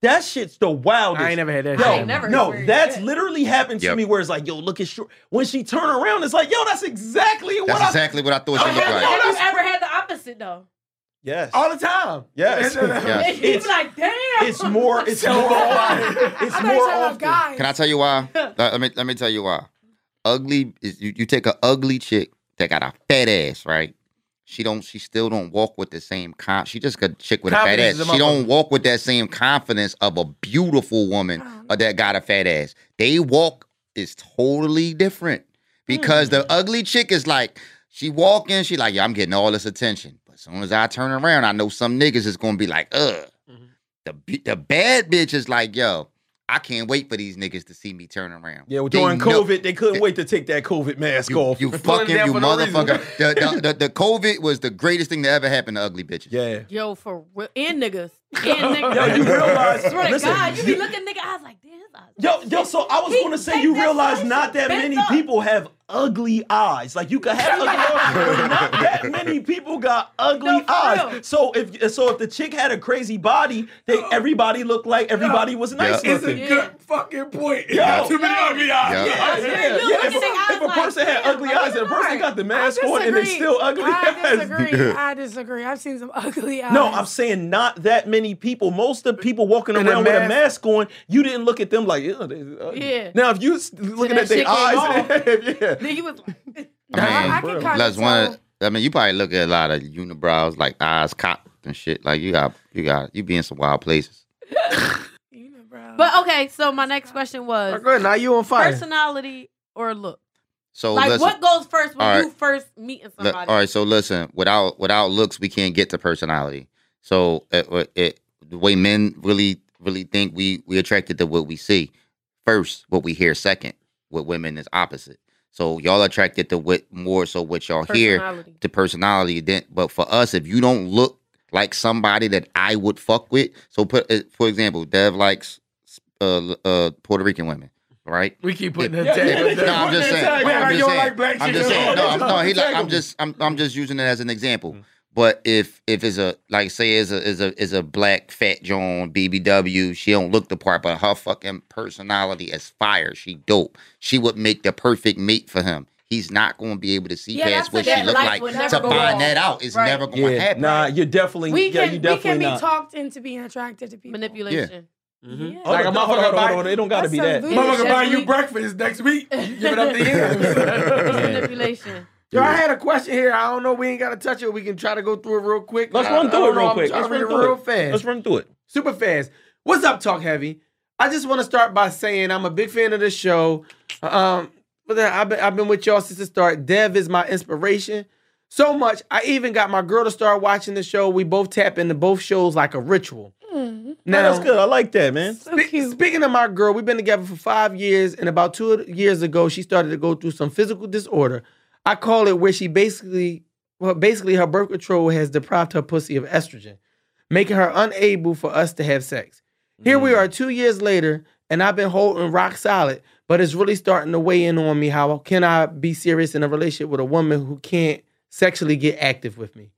Speaker 5: That shit's the wildest.
Speaker 2: I ain't never had that.
Speaker 3: I
Speaker 5: Yo,
Speaker 3: ain't never
Speaker 5: no,
Speaker 3: experienced
Speaker 5: that's
Speaker 3: that.
Speaker 5: literally happened to
Speaker 1: Yep.
Speaker 5: me where it's like, yo, look at short. When she turn around, it's like, yo, that's exactly what
Speaker 1: that's
Speaker 5: I.
Speaker 1: exactly what I thought she
Speaker 5: Oh,
Speaker 1: looked
Speaker 5: hell
Speaker 1: like.
Speaker 5: no.
Speaker 3: Have you ever had the opposite though?
Speaker 5: Yes.
Speaker 2: all the time.
Speaker 5: Yes.
Speaker 1: Yeah.
Speaker 3: And you be
Speaker 5: It's-
Speaker 3: like, damn.
Speaker 5: It's more. It's
Speaker 2: So
Speaker 5: more.
Speaker 2: wild.
Speaker 5: often.
Speaker 4: I
Speaker 5: It's
Speaker 4: thought you
Speaker 5: more
Speaker 4: said about
Speaker 5: often.
Speaker 4: guys.
Speaker 1: Can I tell you why? Let- let me let me tell you why. Ugly is you, you take a ugly chick that got a fat ass, right? She don't she still don't walk with the same con she just got a chick with
Speaker 2: Confidence
Speaker 1: a fat ass.
Speaker 2: is a
Speaker 1: She don't
Speaker 2: motherfucker. Oh,
Speaker 1: walk with that same confidence of a beautiful woman or that got a fat ass. They walk is totally different.
Speaker 3: Hmm.
Speaker 1: Because the ugly chick is like, she walking, she like, yeah, I'm getting all this attention. But as soon as I turn around, I know some niggas is gonna be like, ugh.
Speaker 3: Mm-hmm.
Speaker 1: The b- the bad bitch is like, yo, I can't wait for these niggas to see me turn around.
Speaker 5: Yeah, well,
Speaker 1: They
Speaker 5: during
Speaker 1: know-
Speaker 5: COVID, they couldn't wait to take that COVID mask
Speaker 1: you,
Speaker 5: off.
Speaker 1: you
Speaker 2: pulling
Speaker 1: fucking
Speaker 2: it down
Speaker 1: you
Speaker 2: for no reason.
Speaker 1: motherfucker. the, the, the, the COVID was the greatest thing that ever happened to ugly bitches.
Speaker 5: yeah.
Speaker 3: Yo, for real. And niggas. And niggas.
Speaker 5: Yo, you realize-
Speaker 3: Swear to
Speaker 5: listen,
Speaker 3: God, you be
Speaker 5: you-
Speaker 3: looking nigga eyes like, damn. his eyes
Speaker 5: Yo, yo, so I was
Speaker 3: He-
Speaker 5: gonna say
Speaker 3: take
Speaker 5: you
Speaker 3: that
Speaker 5: realize
Speaker 3: slice
Speaker 5: not that
Speaker 3: and
Speaker 5: many
Speaker 3: bend up.
Speaker 5: people have ugly eyes. Like you could have ugly eyes, but not that many people got ugly
Speaker 3: No, for
Speaker 5: eyes.
Speaker 3: real. Oh.
Speaker 5: So if so if the chick had a crazy body, they everybody looked like everybody was nice
Speaker 1: Yeah.
Speaker 2: It's a
Speaker 5: looking.
Speaker 3: Yeah.
Speaker 2: good fucking point.
Speaker 5: Yo.
Speaker 2: Too many ugly eyes.
Speaker 1: Yeah.
Speaker 5: Yeah,
Speaker 3: Yeah,
Speaker 5: yeah,
Speaker 3: you
Speaker 5: yeah.
Speaker 3: look
Speaker 5: If,
Speaker 3: at their
Speaker 5: a, if a
Speaker 3: eyes like,
Speaker 5: person had
Speaker 3: damn,
Speaker 5: ugly
Speaker 3: like,
Speaker 5: eyes and a person got the mask on and they
Speaker 4: disagree.
Speaker 5: still ugly
Speaker 4: I
Speaker 5: eyes.
Speaker 4: disagree. I disagree. I've seen some ugly eyes.
Speaker 5: No, I'm saying not that many people. Most of the people walking
Speaker 2: And a
Speaker 5: around with a
Speaker 2: mask.
Speaker 5: mask on, you didn't look at them like, "Ew, they ugly."
Speaker 3: Yeah.
Speaker 5: Now, if you s- looking
Speaker 3: that
Speaker 5: at their
Speaker 3: shit came
Speaker 5: eyes, yeah.
Speaker 3: Then you was like,
Speaker 1: I
Speaker 4: I
Speaker 1: mean,
Speaker 4: can kind
Speaker 1: Plus
Speaker 4: of
Speaker 1: one
Speaker 4: tell.
Speaker 1: I mean, you probably look at a lot of unibrows, like eyes cocked and shit. Like you got you got you be in some wild places.
Speaker 4: You know, bro.
Speaker 3: but oh, okay, so my next question was
Speaker 2: Good. Now you on fire.
Speaker 3: personality or look?
Speaker 5: Oh,
Speaker 1: So
Speaker 3: Like,
Speaker 1: listen,
Speaker 3: what goes first when
Speaker 1: All right.
Speaker 3: you first meeting
Speaker 1: Look,
Speaker 3: somebody?
Speaker 1: all right, so listen, without without looks, we can't get to personality. So it, uh, it, the way men really really think we we attracted to what we see first, what we hear second. With women is opposite. So y'all attracted to what more so what y'all hear
Speaker 3: Personality.
Speaker 1: to personality. Then, but for us, if you don't look like somebody that I would fuck with, so put uh, for example, Dev likes uh, uh, Puerto Rican women, right?
Speaker 2: We keep putting that
Speaker 5: Yeah,
Speaker 2: tag.
Speaker 5: yeah,
Speaker 2: on
Speaker 5: yeah.
Speaker 2: that.
Speaker 1: No, I'm just saying.
Speaker 5: Tag,
Speaker 1: I'm
Speaker 2: man,
Speaker 1: just
Speaker 2: you don't
Speaker 1: saying.
Speaker 2: like black
Speaker 1: I'm
Speaker 2: shit,
Speaker 1: just
Speaker 2: you
Speaker 1: saying. No,
Speaker 2: don't
Speaker 1: I'm,
Speaker 2: like
Speaker 1: no, he like.
Speaker 5: Tag
Speaker 1: I'm
Speaker 5: him.
Speaker 1: just. I'm. I'm just using it as an example.
Speaker 5: Mm-hmm.
Speaker 1: But if if it's a like say is a is a is a black fat Joan BBW, she don't look the part, but her fucking personality is fire. She dope. She would make the perfect mate for him. He's not going to be able to see
Speaker 3: Yeah,
Speaker 1: past
Speaker 3: that's
Speaker 1: what
Speaker 3: the-
Speaker 1: she
Speaker 3: that
Speaker 1: look
Speaker 3: life
Speaker 1: like
Speaker 3: will
Speaker 1: to
Speaker 3: never
Speaker 1: find
Speaker 3: go wrong.
Speaker 1: that out. It's
Speaker 3: Right.
Speaker 1: never going to happen.
Speaker 5: nah, you're definitely,
Speaker 4: we
Speaker 5: yeah,
Speaker 4: can
Speaker 5: you
Speaker 4: we
Speaker 5: definitely
Speaker 4: can be
Speaker 5: not.
Speaker 4: talked into being attracted to people.
Speaker 3: Manipulation.
Speaker 5: Mhm.
Speaker 3: Yeah.
Speaker 5: Hold
Speaker 2: Like a
Speaker 5: on, no, hold
Speaker 2: motherfucker
Speaker 5: on, hold on,
Speaker 2: buy-
Speaker 5: hold on. It don't got to
Speaker 4: That's
Speaker 5: be
Speaker 4: some
Speaker 5: that.
Speaker 4: voodoo
Speaker 2: Motherfucker
Speaker 4: shit.
Speaker 2: buying you
Speaker 3: Definitely.
Speaker 2: breakfast next week. You giving up the ends.
Speaker 3: Manipulation.
Speaker 2: Yo, I had a question here. I don't know. We ain't got to touch it. We can try to go through it real quick.
Speaker 5: Let's
Speaker 2: I-
Speaker 5: run
Speaker 2: I
Speaker 5: through
Speaker 2: don't
Speaker 5: it
Speaker 2: know.
Speaker 5: real
Speaker 2: I'm
Speaker 5: quick.
Speaker 2: trying
Speaker 5: Let's
Speaker 2: to
Speaker 5: run
Speaker 2: read
Speaker 5: through
Speaker 2: real
Speaker 5: it.
Speaker 2: fast.
Speaker 5: Let's run through it.
Speaker 2: super fast. What's up, Talk Heavy? I just want to start by saying I'm a big fan of the show. Um, but then I've been, I've been with y'all since the start. Dev is my inspiration so much. I even got my girl to start watching the show. We both tap into both shows like a ritual.
Speaker 5: Nah,
Speaker 2: Now,
Speaker 5: that's good. I like that, man.
Speaker 4: So
Speaker 2: Spe-
Speaker 4: cute.
Speaker 2: Speaking of my girl, we've been together for five years, and about two years ago, she started to go through some physical disorder. I call it where she basically, well, basically her birth control has deprived her pussy of estrogen, making her unable for us to have sex. Here
Speaker 4: Mm.
Speaker 2: we are, two years later, and I've been holding rock solid, but it's really starting to weigh in on me. How can I be serious in a relationship with a woman who can't sexually get active with me?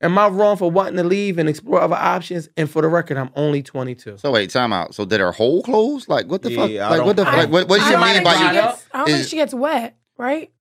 Speaker 2: Am I wrong for wanting to leave and explore other options? And for the record, I'm only 22.
Speaker 1: So wait, time out. So did her whole clothes? Like what the
Speaker 5: Yeah,
Speaker 1: fuck?
Speaker 5: I
Speaker 1: Like what the
Speaker 5: don't-
Speaker 1: fuck? Like, what, what do
Speaker 4: I
Speaker 1: you
Speaker 4: don't
Speaker 1: mean
Speaker 4: think
Speaker 1: by
Speaker 4: she
Speaker 1: you?
Speaker 4: gets- I don't think
Speaker 1: is-
Speaker 4: she gets wet, right?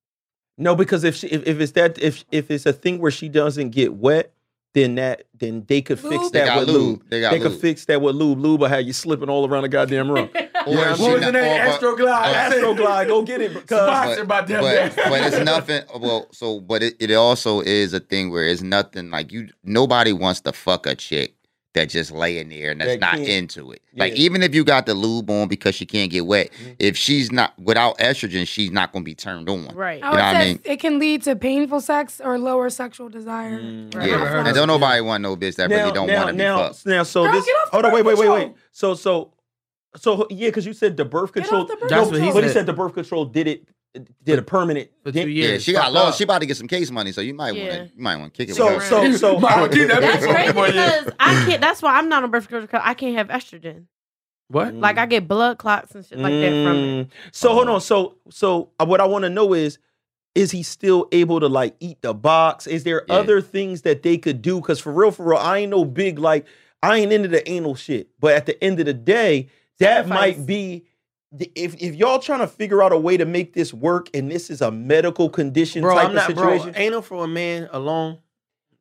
Speaker 5: No, because if she if, if it's that if if it's a thing where she doesn't get wet, then that then they could fix
Speaker 4: Lube?
Speaker 1: They
Speaker 5: that
Speaker 1: got
Speaker 5: with
Speaker 1: lube.
Speaker 5: lube.
Speaker 1: They got
Speaker 5: could
Speaker 1: lube.
Speaker 5: fix that with lube. Lube will have you slipping all around the goddamn room.
Speaker 1: Or
Speaker 5: Yeah,
Speaker 1: is
Speaker 5: what
Speaker 1: she
Speaker 5: was
Speaker 1: not-
Speaker 2: the name?
Speaker 1: or-
Speaker 2: Astro Glide.
Speaker 1: or-
Speaker 5: Astro Glide, go get it. Because
Speaker 2: Spot.
Speaker 1: but,
Speaker 2: Boxer by them
Speaker 1: but,
Speaker 2: days.
Speaker 1: but it's nothing. Well, so but it, it also is a thing where it's nothing like you. Nobody wants to fuck a chick that just laying there and that's
Speaker 5: That
Speaker 1: not
Speaker 5: can't-
Speaker 1: into it. Like
Speaker 5: Yeah. Mm-hmm.
Speaker 1: even if you got the lube on because she can't get wet, if she's not without estrogen, she's not gonna be turned on.
Speaker 3: Right.
Speaker 4: I
Speaker 1: You know
Speaker 4: would
Speaker 1: what I
Speaker 4: say
Speaker 1: mean?
Speaker 4: it can lead to painful sex or lower sexual desire.
Speaker 5: Mm.
Speaker 2: Mm.
Speaker 3: Right.
Speaker 4: That's what
Speaker 1: Yeah.
Speaker 4: I'm
Speaker 1: And don't nobody want no bitch that really don't
Speaker 5: now,
Speaker 1: want to be
Speaker 5: now,
Speaker 1: fucked.
Speaker 5: Now, so
Speaker 4: Girl,
Speaker 5: this.
Speaker 4: get off the
Speaker 5: hold on, wait, wait,
Speaker 4: birth
Speaker 5: wait, wait.
Speaker 4: control.
Speaker 5: So, so, so yeah, because you said the birth
Speaker 4: Get off
Speaker 5: control.
Speaker 4: the birth
Speaker 5: No,
Speaker 2: That's what he
Speaker 5: But he
Speaker 2: said.
Speaker 5: said the birth control did it. Did a permanent.
Speaker 2: For two
Speaker 5: dent-
Speaker 2: years.
Speaker 1: Yeah, she got
Speaker 2: Fucked
Speaker 1: lost.
Speaker 2: up.
Speaker 1: She about to get some case money, so you might
Speaker 3: Yeah.
Speaker 1: want to you might want to kick it.
Speaker 5: So,
Speaker 1: with her.
Speaker 5: so, so.
Speaker 2: Mama, keep that
Speaker 3: That's
Speaker 2: bitch
Speaker 3: crazy
Speaker 2: on for you.
Speaker 3: because I can't. That's why I'm not on birth control because I can't have estrogen.
Speaker 2: What?
Speaker 3: Like I get blood clots and shit like that from Oh. it.
Speaker 5: Mm. So hold on. So so uh, what I want to know is, is he still able to like eat the box? Is there
Speaker 1: Yeah.
Speaker 5: other things that they could do? Because for real, for real, I ain't no big like I ain't into the anal shit. But at the end of the day, that
Speaker 3: Sacrifice.
Speaker 5: might be. the- If if y'all trying to figure out a way to make this work, and this is a medical condition
Speaker 2: Bro,
Speaker 5: type
Speaker 2: I'm not
Speaker 5: of
Speaker 2: bro.
Speaker 5: situation,
Speaker 2: Anal for a man alone.
Speaker 3: eh,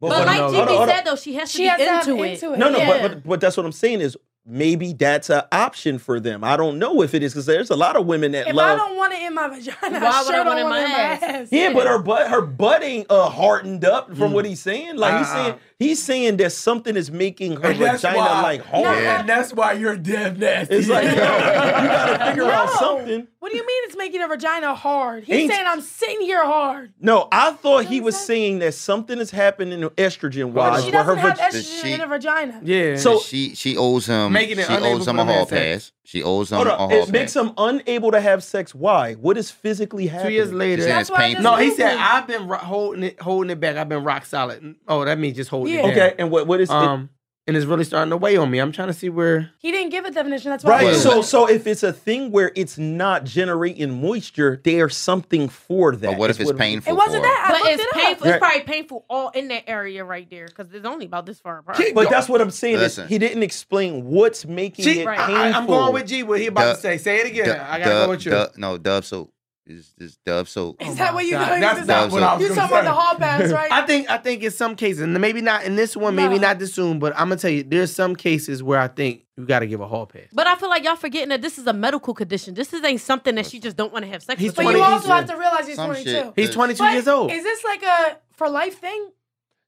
Speaker 3: But
Speaker 2: But
Speaker 3: like
Speaker 2: no,
Speaker 3: no,
Speaker 5: hold on, hold on.
Speaker 3: said though, she has to
Speaker 4: She
Speaker 3: be
Speaker 4: has to have
Speaker 3: into, it.
Speaker 4: into it.
Speaker 5: No, no,
Speaker 3: Yeah.
Speaker 5: but, but but that's what I'm saying is maybe that's an option for them. I don't know if it is because there's a lot of women that
Speaker 4: If
Speaker 5: love.
Speaker 4: I don't want it in my vagina,
Speaker 3: Why
Speaker 4: I
Speaker 3: would I
Speaker 4: sure
Speaker 3: want
Speaker 4: don't
Speaker 3: it in
Speaker 4: want it
Speaker 3: my
Speaker 4: in my
Speaker 3: ass?
Speaker 4: ass.
Speaker 5: Yeah, but her butt, her butt ain't uh, hardened up from what he's saying. Like he's saying,
Speaker 2: Uh-uh.
Speaker 5: he's saying that something is making her vagina like hard.
Speaker 1: Yeah.
Speaker 2: And that's why you're damn nasty.
Speaker 5: It's like yo, you gotta figure out
Speaker 4: No.
Speaker 5: something.
Speaker 4: What do you mean it's making her vagina hard? He's
Speaker 5: Ain't-
Speaker 4: saying I'm sitting here hard.
Speaker 5: No, I thought he was saying that something is happening estrogen
Speaker 4: But
Speaker 5: wise.
Speaker 4: she
Speaker 5: where her
Speaker 4: doesn't have
Speaker 5: vag-
Speaker 1: the
Speaker 4: estrogen
Speaker 1: sheet.
Speaker 4: in her vagina.
Speaker 2: yeah.
Speaker 5: So-
Speaker 1: she she owes him
Speaker 2: Making it
Speaker 1: she owes him
Speaker 2: unable
Speaker 1: a
Speaker 2: for him to
Speaker 1: hall
Speaker 2: have sex.
Speaker 1: pass. She owes him
Speaker 5: hold
Speaker 1: a
Speaker 5: on,
Speaker 1: hall
Speaker 5: it
Speaker 1: pass.
Speaker 5: makes him unable to have sex. Why? What is physically
Speaker 2: two
Speaker 5: happening?
Speaker 2: years
Speaker 1: She said
Speaker 2: later.
Speaker 1: it's
Speaker 4: why I
Speaker 1: painful.
Speaker 4: just
Speaker 2: No, he
Speaker 4: Listen.
Speaker 2: said I've been ro- holding it, holding it back. I've been rock solid. Oh, that means just holding
Speaker 4: Yeah.
Speaker 2: it.
Speaker 5: Okay,
Speaker 2: down.
Speaker 5: and what what is it?
Speaker 2: Um, and it's really starting to weigh on me. I'm trying to see where.
Speaker 4: He didn't give a definition. That's why
Speaker 5: Right.
Speaker 4: I
Speaker 1: Well-
Speaker 4: said-
Speaker 5: So so if it's a thing where it's not generating moisture, there's something for that.
Speaker 1: But what
Speaker 5: is
Speaker 1: if it's
Speaker 5: I'm-
Speaker 1: painful?
Speaker 4: it wasn't
Speaker 1: for her?
Speaker 4: that. I
Speaker 3: But
Speaker 4: looked
Speaker 3: it's
Speaker 4: it up.
Speaker 3: painful.
Speaker 5: Right.
Speaker 3: It's probably painful all in that area right there because it's only about this far apart.
Speaker 5: But that's what I'm saying. Is
Speaker 1: Listen.
Speaker 5: he didn't explain what's making
Speaker 2: She,
Speaker 5: it
Speaker 3: Right.
Speaker 5: painful.
Speaker 2: I, am going with G. What he about
Speaker 1: Duh,
Speaker 2: to say? Say it again.
Speaker 1: Du-
Speaker 2: I gotta
Speaker 1: Dub-
Speaker 2: go with you.
Speaker 1: Du- no, Dove soap. Is this Dove soap?
Speaker 4: Is that what you
Speaker 2: God,
Speaker 4: thought
Speaker 2: that's
Speaker 4: you was
Speaker 1: not
Speaker 4: talking
Speaker 1: what I
Speaker 4: about?
Speaker 1: was
Speaker 4: You
Speaker 2: gonna
Speaker 4: talking about
Speaker 2: say.
Speaker 4: the hall pass, right?
Speaker 2: I think I think in some cases, and maybe not in this one, maybe
Speaker 4: No.
Speaker 2: not this soon, but I'm gonna tell you, there's some cases where I think you gotta give a hall pass.
Speaker 3: But I feel like y'all forgetting that this is a medical condition. This is ain't something that she just don't want to have sex
Speaker 2: He's
Speaker 3: with.
Speaker 4: but
Speaker 2: 20
Speaker 4: you also
Speaker 2: each.
Speaker 4: have to realize he's
Speaker 1: Some
Speaker 4: 22.
Speaker 1: shit.
Speaker 2: He's 22
Speaker 4: But
Speaker 2: years old.
Speaker 4: Is this like a for life thing?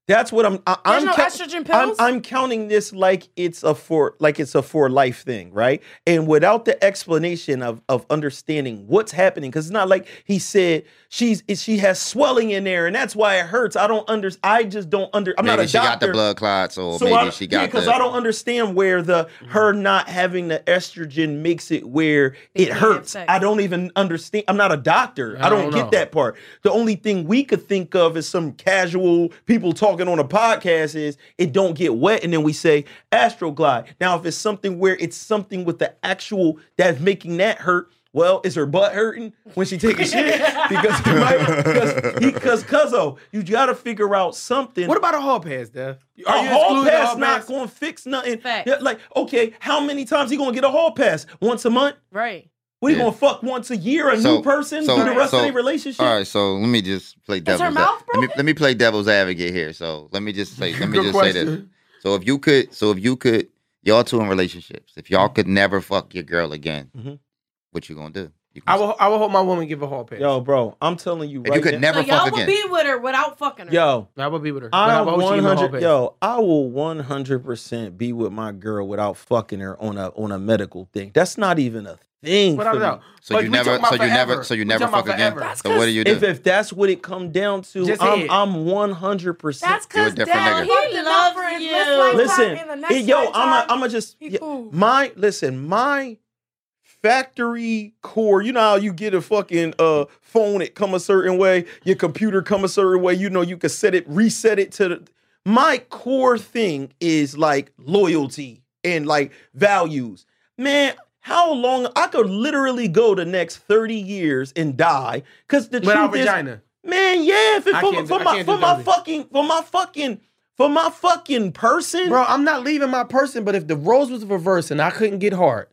Speaker 5: That's what I'm. I,
Speaker 4: There's
Speaker 5: I'm
Speaker 4: no
Speaker 5: cou-
Speaker 4: estrogen
Speaker 5: I'm,
Speaker 4: pills.
Speaker 5: I'm counting this like it's a for like it's a for life thing, right? And without the explanation of of understanding what's happening, because it's not like he said she's she has swelling in there and that's why it hurts. I don't under. I just don't under. I'm not
Speaker 1: Maybe
Speaker 5: a
Speaker 1: she
Speaker 5: doctor.
Speaker 1: got the blood clots, or
Speaker 5: So
Speaker 1: maybe
Speaker 5: I,
Speaker 1: she got
Speaker 5: yeah, because
Speaker 1: the. Mm-hmm.
Speaker 5: I don't understand where the her not having the estrogen makes it where
Speaker 3: They
Speaker 5: it
Speaker 3: can't
Speaker 5: hurts.
Speaker 3: have sex.
Speaker 5: I don't even understand. I'm not a doctor. I
Speaker 2: I
Speaker 5: don't,
Speaker 2: don't
Speaker 5: get
Speaker 2: know.
Speaker 5: that part. The only thing we could think of is some casual people talking on a podcast is it don't get wet, and then we say astroglide. Now, if it's something where it's something with the actual that's making that hurt. Well, is her butt hurting when she take a shit? Because because Cuzzo, oh, you gotta figure out something.
Speaker 2: What about a hall pass, Dev?
Speaker 5: A hall
Speaker 2: excluding
Speaker 5: pass
Speaker 2: hall
Speaker 5: not
Speaker 2: pass?
Speaker 5: going to fix nothing.
Speaker 3: Facts.
Speaker 5: Yeah, Like, okay, how many times he going to get a hall pass? Once a month?
Speaker 3: right.
Speaker 5: We
Speaker 1: Yeah.
Speaker 5: going to fuck once a year a
Speaker 1: So-
Speaker 5: new person
Speaker 1: so-
Speaker 5: through the rest
Speaker 1: so-
Speaker 5: of their relationship?
Speaker 1: All right, so let me just play
Speaker 4: her
Speaker 1: devil's. ad-
Speaker 4: mouth
Speaker 1: let me
Speaker 4: broken?
Speaker 1: let me play devil's advocate here. So let me just say let me
Speaker 2: Good
Speaker 1: just say this.
Speaker 2: question.
Speaker 1: So if you could, so if you could, y'all two in relationships. If
Speaker 2: Mm-hmm.
Speaker 1: y'all could never fuck your girl again,
Speaker 5: Mhm.
Speaker 1: what you gonna do? You
Speaker 2: I
Speaker 1: gonna-
Speaker 2: will. I will hope my woman give a hall pass.
Speaker 5: Yo, bro, I'm telling you
Speaker 1: if
Speaker 5: right
Speaker 1: you could
Speaker 5: now.
Speaker 1: never
Speaker 3: so y'all
Speaker 1: fuck
Speaker 3: would
Speaker 1: again,
Speaker 3: be with her without fucking her.
Speaker 5: Yo,
Speaker 2: I will be with her. But
Speaker 5: I
Speaker 2: will hope she give me a hall
Speaker 5: 100
Speaker 2: pass.
Speaker 5: yo, I will 100% be with my girl without fucking her on a on a medical thing. That's not even a thing.
Speaker 2: Without
Speaker 5: for
Speaker 2: a
Speaker 5: me.
Speaker 2: doubt.
Speaker 1: So
Speaker 2: But
Speaker 1: you
Speaker 2: we
Speaker 1: never-
Speaker 2: talking about
Speaker 1: so you never-
Speaker 2: forever.
Speaker 1: so you
Speaker 2: We
Speaker 1: never
Speaker 2: talking about
Speaker 1: fuck again?
Speaker 2: forever.
Speaker 4: That's
Speaker 1: so what do you do?
Speaker 5: If, if that's what it come down to,
Speaker 2: Just
Speaker 5: I'm,
Speaker 2: hit.
Speaker 5: I'm 100%.
Speaker 4: That's
Speaker 1: You're a
Speaker 4: because
Speaker 1: different nigga.
Speaker 4: Dad
Speaker 3: He
Speaker 4: he
Speaker 3: loves
Speaker 4: loves for his
Speaker 3: you.
Speaker 4: This lifetime
Speaker 5: listen,
Speaker 4: and the next
Speaker 5: it- yo, I'm
Speaker 4: lifetime,
Speaker 5: a, I'm a just
Speaker 4: he
Speaker 5: yeah,
Speaker 4: cool.
Speaker 5: my listen, my factory core. You know how you get a fucking uh phone, it come a certain way, your computer come a certain way. You know you can set it, reset it to the. My core thing is like loyalty and like values, man. How long I could literally go the next thirty years and die? Cause the
Speaker 2: Without
Speaker 5: truth is,
Speaker 2: vagina.
Speaker 5: man, yeah, if it,
Speaker 2: I
Speaker 5: for,
Speaker 2: can't do-
Speaker 5: for
Speaker 2: I
Speaker 5: my
Speaker 2: can't
Speaker 5: for
Speaker 2: do
Speaker 5: my
Speaker 2: dirty.
Speaker 5: fucking for my fucking for my fucking person,
Speaker 2: Bro, I'm not leaving my person, but if the roles was reversed and I couldn't get hard,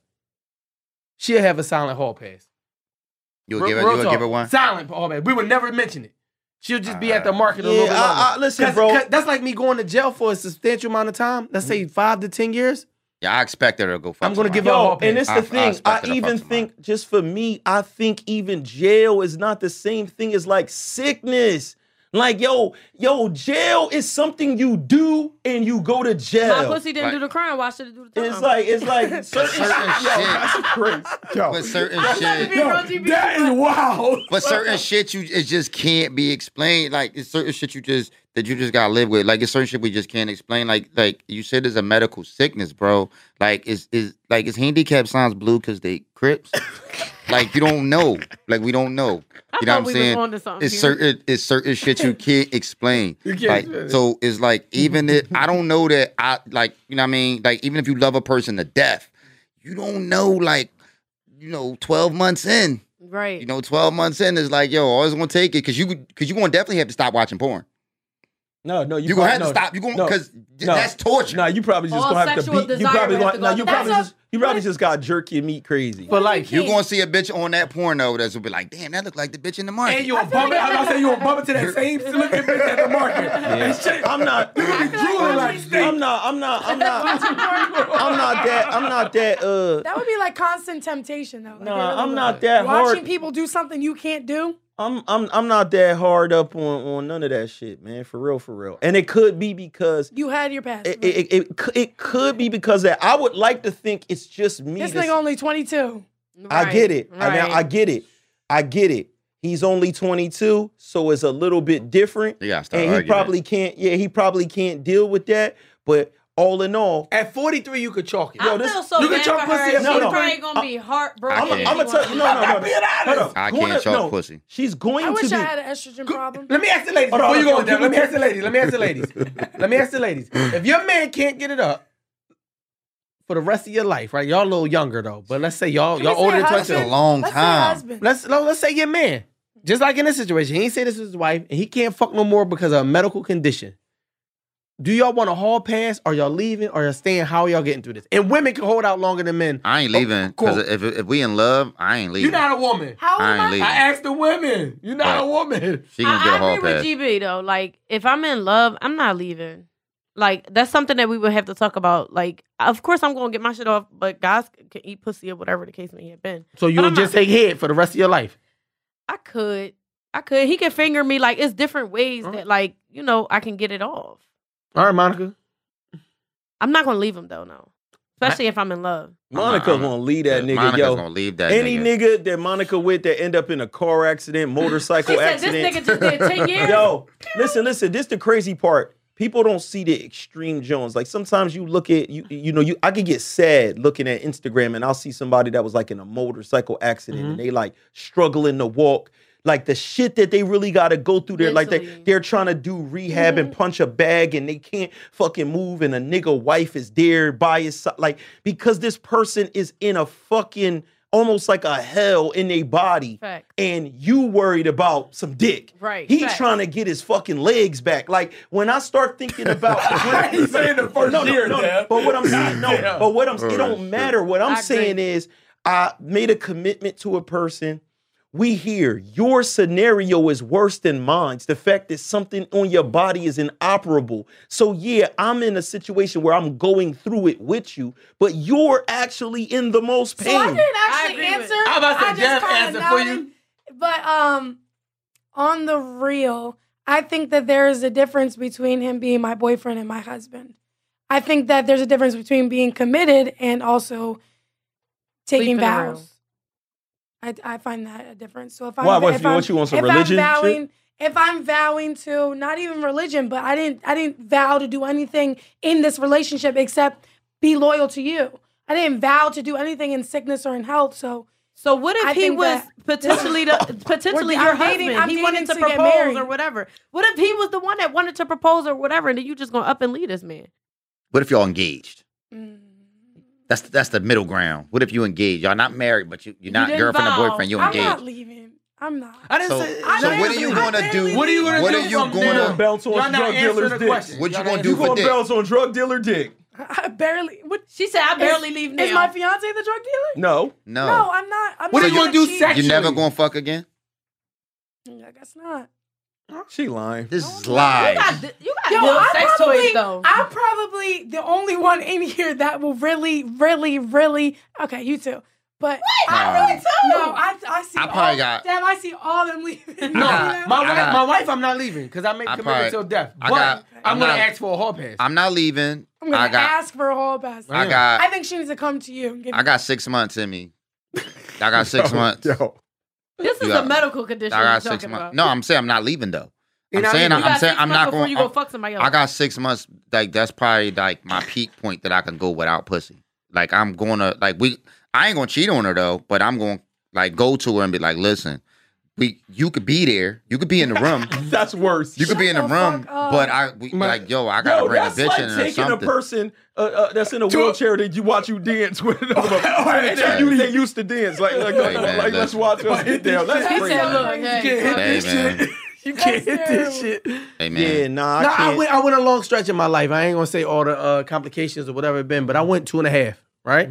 Speaker 2: she'll have a silent hall pass.
Speaker 1: you'll
Speaker 2: Real-
Speaker 1: give her
Speaker 2: real
Speaker 1: you'll
Speaker 2: talk.
Speaker 1: give her one. Uh,
Speaker 2: Silent hall pass. We would never mention it. She'll just be at the market a
Speaker 5: Yeah,
Speaker 2: little bit longer.
Speaker 5: I, I, listen,
Speaker 2: 'Cause-
Speaker 5: bro.
Speaker 2: 'cause that's like me going to jail for a substantial amount of time. Let's say five to ten years.
Speaker 1: Yeah, I expect her to go fuck.
Speaker 2: I'm gonna
Speaker 1: somebody.
Speaker 2: give
Speaker 5: Yo,
Speaker 2: up all
Speaker 5: and
Speaker 2: pain.
Speaker 5: it's the
Speaker 1: I- I
Speaker 5: thing. I,
Speaker 1: expected a fuck
Speaker 5: even
Speaker 1: tomorrow.
Speaker 5: think, just for me, I think even jail is not the same thing as like sickness. Like, yo, yo, jail is something you do and you go to
Speaker 3: My
Speaker 5: jail.
Speaker 3: pussy didn't
Speaker 1: Right.
Speaker 3: do the crime. Why should it do the time?
Speaker 5: It's like, it's like certain,
Speaker 1: Certain
Speaker 5: shit. Yo,
Speaker 1: shit.
Speaker 5: that's crazy. Yo.
Speaker 1: But certain
Speaker 3: to
Speaker 1: shit.
Speaker 3: be real, GB,
Speaker 2: that is
Speaker 3: but-
Speaker 2: wild.
Speaker 1: But certain shit you it just can't be explained. Like it's certain shit you just that you just gotta live with. Like it's certain shit we just can't explain. Like like you said it's a medical sickness, bro. Like is is like is handicapped signs blue because they crips? like you don't know. Like we don't know.
Speaker 3: I
Speaker 1: You know
Speaker 3: thought
Speaker 1: what
Speaker 3: we
Speaker 1: I'm
Speaker 3: was
Speaker 1: saying?
Speaker 3: on to something.
Speaker 1: It's
Speaker 3: here.
Speaker 1: certain it's certain shit you can't explain.
Speaker 2: You can't
Speaker 1: Like,
Speaker 2: explain it.
Speaker 1: so it's like even if I don't know that I like you know what I mean like even if you love a person to death, you don't know like you know twelve months in
Speaker 3: right.
Speaker 1: you know, 12 months in is like, yo, always gonna take it because you because you gonna definitely have to stop watching porn.
Speaker 5: No, no, you,
Speaker 1: You, gonna
Speaker 5: probably-
Speaker 1: have
Speaker 5: no,
Speaker 1: to stop. You gonna
Speaker 5: no,
Speaker 1: because
Speaker 5: no,
Speaker 1: that's torture.
Speaker 5: No, you probably just
Speaker 3: All
Speaker 5: gonna have to
Speaker 3: sexual
Speaker 5: beat. You
Speaker 3: desire
Speaker 5: probably
Speaker 3: has
Speaker 5: gonna,
Speaker 3: to
Speaker 5: no,
Speaker 3: go
Speaker 5: you
Speaker 3: down.
Speaker 5: probably
Speaker 4: That's
Speaker 5: just you probably just got jerky and meat crazy.
Speaker 2: But like,
Speaker 1: you gonna see a bitch on that porno that's gonna be like, damn, that look like the bitch in the market.
Speaker 2: and you will bump it. I'm about to say you will bump it to that same looking bitch at the market. And shit,
Speaker 5: I'm not.
Speaker 2: drooling like
Speaker 5: I'm not. I'm not. I'm not. I'm not that. I'm not that. Uh,
Speaker 4: That would be like constant temptation, though. Like, it
Speaker 5: Nah,
Speaker 4: really
Speaker 5: I'm
Speaker 4: would.
Speaker 5: not that
Speaker 4: Watching
Speaker 5: hard.
Speaker 4: people do something you can't do.
Speaker 5: I'm. I'm. I'm not that hard up on on none of that shit, man. For real. For real. And it could be because.
Speaker 4: You had your past.
Speaker 5: It, it, it, it, cou- it could be because that I would like to think it's just me.
Speaker 4: this
Speaker 5: that's-
Speaker 4: nigga only 22.
Speaker 5: I get it. I,
Speaker 3: Right.
Speaker 5: mean, I get it. I get it. He's only 22, so it's a little bit different.
Speaker 1: You gotta start
Speaker 5: and he
Speaker 1: arguing.
Speaker 5: probably can't. Yeah, he probably can't deal with that. But all in all,
Speaker 2: At 43, you could chalk it.
Speaker 5: Yo,
Speaker 3: I
Speaker 5: this-
Speaker 3: feel so
Speaker 2: look at
Speaker 3: bad
Speaker 2: your
Speaker 3: for
Speaker 2: pussy
Speaker 3: her.
Speaker 2: at
Speaker 3: She's
Speaker 2: 43.
Speaker 3: probably gonna be heartbroken.
Speaker 1: I
Speaker 5: I'm
Speaker 1: can't.
Speaker 5: gonna tell you. No, no, no. no. Hold up.
Speaker 1: I
Speaker 5: Going
Speaker 1: can't
Speaker 5: to-
Speaker 1: chalk
Speaker 5: no.
Speaker 1: pussy.
Speaker 5: She's going
Speaker 4: I
Speaker 5: to
Speaker 4: wish
Speaker 5: be.
Speaker 4: I had an estrogen problem.
Speaker 2: Let me ask the ladies.
Speaker 5: Hold on,
Speaker 2: Before you go
Speaker 5: hold
Speaker 2: with that,
Speaker 5: on, keep
Speaker 2: let me ask the ladies. Let me ask the ladies. Let me ask the ladies. If your man can't get it up for the rest of your life, right? Y'all a little younger though, but let's say y'all
Speaker 4: Can
Speaker 2: y'all
Speaker 4: we say
Speaker 2: older than
Speaker 1: That's
Speaker 4: husband?
Speaker 1: a
Speaker 2: 22.
Speaker 1: long
Speaker 4: Let's say
Speaker 1: time.
Speaker 4: husband.
Speaker 2: Let's no, let's say your man, just like in this situation, he ain't say this was his wife, and he can't fuck no more because of a medical condition. Do y'all want to haul past? Are y'all leaving? Are y'all staying? How are y'all getting through this? And women can hold out longer than men.
Speaker 1: I ain't leaving because
Speaker 2: cool.
Speaker 1: if, if we in love, I ain't leaving.
Speaker 2: You're not a woman.
Speaker 4: How
Speaker 1: I
Speaker 4: am
Speaker 1: ain't
Speaker 4: I?
Speaker 1: leaving.
Speaker 2: asked the women. You're not a woman.
Speaker 1: She gonna
Speaker 3: I,
Speaker 1: get a
Speaker 3: I
Speaker 1: hall
Speaker 3: agree
Speaker 1: pass.
Speaker 3: with GB though. Like, if I'm in love, I'm not leaving. Like, that's something that we would have to talk about. Like, of course, I'm gonna get my shit off, but guys c- can eat pussy or whatever the case may have been.
Speaker 2: So you'll
Speaker 3: I'm
Speaker 2: just
Speaker 3: not-
Speaker 2: take head for the rest of your life.
Speaker 3: I could, I could. He could finger me. Like, it's different ways
Speaker 5: Mm-hmm.
Speaker 3: that, like, you know, I can get it off.
Speaker 2: All right, Monica.
Speaker 3: I'm not gonna leave him though, no. Especially if I'm in love.
Speaker 5: Monica
Speaker 1: I'm not-
Speaker 5: gonna leave that
Speaker 1: Yeah,
Speaker 5: nigga,
Speaker 1: Monica's
Speaker 5: yo.
Speaker 1: gonna leave that
Speaker 5: Any
Speaker 1: nigga.
Speaker 5: nigga that Monica with that end up in a car accident, motorcycle
Speaker 3: She said
Speaker 5: accident.
Speaker 3: this nigga just did ten years.
Speaker 5: Yo, listen, listen. This the crazy part. People don't see the extreme Jones. Like sometimes you look at you, you know, you I could get sad looking at Instagram and I'll see somebody that was like in a motorcycle accident
Speaker 3: Mm-hmm.
Speaker 5: and they like struggling to walk. Like the shit that they really gotta go through there. Like they
Speaker 3: Mentally. Mm-hmm.
Speaker 5: they're trying to do rehab and punch a bag and they can't fucking move and a nigga wife is there by his side. Like because this person is in a fucking almost like a hell in their body
Speaker 3: Facts.
Speaker 5: and you worried about some dick.
Speaker 3: Right,
Speaker 5: He
Speaker 3: facts.
Speaker 5: trying to get his fucking legs back. Like when I start thinking about
Speaker 2: He's saying the first
Speaker 5: no, no,
Speaker 2: year,
Speaker 5: no,
Speaker 2: Dad.
Speaker 5: But what I'm saying, no,
Speaker 2: Yeah.
Speaker 5: but what I'm
Speaker 1: Oh,
Speaker 5: it don't
Speaker 1: shit.
Speaker 5: matter. What I'm
Speaker 3: I
Speaker 5: saying
Speaker 3: agree.
Speaker 5: is I made a commitment to a person. We hear your scenario is worse than mine. It's the fact that something on your body is inoperable. So yeah, I'm in a situation where I'm going through it with you, but you're actually in the most
Speaker 4: So I
Speaker 5: pain.
Speaker 4: didn't actually
Speaker 3: agree with-
Speaker 4: answer.
Speaker 2: I'm about to say
Speaker 4: I just
Speaker 2: Jeff
Speaker 4: kinda
Speaker 2: answered for you.
Speaker 4: nodded. But um, on the real, I think that there is a difference between him being my boyfriend and my husband. I think that there's a difference between being committed and also taking
Speaker 3: Sleeping around.
Speaker 4: vows. I, I find that a difference. So if I'm
Speaker 5: Why? What
Speaker 4: if
Speaker 5: you-
Speaker 4: I'm,
Speaker 5: what you want, some
Speaker 4: if
Speaker 5: religion
Speaker 4: I'm
Speaker 5: shit?
Speaker 4: vowing, if I'm vowing to not even religion, but I didn't I didn't vow to do anything in this relationship except be loyal to you. I didn't vow to do anything in sickness or in health. So
Speaker 3: So what if
Speaker 4: I
Speaker 3: he
Speaker 4: think
Speaker 3: was
Speaker 4: that-
Speaker 3: potentially the, potentially
Speaker 4: We're-
Speaker 3: your
Speaker 4: I'm dating-
Speaker 3: husband?
Speaker 4: I'm
Speaker 3: he wanted
Speaker 4: dating
Speaker 3: to,
Speaker 4: to get
Speaker 3: propose
Speaker 4: married.
Speaker 3: or whatever. What if he was the one that wanted to propose or whatever, and then you just gonna up and leave this man?
Speaker 1: What if y'all engaged?
Speaker 4: mm,
Speaker 1: That's the, that's the middle ground. What if you engage? Y'all not married, but you you're not
Speaker 3: didn't
Speaker 1: girlfriend
Speaker 3: vow.
Speaker 1: or boyfriend. You
Speaker 4: I'm
Speaker 1: engaged.
Speaker 4: not leaving. I'm not.
Speaker 2: I didn't
Speaker 1: So,
Speaker 2: say.
Speaker 4: I
Speaker 1: so what are
Speaker 4: barely-
Speaker 1: you
Speaker 4: I
Speaker 1: gonna do?
Speaker 4: barely
Speaker 2: What are you gonna
Speaker 1: What
Speaker 2: do?
Speaker 1: are you
Speaker 2: from
Speaker 1: gonna-
Speaker 2: there?
Speaker 5: Bounce on
Speaker 2: Y'all not
Speaker 5: drug
Speaker 2: answering
Speaker 5: dealer's
Speaker 2: the
Speaker 5: dick.
Speaker 2: question.
Speaker 1: What you
Speaker 2: Y'all
Speaker 1: gonna
Speaker 2: not
Speaker 1: do
Speaker 5: You
Speaker 1: for
Speaker 2: answering-
Speaker 5: going
Speaker 1: dick?
Speaker 5: bounce on drug dealer dick?
Speaker 4: I barely. What?
Speaker 3: She said, "I barely
Speaker 4: is,
Speaker 3: leave now."
Speaker 4: Is my fiance the drug dealer?
Speaker 5: No.
Speaker 1: No,
Speaker 4: No, I'm not. I'm
Speaker 2: What
Speaker 4: not
Speaker 2: are you gonna do
Speaker 4: cheat.
Speaker 2: sex-
Speaker 1: you never
Speaker 2: actually-
Speaker 1: gonna fuck again.
Speaker 4: I guess not.
Speaker 5: She lying.
Speaker 1: This is
Speaker 3: you
Speaker 1: lies.
Speaker 3: got, you got
Speaker 4: Yo,
Speaker 3: little
Speaker 4: I'm
Speaker 3: sex
Speaker 4: probably,
Speaker 3: toys though.
Speaker 4: I'm probably the only one in here that will really, really, really. Okay, you too. But
Speaker 1: I really
Speaker 4: No, I, I see.
Speaker 1: I probably
Speaker 4: all,
Speaker 1: got-
Speaker 4: Damn, I see all them leaving.
Speaker 2: No,
Speaker 1: got-
Speaker 2: my
Speaker 1: I
Speaker 2: wife,
Speaker 1: got-
Speaker 2: my wife, I'm not leaving because I make
Speaker 1: I
Speaker 2: commitment
Speaker 1: probably-
Speaker 2: till death.
Speaker 1: I
Speaker 2: But
Speaker 1: got-
Speaker 2: I'm,
Speaker 1: I'm
Speaker 2: gonna
Speaker 1: not-
Speaker 2: ask for a hall pass.
Speaker 1: I'm not leaving.
Speaker 4: I'm gonna
Speaker 1: I got
Speaker 4: ask for a hall pass. I,
Speaker 1: I got
Speaker 4: think she needs to come to you. And give
Speaker 1: I
Speaker 4: you-
Speaker 1: got six months in me. I got six months.
Speaker 3: This is
Speaker 1: You got-
Speaker 3: a medical condition.
Speaker 1: I
Speaker 3: you're
Speaker 1: got
Speaker 3: talking
Speaker 1: six months.
Speaker 3: About.
Speaker 1: No, I'm saying I'm not leaving though.
Speaker 2: You're
Speaker 1: I'm
Speaker 2: not
Speaker 1: saying
Speaker 2: leaving.
Speaker 3: You
Speaker 1: I'm
Speaker 3: got
Speaker 1: saying
Speaker 3: six
Speaker 1: I'm
Speaker 3: months
Speaker 1: not
Speaker 3: before
Speaker 1: going.
Speaker 3: you go fuck somebody else.
Speaker 1: I got six months. Like that's probably like my peak point that I can go without pussy. Like I'm gonna like we. I ain't gonna cheat on her though, but I'm gonna like go to her and be like, listen, we you could be there, you could be in the room,
Speaker 5: That's worse.
Speaker 1: you could be in the
Speaker 4: Shut the
Speaker 1: room,
Speaker 4: fuck up.
Speaker 1: but I we,
Speaker 2: My-
Speaker 1: like yo, I gotta
Speaker 5: Yo,
Speaker 1: bring a
Speaker 5: that's
Speaker 1: bitch
Speaker 5: like
Speaker 1: in or
Speaker 5: taking a
Speaker 1: something.
Speaker 5: person uh, uh, that's in a wheelchair that you watch you dance with. and they, you, they used to dance like like,
Speaker 1: Hey,
Speaker 5: like,
Speaker 1: man,
Speaker 5: like, let's
Speaker 1: listen.
Speaker 5: watch us get down. Let's
Speaker 4: He
Speaker 3: He
Speaker 5: bring
Speaker 3: said,
Speaker 5: it.
Speaker 3: look,
Speaker 4: You
Speaker 2: You
Speaker 3: hey,
Speaker 2: can't hit
Speaker 1: Hey,
Speaker 2: this
Speaker 1: man.
Speaker 2: shit. You can't
Speaker 4: That's
Speaker 2: hit this
Speaker 4: terrible.
Speaker 2: shit.
Speaker 1: Hey
Speaker 5: Yeah,
Speaker 1: man,
Speaker 5: nah, I
Speaker 2: No,
Speaker 5: can't.
Speaker 2: I went, I went a long stretch in my life. I ain't gonna say all the uh, complications or whatever it been, but I went two and a half, right?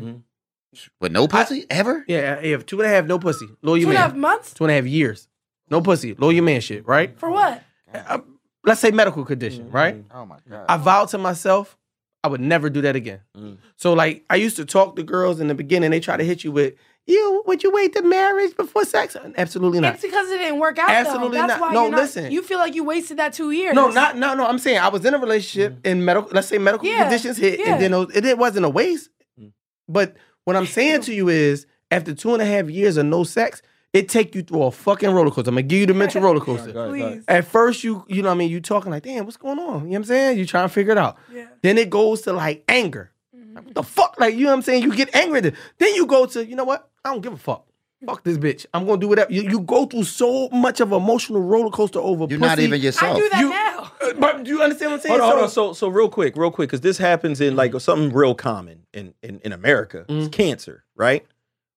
Speaker 1: with no pussy ever.
Speaker 2: Yeah, yeah, two and a half, no pussy. Low
Speaker 4: two
Speaker 2: your
Speaker 4: and a half
Speaker 2: man.
Speaker 4: months
Speaker 2: Two and a half years. No pussy. Low your man shit, right?
Speaker 4: for what?
Speaker 2: Uh, let's say medical condition,
Speaker 5: Mm-hmm.
Speaker 2: right?
Speaker 1: Oh my god.
Speaker 2: I vowed to myself I would never do that again.
Speaker 5: Mm.
Speaker 2: So like I used to talk to girls in the beginning, they try to hit you with, you would you wait to marriage before sex? Absolutely not.
Speaker 4: It's because it didn't work out.
Speaker 2: Absolutely
Speaker 4: though.
Speaker 2: not.
Speaker 4: That's Why
Speaker 2: No,
Speaker 4: you're not,
Speaker 2: listen.
Speaker 4: You feel like you wasted that two years.
Speaker 2: No, not no, no. I'm saying I was in a relationship
Speaker 5: Mm.
Speaker 2: and medical. Let's say medical
Speaker 4: Yeah,
Speaker 2: conditions hit,
Speaker 4: yeah.
Speaker 2: and then those- it, it wasn't a waste.
Speaker 5: Mm.
Speaker 2: But what I'm saying to you is, after two and a half years of no sex, it take you through a fucking roller coaster. I'm gonna give you the mental roller coaster.
Speaker 4: Please.
Speaker 2: At first, you you know what I mean. You talking like, damn, what's going on? You know what I'm saying? You trying to figure it out.
Speaker 4: Yeah.
Speaker 2: Then it goes to like anger.
Speaker 3: Mm-hmm.
Speaker 2: Like, what the fuck? Like, you know what I'm saying? You get angry. At it. Then you go to, you know what? I don't give a fuck.
Speaker 3: Mm-hmm.
Speaker 2: Fuck this bitch. I'm gonna do whatever. You, you go through so much of emotional roller coaster over.
Speaker 1: You're not
Speaker 2: pussy.
Speaker 1: even
Speaker 4: I
Speaker 1: yourself.
Speaker 4: do that
Speaker 2: You-
Speaker 4: now.
Speaker 2: But do you understand what I'm saying?
Speaker 5: Hold on, hold on. So, so real quick, real quick, because this happens in like something real common in in, in America.
Speaker 2: Mhm.
Speaker 5: It's cancer, right?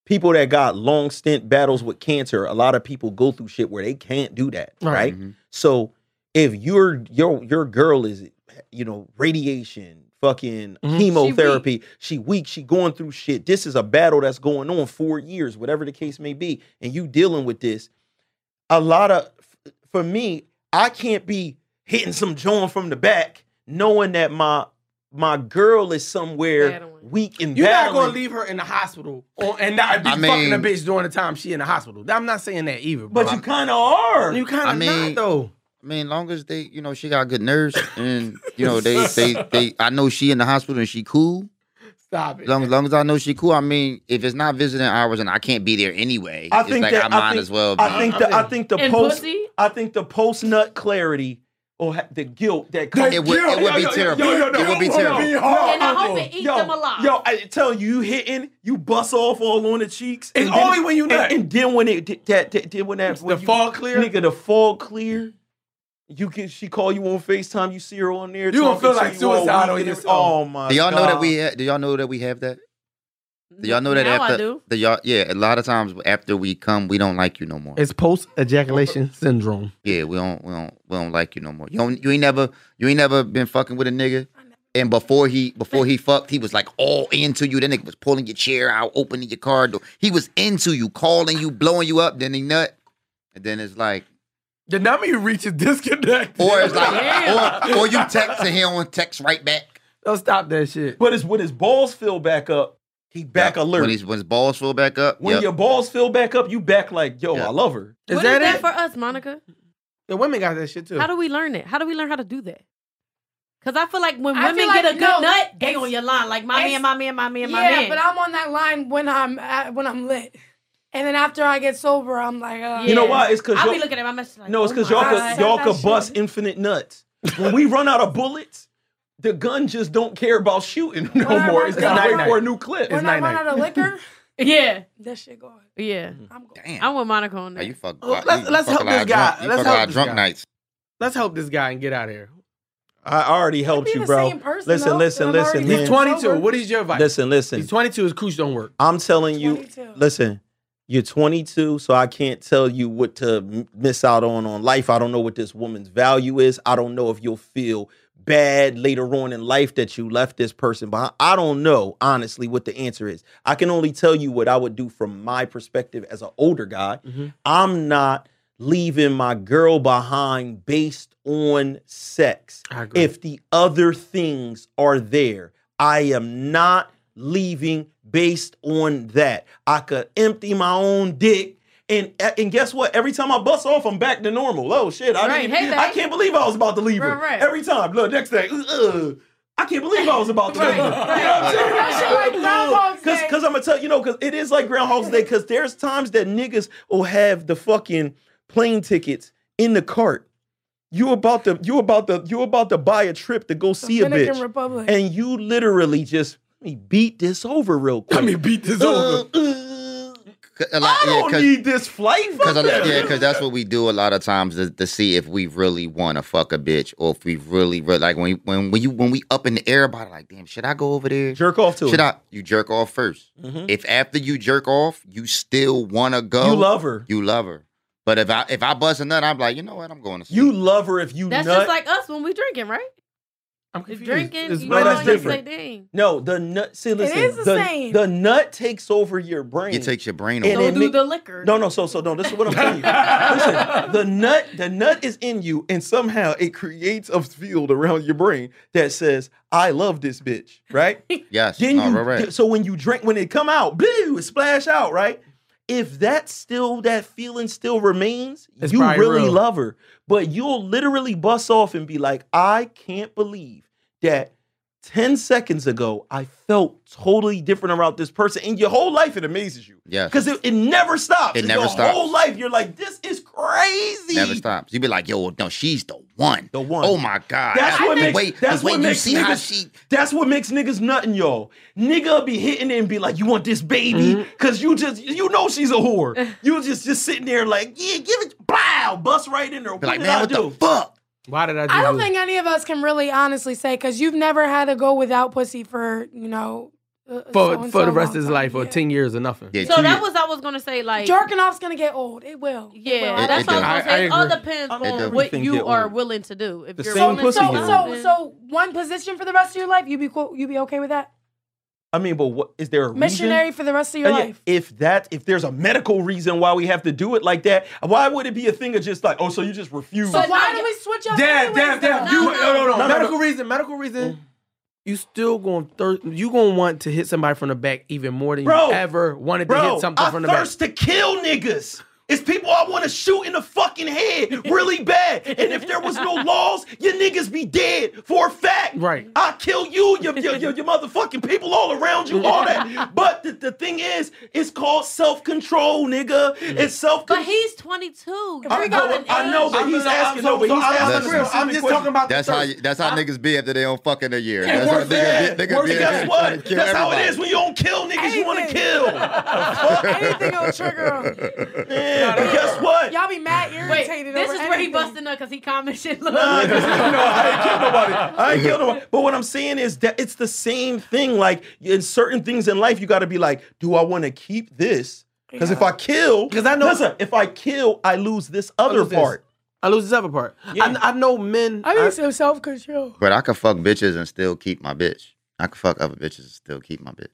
Speaker 5: People that got long stint battles with cancer, a lot of people go through shit where they can't do that,
Speaker 2: Right.
Speaker 5: right?
Speaker 1: Mhm.
Speaker 5: So, if your your your girl is, you know, radiation, fucking
Speaker 2: Mhm.
Speaker 5: chemotherapy, she weak, she going through shit. This is a battle that's going on for years, whatever the case may be, and you dealing with this. A lot of f- for me, I can't be hitting some joint from the back, knowing that my my girl is somewhere
Speaker 3: Battling.
Speaker 5: weak and
Speaker 2: You're not
Speaker 5: battling.
Speaker 2: gonna leave her in the hospital or, Oh, and not be
Speaker 1: I
Speaker 2: fucking a
Speaker 1: mean-
Speaker 2: bitch during the time she in the hospital. I'm not saying that either, bro.
Speaker 5: but you kind of are.
Speaker 2: you kind of
Speaker 1: I mean-
Speaker 2: not though.
Speaker 1: I mean, long as they, you know, she got good nerves, and you know, they, they, they. I know she in the hospital and she cool.
Speaker 2: Stop it.
Speaker 1: As long, as long as I know she cool, I mean, if it's not visiting hours and I can't be there anyway,
Speaker 5: I
Speaker 1: it's
Speaker 5: think
Speaker 1: like
Speaker 5: that-
Speaker 1: I
Speaker 5: I
Speaker 1: might
Speaker 5: think-
Speaker 1: as well be.
Speaker 5: I think the I think the
Speaker 3: And
Speaker 5: post
Speaker 3: pussy?
Speaker 5: I think the post nut clarity or ha- the guilt that comes.
Speaker 1: it would, it would be terrible. it would be terrible.
Speaker 3: And I hope it eats
Speaker 5: yo,
Speaker 3: them alive.
Speaker 5: Yo, I tell you, you hitting, you bust off all on the cheeks.
Speaker 2: It's only when you
Speaker 5: and-
Speaker 2: nut.
Speaker 5: And, then when it did that, that- then when that
Speaker 2: The
Speaker 5: when you-
Speaker 2: fall clear?
Speaker 5: nigga, the fall clear. You can she call you on Facetime. You see her on there.
Speaker 2: You gonna
Speaker 5: talking
Speaker 2: feel
Speaker 5: to
Speaker 2: like
Speaker 5: you all
Speaker 2: suicidal
Speaker 5: week and
Speaker 2: yourself.
Speaker 5: everything. Oh my!
Speaker 1: Do y'all know that
Speaker 5: God.
Speaker 1: we? Ha- do y'all know that we have that? Do y'all know that
Speaker 3: Now
Speaker 1: after?
Speaker 3: I do.
Speaker 1: do y'all, yeah, a lot of times after we come, we don't like you no more.
Speaker 2: It's post ejaculation syndrome.
Speaker 1: yeah, we don't, we don't, we don't like you no more. You don't, you ain't never, you ain't never been fucking with a nigga. And before he, before he fucked, he was like all into you. That nigga was pulling your chair out, opening your car door. He was into you, calling you, blowing you up. Then he nut, and then it's like.
Speaker 2: The number you reach is disconnected.
Speaker 1: Or it's like,
Speaker 3: Yeah.
Speaker 1: or, or you text and he'll text right back.
Speaker 2: don't stop that shit.
Speaker 5: But it's when his balls fill back up, he back alert.
Speaker 1: When,
Speaker 5: When,
Speaker 1: he's, when his balls fill back up. yep.
Speaker 5: your balls fill back up, you back like, yo,
Speaker 1: Yeah.
Speaker 5: I love her.
Speaker 2: Is
Speaker 3: What
Speaker 2: that, it?
Speaker 3: for us, Monica?
Speaker 2: the women got that shit too.
Speaker 3: How do we learn it? How do we learn how to do that? Because I feel like when
Speaker 4: I
Speaker 3: women
Speaker 4: feel like,
Speaker 3: get a good
Speaker 4: no,
Speaker 3: nut, they
Speaker 4: it's-
Speaker 3: on your line. Like, my
Speaker 4: it's-
Speaker 3: man, my man, my man, my
Speaker 4: yeah,
Speaker 3: man.
Speaker 4: but I'm on that line when I'm at, when I'm lit, and then after I get sober, I'm like, uh,
Speaker 5: You know
Speaker 3: Yeah.
Speaker 5: why? It's because
Speaker 3: I'll be looking at my message like,
Speaker 5: No, it's
Speaker 3: oh
Speaker 5: because
Speaker 3: my
Speaker 5: y'all
Speaker 3: God.
Speaker 5: could,
Speaker 4: God.
Speaker 5: y'all
Speaker 4: That
Speaker 5: could bust
Speaker 4: shit.
Speaker 5: infinite nuts. When we run out of bullets, the gun just don't care about shooting no
Speaker 4: When I
Speaker 5: more.
Speaker 4: run
Speaker 5: It's gotta
Speaker 2: out-
Speaker 5: wait for a new clip.
Speaker 4: when
Speaker 2: It's
Speaker 4: I
Speaker 2: night-night.
Speaker 4: run out of liquor,
Speaker 3: Yeah,
Speaker 4: that shit going.
Speaker 3: yeah.
Speaker 4: I'm going.
Speaker 1: Damn.
Speaker 3: I'm with Monica on
Speaker 1: Now
Speaker 3: that.
Speaker 1: Mm. you fuck.
Speaker 2: Oh, Let's- let's help this guy.
Speaker 1: Drunk, you fuck
Speaker 2: Let's
Speaker 1: a
Speaker 2: help
Speaker 1: lot of
Speaker 2: this
Speaker 1: drunk
Speaker 2: guy.
Speaker 1: nights.
Speaker 2: Let's help this guy and get out of here.
Speaker 5: I already helped
Speaker 4: Be
Speaker 5: you,
Speaker 4: the
Speaker 5: bro.
Speaker 4: same person,
Speaker 5: Listen,
Speaker 4: though.
Speaker 5: listen,
Speaker 4: I'm
Speaker 5: listen,
Speaker 4: already-
Speaker 5: man.
Speaker 2: He's 22.
Speaker 4: Sober.
Speaker 2: What is your advice?
Speaker 5: Listen,
Speaker 2: He's
Speaker 5: listen.
Speaker 2: 22. His cooch don't work.
Speaker 5: I'm telling you,
Speaker 4: 22.
Speaker 5: listen. You're 22, so I can't tell you what to m- miss out on on life. I don't know what this woman's value is. I don't know if you'll feel bad later on in life that you left this person behind. I don't know, honestly, what the answer is. I can only tell you what I would do from my perspective as an older guy.
Speaker 3: Mm-hmm.
Speaker 2: Mhm.
Speaker 5: I'm not leaving my girl behind based on sex
Speaker 2: I agree.
Speaker 5: if the other things are there. I am not leaving based on that. I could empty my own dick. And, and guess what? Every time I bust off, I'm back to normal. Oh shit! I,
Speaker 3: Right.
Speaker 5: didn't,
Speaker 3: Hey,
Speaker 5: I
Speaker 3: babe.
Speaker 5: can't believe I was about to leave her.
Speaker 3: Right, right.
Speaker 5: Every time, look, next day, ugh, I can't believe I was about to leave her. You know what I'm saying?
Speaker 4: That shit like Groundhog's
Speaker 5: Cause,
Speaker 4: Day.
Speaker 5: cause I'm gonna tell you know, cause it is like Groundhog's Day. Cause there's times that niggas will have the fucking plane tickets in the cart. You about to, you about to, you about to buy a trip to go see a
Speaker 4: Dominican
Speaker 5: bitch,
Speaker 4: Republic.
Speaker 5: and you literally just let me beat this over real quick.
Speaker 2: Let me beat this
Speaker 5: Uh,
Speaker 2: over.
Speaker 5: uh,
Speaker 1: A lot-
Speaker 5: I
Speaker 1: yeah,
Speaker 5: don't need this flight. Fuck
Speaker 1: Cause a lot-
Speaker 5: that.
Speaker 1: yeah, because that's what we do a lot of times to, to see if we really want to fuck a bitch or if we really, really like when when when you when we up in the air about it, like, damn, should I go over there?
Speaker 5: jerk off to
Speaker 1: Should
Speaker 5: it.
Speaker 1: I? You jerk off 1st
Speaker 5: Mhm.
Speaker 1: If after you jerk off, you still wanna go,
Speaker 5: You love her.
Speaker 1: you love her. But if I if I bust a nut, I'm like, you know what? I'm going to sleep.
Speaker 5: You love her if you
Speaker 3: That's
Speaker 5: nut.
Speaker 3: just like us when we drinking, right?
Speaker 2: I'm
Speaker 3: If
Speaker 2: confused.
Speaker 3: drinking,
Speaker 2: It's
Speaker 3: you
Speaker 5: no,
Speaker 3: know,
Speaker 2: right-
Speaker 5: that's
Speaker 3: that's
Speaker 5: different.
Speaker 3: different. Say, Dang.
Speaker 5: no, the nut. See, listen,
Speaker 4: is the same.
Speaker 5: the nut takes over your brain.
Speaker 1: it takes your brain away.
Speaker 5: And
Speaker 3: Don't
Speaker 5: it
Speaker 3: do
Speaker 5: make-
Speaker 3: the liquor.
Speaker 5: No, no. So, so no. This is what I'm telling you. Listen, the nut, the nut is in you, and somehow it creates a field around your brain that says, "I love this bitch." Right?
Speaker 1: Yes.
Speaker 5: Then
Speaker 1: no,
Speaker 5: you.
Speaker 1: right, right.
Speaker 5: So when you drink, when it come out, blue, it splash out. Right? If that still that feeling still remains,
Speaker 2: It's
Speaker 5: you
Speaker 2: probably
Speaker 5: really
Speaker 2: real.
Speaker 5: love her. But you'll literally bust off and be like, "I can't believe that." 10 seconds ago, I felt totally different about this person. And your whole life, it amazes you.
Speaker 1: Yes.
Speaker 5: Because it, it never stops.
Speaker 1: It
Speaker 5: It's
Speaker 1: never
Speaker 5: your
Speaker 1: stops.
Speaker 5: whole life, you're like, this is crazy.
Speaker 1: Never stops. You be like, yo, no, she's the one.
Speaker 5: The one.
Speaker 1: Oh my god.
Speaker 5: That's what
Speaker 1: the
Speaker 5: makes-
Speaker 1: way,
Speaker 5: that's
Speaker 1: the way
Speaker 5: what
Speaker 1: you
Speaker 5: makes
Speaker 1: see how
Speaker 5: niggas-
Speaker 1: she.
Speaker 5: That's what makes niggas nutting, y'all. Nigga be hitting it and be like, you want this baby?
Speaker 4: Mm-hmm.
Speaker 5: Because you just, you know she's a whore. you just just sitting there like, yeah, give it, blow, bust right in there. What
Speaker 1: Be like,
Speaker 5: did
Speaker 1: man,
Speaker 5: I
Speaker 1: what
Speaker 5: do?
Speaker 1: the fuck?
Speaker 2: Why did I do
Speaker 4: I don't
Speaker 2: this?
Speaker 4: think any of us can really honestly say because you've never had to go without pussy for you know uh,
Speaker 2: for
Speaker 4: so and
Speaker 2: for
Speaker 4: so
Speaker 2: the rest of
Speaker 4: long
Speaker 2: his
Speaker 4: time.
Speaker 2: life or
Speaker 4: Yeah.
Speaker 2: ten years or nothing.
Speaker 1: Yeah,
Speaker 3: So
Speaker 1: two
Speaker 3: that
Speaker 1: years.
Speaker 3: was I was gonna say like
Speaker 4: Jerking off's gonna get old. It will. It
Speaker 3: Yeah,
Speaker 4: will.
Speaker 1: It-
Speaker 3: that's
Speaker 1: it
Speaker 3: what
Speaker 1: does.
Speaker 3: I was gonna
Speaker 2: I-
Speaker 3: say.
Speaker 2: I
Speaker 3: It all
Speaker 2: agree.
Speaker 3: depends
Speaker 5: I don't
Speaker 1: agree
Speaker 3: on what
Speaker 5: think
Speaker 3: you
Speaker 5: that
Speaker 3: are
Speaker 5: old.
Speaker 3: willing to do. If
Speaker 5: The
Speaker 3: you're
Speaker 5: same
Speaker 3: willing
Speaker 5: pussy
Speaker 4: so
Speaker 5: you
Speaker 4: so
Speaker 3: open-
Speaker 4: so one position for the rest of your life. You be cool. You be okay with that?
Speaker 5: I mean, but what, is there a reason? Uh,
Speaker 4: Missionary for the rest of your
Speaker 5: Yeah,
Speaker 4: life.
Speaker 5: If that, if there's a medical reason why we have to do it like that, why would it be a thing of just like, oh, so you just refuse?
Speaker 4: So
Speaker 3: But
Speaker 4: why
Speaker 3: no,
Speaker 4: do we switch up?
Speaker 2: Dad,
Speaker 4: anyways,
Speaker 2: dad, dad.
Speaker 4: though?
Speaker 2: You
Speaker 3: No,
Speaker 2: no, no, no.
Speaker 5: no, no.
Speaker 2: Medical reason. Medical reason. You still going thir- you gonna want to hit somebody from the back even more than
Speaker 5: Bro.
Speaker 2: you ever wanted to
Speaker 5: Bro,
Speaker 2: hit something
Speaker 5: I
Speaker 2: from the back.
Speaker 5: thirst to kill niggas. It's people I want to shoot in the fucking head really bad. And if there was no laws, your niggas be dead for a fact.
Speaker 2: Right.
Speaker 5: I kill you, your, your, your, your motherfucking people all around you, all that. But the, the thing is, it's called self control, nigga.
Speaker 2: Mm.
Speaker 5: It's self
Speaker 3: But
Speaker 5: control.
Speaker 3: he's 22.
Speaker 5: I
Speaker 3: We
Speaker 5: know,
Speaker 3: got an
Speaker 5: I know,
Speaker 3: age.
Speaker 5: but he's asking. No, but he's asking.
Speaker 1: I'm-
Speaker 5: a specific
Speaker 2: I'm just
Speaker 5: question.
Speaker 2: talking about
Speaker 1: That's
Speaker 2: the
Speaker 1: how
Speaker 2: thirst.
Speaker 1: you, that's how niggas be after they don't fuck in a year.
Speaker 5: It
Speaker 1: That's how
Speaker 5: works
Speaker 1: niggas
Speaker 5: bad.
Speaker 1: be, niggas
Speaker 5: Works-
Speaker 1: be in
Speaker 5: guess
Speaker 1: there
Speaker 5: what?
Speaker 1: trying to kill
Speaker 5: That's how it
Speaker 1: everybody.
Speaker 5: is when you don't kill niggas you want to
Speaker 4: Anything.
Speaker 5: kill.
Speaker 4: Anything will trigger 'em.
Speaker 5: Yeah, but guess what?
Speaker 4: Y'all be mad
Speaker 3: Wait,
Speaker 4: irritated.
Speaker 3: this
Speaker 4: over
Speaker 3: is where he
Speaker 4: anything.
Speaker 3: busting up because he comment shit. Look,
Speaker 5: Nah, 'cause, you know, I ain't kill nobody. I ain't kill nobody. But what I'm saying is that it's the same thing. Like in certain things in life, you got to be like, do I want to keep this? Because if I kill,
Speaker 2: 'Cause I know-
Speaker 5: listen, if I kill, I lose this other
Speaker 2: lose this.
Speaker 5: part.
Speaker 2: I lose this other part.
Speaker 5: Yeah.
Speaker 2: I, I know men.
Speaker 4: I
Speaker 2: I-
Speaker 4: need some self control.
Speaker 1: But I could fuck bitches and still keep my bitch. I could fuck other bitches and still keep my bitch.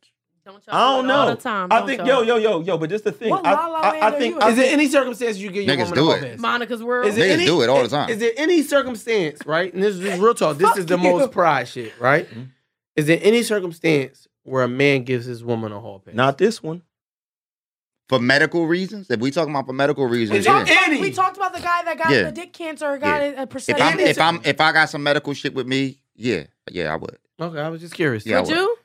Speaker 3: Don't y'all
Speaker 5: I don't
Speaker 3: do it
Speaker 5: know.
Speaker 3: all the time.
Speaker 5: I
Speaker 3: don't
Speaker 5: think yo
Speaker 3: y'all?
Speaker 5: yo yo yo. But just the thing.
Speaker 4: What
Speaker 5: I,
Speaker 4: La La
Speaker 5: I-
Speaker 4: Land
Speaker 5: I
Speaker 4: are
Speaker 5: think
Speaker 4: you
Speaker 5: I
Speaker 4: in?
Speaker 2: is there
Speaker 5: think
Speaker 2: any circumstance you get your
Speaker 1: Niggas
Speaker 2: woman
Speaker 1: do
Speaker 2: a
Speaker 1: it.
Speaker 2: buffet?
Speaker 3: Monica's world.
Speaker 2: Is there
Speaker 1: Niggas
Speaker 2: any,
Speaker 1: do it all the time.
Speaker 2: Is there any circumstance, right? And this is this is real talk. This is the
Speaker 4: Fuck you.
Speaker 2: most pride shit, right?
Speaker 1: Mm-hmm.
Speaker 2: Is there any circumstance where a man gives his woman a hall pass?
Speaker 5: not this one.
Speaker 1: For medical reasons, if we talking about for medical
Speaker 4: We
Speaker 1: reasons, yeah.
Speaker 4: talked, about,
Speaker 2: Any.
Speaker 4: we talked about the guy that got
Speaker 1: Yeah.
Speaker 4: the dick cancer or got uh,
Speaker 1: Yeah.
Speaker 4: a- a
Speaker 1: If
Speaker 4: percentage.
Speaker 1: I'm
Speaker 4: of
Speaker 1: if I'm if I got some medical shit with me, yeah, yeah, I would.
Speaker 2: Okay, I was just curious.
Speaker 1: Yeah, I
Speaker 3: Would you?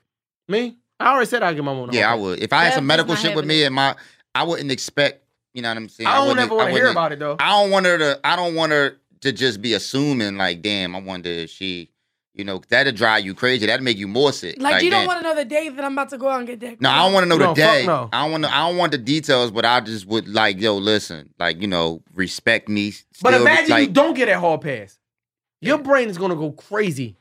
Speaker 2: Me? I already said I'd give my woman a
Speaker 1: Yeah, I
Speaker 2: hall pass.
Speaker 1: would. If I had
Speaker 3: That
Speaker 1: some
Speaker 3: does
Speaker 1: medical
Speaker 3: not
Speaker 1: shit with
Speaker 3: happen.
Speaker 1: me and my, I wouldn't expect. You know what I'm saying?
Speaker 2: I don't
Speaker 1: wouldn't- e-
Speaker 2: ever want to hear
Speaker 1: wouldn't-
Speaker 2: about it though.
Speaker 1: I don't want her to. I don't want her to just be assuming like, damn. I wonder if she, you know, that'll drive you crazy. That'll make you more sick.
Speaker 4: like, you don't
Speaker 1: damn.
Speaker 4: want to know the day that I'm about to go out and get dick.
Speaker 1: No, I don't want to know
Speaker 2: No,
Speaker 1: the
Speaker 2: fuck
Speaker 1: day.
Speaker 2: no.
Speaker 1: I don't want. to. I don't want the details, but I just would like, yo, listen, like you know, respect me.
Speaker 2: But
Speaker 1: still,
Speaker 2: imagine
Speaker 1: like,
Speaker 2: you don't get that hall pass. Your brain is gonna go crazy.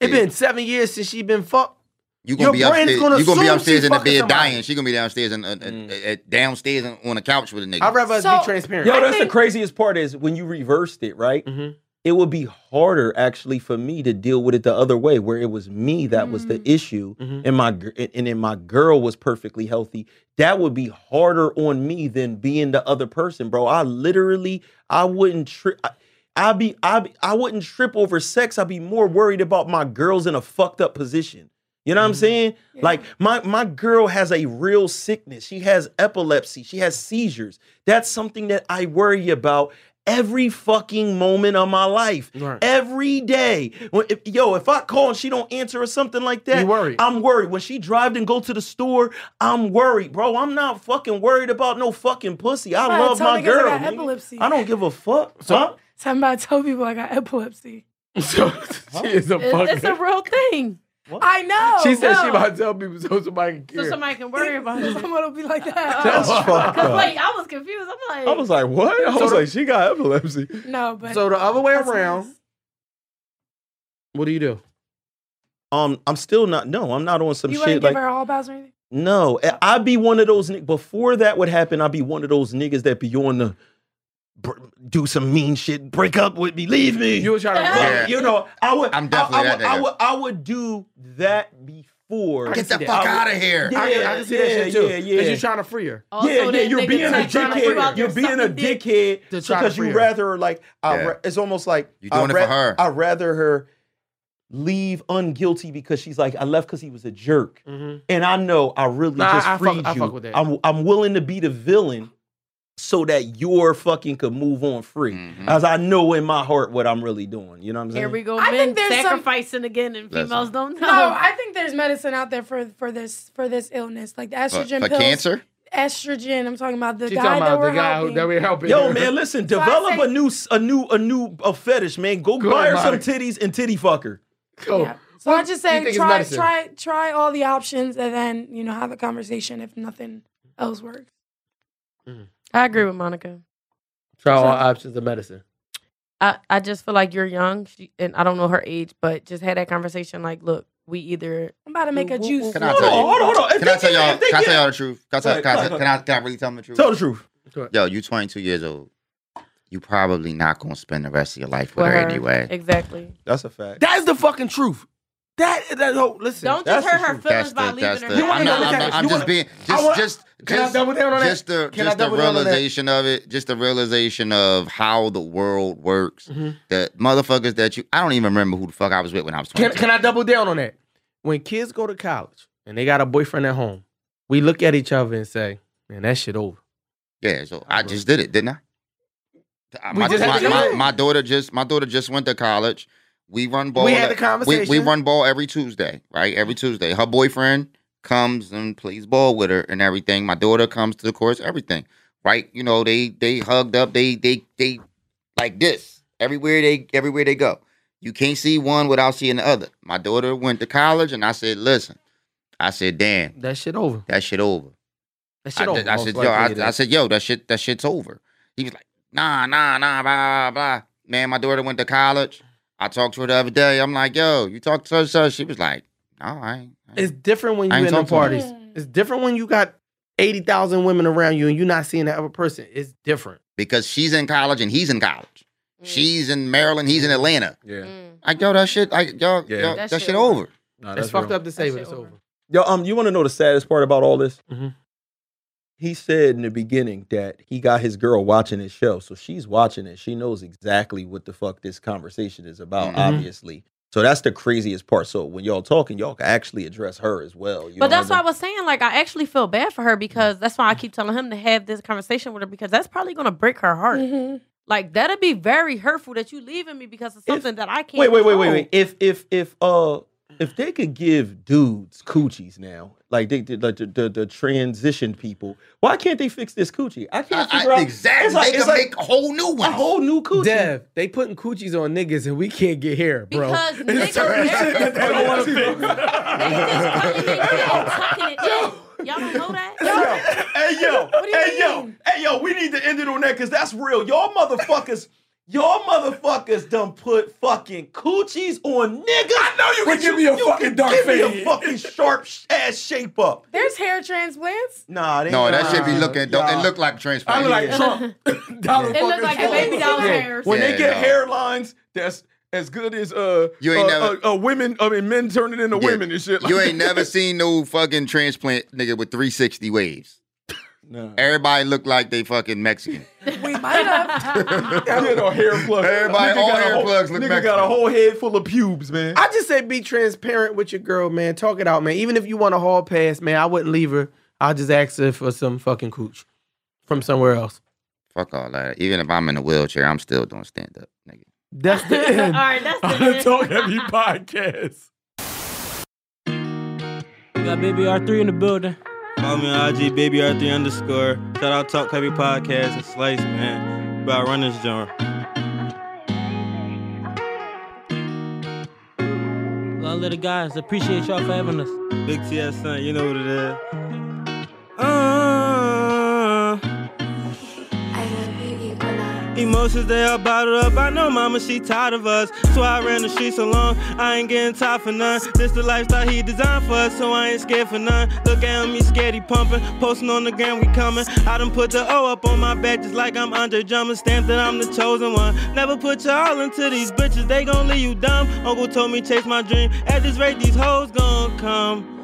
Speaker 2: It's
Speaker 1: Yeah.
Speaker 2: been seven years since she been fucked.
Speaker 1: You gonna
Speaker 2: your
Speaker 1: be
Speaker 2: brain's
Speaker 1: upstairs.
Speaker 2: gonna
Speaker 1: you gonna be
Speaker 2: assume
Speaker 1: upstairs
Speaker 2: she
Speaker 1: in the bed
Speaker 2: fucking somebody.
Speaker 1: dying. She gonna be downstairs and uh, uh,
Speaker 5: Mm.
Speaker 1: uh, downstairs and on the couch with a nigga.
Speaker 2: I'd rather us
Speaker 4: So-
Speaker 2: be transparent.
Speaker 5: Yo,
Speaker 4: I
Speaker 5: that's
Speaker 4: think-
Speaker 5: the craziest part is when you reversed it, right?
Speaker 2: Mhm.
Speaker 5: It would be harder actually for me to deal with it the other way, where it was me that was the issue,
Speaker 2: Mhm.
Speaker 5: and my gir- and then my girl was perfectly healthy. That would be harder on me than being the other person, bro. I literally, I wouldn't trip. I be, I be, I wouldn't trip over sex. I'd be more worried about my girls in a fucked up position. You You know what I'm saying?
Speaker 4: Yeah.
Speaker 5: Like my my girl has a real sickness. She has epilepsy. She has seizures. That's something that I worry about every fucking moment of my life.
Speaker 2: Right.
Speaker 5: Every day. When, if, yo, if I call and she don't answer or something like that,
Speaker 2: You worried.
Speaker 5: I'm worried. When she drive and go to the store, I'm worried, bro. I'm not fucking worried about no fucking pussy. I
Speaker 4: Right,
Speaker 5: love
Speaker 4: tell
Speaker 5: my
Speaker 4: niggas I
Speaker 5: girl.
Speaker 4: got
Speaker 5: nigga.
Speaker 4: epilepsy.
Speaker 5: I don't give a fuck. huh?
Speaker 4: So I'm about to tell people I got epilepsy.
Speaker 2: So she is a
Speaker 3: It's, it's a
Speaker 2: fucker.
Speaker 3: real thing.
Speaker 4: I know.
Speaker 2: She said she
Speaker 4: no.
Speaker 2: about to tell people so somebody can care.
Speaker 3: So somebody can worry about it.
Speaker 4: Someone will be like that.
Speaker 5: That's fucked
Speaker 3: Cause
Speaker 5: up.
Speaker 3: wait, I was confused. I'm like,
Speaker 5: I was like, what? I
Speaker 2: So
Speaker 5: was
Speaker 2: the-
Speaker 5: like, she got epilepsy.
Speaker 4: no, but
Speaker 2: so the other way
Speaker 4: that's
Speaker 2: around,
Speaker 4: nice.
Speaker 2: what do you do?
Speaker 5: Um, I'm still not. No, I'm not on some
Speaker 4: you wouldn't
Speaker 5: shit
Speaker 4: give
Speaker 5: like.
Speaker 4: her all bows or anything.
Speaker 5: No, I- I'd be one of those. ni- Before that would happen, I'd be one of those niggas that be on the br- do some mean shit, break up with me, leave me.
Speaker 2: You were trying to.
Speaker 5: Fuck,
Speaker 1: Yeah.
Speaker 5: You know, I would.
Speaker 1: I'm
Speaker 5: I-
Speaker 1: definitely
Speaker 5: I,
Speaker 1: that
Speaker 5: would, I
Speaker 1: nigga.
Speaker 5: would. I would do that before.
Speaker 1: Get the
Speaker 2: that.
Speaker 1: fuck
Speaker 5: I
Speaker 1: out of here.
Speaker 5: Yeah.
Speaker 2: I, can, I can see that shit too.
Speaker 5: yeah,
Speaker 2: Because
Speaker 5: yeah, yeah.
Speaker 2: you're trying to free her.
Speaker 3: also
Speaker 5: yeah, yeah,
Speaker 3: "Oh, that
Speaker 5: you're
Speaker 3: nigga
Speaker 5: being a
Speaker 3: type trying to figure
Speaker 5: dickhead.
Speaker 3: out
Speaker 5: You're
Speaker 3: there's
Speaker 5: being a
Speaker 3: something dick.
Speaker 5: dickhead
Speaker 2: To try to
Speaker 5: because
Speaker 2: free
Speaker 5: you
Speaker 2: her.
Speaker 5: rather like I.
Speaker 1: Yeah.
Speaker 5: ra- It's almost like
Speaker 1: You doing
Speaker 5: I
Speaker 1: it for her.
Speaker 5: I rather her leave unguilty because she's like I left because he was a jerk,
Speaker 2: Mm-hmm.
Speaker 5: and I know I really
Speaker 2: Nah,
Speaker 5: just
Speaker 2: I- I fuck-
Speaker 5: freed
Speaker 2: I
Speaker 5: you.
Speaker 2: fuck with that.
Speaker 5: I'm I'm willing to be the villain so that your fucking could move on free,
Speaker 2: Mm-hmm.
Speaker 1: Mhm.
Speaker 5: as I know in my heart what I'm really doing. You know what I'm saying?
Speaker 3: Here we go,
Speaker 4: I
Speaker 3: men
Speaker 4: think there's some-
Speaker 3: sacrificing again, and
Speaker 1: Listen.
Speaker 3: females don't know.
Speaker 4: No, I think there's medicine out there for for this for this illness, like the
Speaker 1: For,
Speaker 4: estrogen
Speaker 1: for
Speaker 4: pills.
Speaker 1: cancer?
Speaker 4: Estrogen. I'm talking about the
Speaker 2: She's
Speaker 4: guy
Speaker 2: talking
Speaker 4: that
Speaker 2: about
Speaker 4: we're
Speaker 2: the guy who,
Speaker 4: helping.
Speaker 2: that we're helping.
Speaker 5: Yo,
Speaker 2: her.
Speaker 5: man, listen.
Speaker 4: So I
Speaker 5: Develop
Speaker 4: say-
Speaker 5: a new, s- a new, a new a fetish, man. Go,
Speaker 2: Go
Speaker 5: buy her
Speaker 2: buy
Speaker 5: some
Speaker 2: it.
Speaker 5: titties and titty fuck her.
Speaker 2: Go.
Speaker 4: Yeah. So I just
Speaker 2: You
Speaker 4: say
Speaker 2: think it's
Speaker 4: try
Speaker 2: medicine?
Speaker 4: try try all the options and then you know have a conversation if nothing else works.
Speaker 3: I agree with Monica.
Speaker 2: Try all options of medicine.
Speaker 3: I, I just feel like you're young, she, and I don't know her age, but just had that conversation. Like, look, we either
Speaker 4: I'm about to make a
Speaker 3: Woo, woo,
Speaker 4: juice.
Speaker 3: woo.
Speaker 1: Can I
Speaker 5: Hold
Speaker 1: tell
Speaker 5: on,
Speaker 1: you?
Speaker 5: hold on, hold on. If
Speaker 1: Can I
Speaker 5: they
Speaker 1: tell
Speaker 5: get-
Speaker 1: y'all?
Speaker 5: if they
Speaker 1: Can I
Speaker 5: get-
Speaker 1: tell y'all the truth? Can I
Speaker 5: Go
Speaker 1: tell,
Speaker 5: ahead,
Speaker 1: can I,
Speaker 5: go
Speaker 1: tell-
Speaker 5: ahead,
Speaker 1: can I, can I really tell them the truth?
Speaker 5: Tell the truth.
Speaker 1: Yo, you 22 years old. You probably not gonna spend the rest of your life with
Speaker 3: were
Speaker 1: her,
Speaker 3: her
Speaker 1: anyway.
Speaker 3: exactly.
Speaker 5: That's a fact.
Speaker 2: That is the fucking truth. That, that no, listen.
Speaker 3: Don't
Speaker 5: that's
Speaker 3: just hurt
Speaker 5: the
Speaker 3: her
Speaker 5: truth.
Speaker 3: feelings by leaving
Speaker 1: that's
Speaker 3: her.
Speaker 1: the.
Speaker 2: You wanna
Speaker 1: I'm, not,
Speaker 2: know
Speaker 1: I'm,
Speaker 2: that-
Speaker 1: not, I'm
Speaker 2: you
Speaker 1: just
Speaker 2: wanna-
Speaker 1: being just
Speaker 2: I wanna-
Speaker 1: just
Speaker 2: Can I
Speaker 1: just
Speaker 2: double down on that?
Speaker 1: just the
Speaker 2: Can I
Speaker 1: just the
Speaker 2: double down on that?
Speaker 1: realization of it, just the realization of how the world works.
Speaker 2: Mhm.
Speaker 1: That motherfuckers that you I don't even remember who the fuck I was with when I was
Speaker 2: Can,
Speaker 1: 22.
Speaker 2: can I double down on that? When kids go to college and they got a boyfriend at home, we look at each other and say, "Man, that shit over."
Speaker 1: yeah, so I just did it, didn't I? I-
Speaker 2: We
Speaker 1: My,
Speaker 2: just had
Speaker 1: my-
Speaker 2: to do
Speaker 1: my-
Speaker 2: it.
Speaker 1: my daughter just my daughter just went to college. We run ball.
Speaker 2: we had the
Speaker 1: we,
Speaker 2: conversation.
Speaker 1: we run ball every Tuesday, right? Every Tuesday. Her boyfriend comes and plays ball with her and everything. My daughter comes to the course, everything. Right? You know, they they hugged up, they they they like this. Everywhere they everywhere they go. You can't see one without seeing the other. My daughter went to college and I said, listen, I said, damn,
Speaker 2: That shit over.
Speaker 1: that shit over.
Speaker 2: That shit
Speaker 1: I,
Speaker 2: over.
Speaker 1: did- I
Speaker 2: most
Speaker 1: said, yo,
Speaker 2: likely
Speaker 1: I,
Speaker 2: it
Speaker 1: I
Speaker 2: is.
Speaker 1: said, yo, that shit, that shit's over. He was like, nah, nah, nah, blah, blah. Man, my daughter went to college. I talked to her the other day. I'm like, yo, you talked to her, so she was like, no, I ain't. I ain't."
Speaker 2: It's different when
Speaker 1: I
Speaker 2: you
Speaker 1: ain't
Speaker 2: in the
Speaker 1: talking to
Speaker 4: you.
Speaker 2: parties. It's different when you got eighty thousand women around you and you're not seeing that other person. It's different.
Speaker 1: because she's in college and he's in college.
Speaker 3: Mm,
Speaker 1: She's in Maryland, he's in Atlanta.
Speaker 5: Yeah,
Speaker 3: mm.
Speaker 1: Like, yo, that shit, like, yo,
Speaker 5: Yeah.
Speaker 1: yo,
Speaker 3: That
Speaker 1: that,
Speaker 3: shit
Speaker 1: shit,
Speaker 3: over.
Speaker 1: over.
Speaker 2: it's fucked up to say,
Speaker 3: That
Speaker 2: but
Speaker 3: shit
Speaker 2: it's
Speaker 3: over.
Speaker 2: over.
Speaker 5: Yo, um, you want to know the saddest part about all this?
Speaker 1: Mm-hmm.
Speaker 2: Mhm.
Speaker 5: He said in the beginning that he got his girl watching his show, so she's watching it. She knows exactly what the fuck this conversation is about,
Speaker 1: Mhm.
Speaker 5: obviously. So that's the craziest part. So when y'all talking, y'all can actually address her as well. you know
Speaker 3: But that's
Speaker 5: what
Speaker 3: what I
Speaker 5: mean?
Speaker 3: was saying. Like, I actually feel bad for her because that's why I keep telling him to have this conversation with her because that's probably gonna break her heart.
Speaker 4: Mhm.
Speaker 3: Like, that'd be very hurtful that you leaving me because of something that I can't.
Speaker 5: wait, wait, wait, wait,
Speaker 3: control. Mm-hmm.
Speaker 5: wait. If if if uh if they could give dudes coochies now, like they did, like the, the the transition people, why can't they fix this coochie? I
Speaker 1: I,
Speaker 5: can't figure
Speaker 1: I,
Speaker 5: out
Speaker 1: exactly.
Speaker 5: It's like,
Speaker 1: they
Speaker 5: it's
Speaker 1: can
Speaker 5: like
Speaker 1: make a whole new
Speaker 5: a
Speaker 1: one.
Speaker 5: whole new coochie.
Speaker 2: Dev, they putting coochies on niggas and we can't get hair, bro.
Speaker 3: Because niggas,
Speaker 2: They
Speaker 3: they're-
Speaker 2: don't wanna fix.
Speaker 3: they just tucking it in, tucking it in. Y'all don't know that.
Speaker 5: hey yo,
Speaker 4: do you
Speaker 5: hey yo,
Speaker 4: mean?
Speaker 5: hey yo, we need to end it on that because that's real. Y'all motherfuckers, y'all motherfuckers done put fucking coochies on niggas. I know you
Speaker 2: can give me a fucking dark
Speaker 5: give me a
Speaker 2: fade.
Speaker 5: fucking sharp sh- ass shape up.
Speaker 4: There's hair transplants.
Speaker 5: Nah, they
Speaker 1: no, that shit be
Speaker 5: nah,
Speaker 1: looking, dope.
Speaker 5: nah.
Speaker 1: it look like
Speaker 2: I
Speaker 1: transplant.
Speaker 2: look like
Speaker 1: Yeah.
Speaker 2: Trump. Donald
Speaker 3: It looked like a
Speaker 2: fucking
Speaker 3: baby
Speaker 2: Trump.
Speaker 3: doll's hair.
Speaker 5: when they
Speaker 1: Yeah,
Speaker 5: get
Speaker 1: no.
Speaker 5: hairlines that's as good as uh,
Speaker 1: You ain't
Speaker 5: uh,
Speaker 1: never-
Speaker 5: uh, uh, women, I mean men turning into
Speaker 1: Yeah.
Speaker 5: women and shit. Like
Speaker 1: You ain't
Speaker 5: that.
Speaker 1: never seen no fucking transplant nigga with 360 waves.
Speaker 5: No.
Speaker 1: Everybody look like they fucking Mexican.
Speaker 4: We might have.
Speaker 5: Nigga got a hair plug.
Speaker 1: Everybody,
Speaker 5: Nigga
Speaker 1: all
Speaker 5: got a
Speaker 1: hair
Speaker 5: whole-
Speaker 1: plugs look
Speaker 5: Nigga
Speaker 1: Mexican.
Speaker 5: got a whole head full of pubes, man.
Speaker 2: I just say be transparent with your girl, man. Talk it out, man. Even if you want a hall pass, man, I wouldn't leave her. I'll just ask her for some fucking cooch from somewhere else.
Speaker 1: Fuck all that. Even if I'm in a wheelchair, I'm still doing stand up, nigga.
Speaker 2: That's the
Speaker 3: All
Speaker 2: end.
Speaker 3: right, that's
Speaker 5: On
Speaker 3: the
Speaker 5: the
Speaker 3: end.
Speaker 5: Talk Heavy podcast.
Speaker 7: We got Baby R3 in the building.
Speaker 8: Follow me on IG, baby R3 underscore. Shout out Talk Heavy Podcast and Slice, man. About running this genre.
Speaker 7: Love little guys. Appreciate y'all for having us.
Speaker 8: Big TS son, you know what it is. Uh, Emotions they all bottled up. I know mama she tired of us. So I ran the streets alone. I ain't getting tired for none. This the lifestyle he designed for us, so I ain't scared for none. Look at him, he scared he pumping. Posting on the gram, we coming. I done put the O up on my back just like I'm Andre Drummond. Stamp that I'm the chosen one. Never put y'all into these bitches, they gon' leave you dumb. Uncle told me chase my dream. At this rate, these hoes gon' come.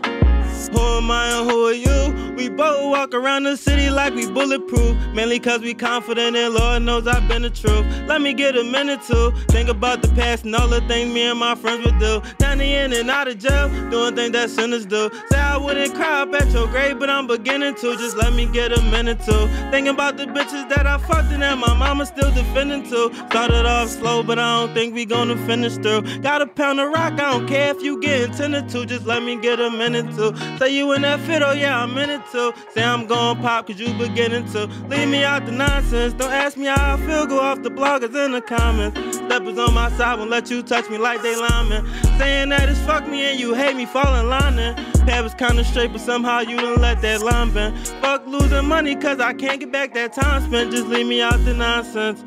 Speaker 8: Who am I and who are you? We both walk around the city like we bulletproof. Mainly cause we confident and Lord knows I've been the truth. Let me get a minute to think about the past and all the things me and my friends would do. Down the in and out of jail, doing things that sinners do. Say I wouldn't cry up at your grave, but I'm beginning to. Just let me get a minute to thinking about the bitches that I fucked and that my mama still defending to. Started off slow, but I don't think we gonna finish through. Got a pound of rock, I don't care if you get intended to. Just let me get a minute to. Say you in that fiddle, yeah, I'm in it too. Say I'm gon' pop, cause you beginning to. Leave me out the nonsense. Don't ask me how I feel, go off the bloggers in the comments. Steppers on my side won't let you touch me like they linemen. Saying that it's fuck me and you hate me, fall in line then. Pab is kinda straight, but somehow you done let that line bend. Fuck losing money, cause I can't get back that time spent. Just leave me out the nonsense.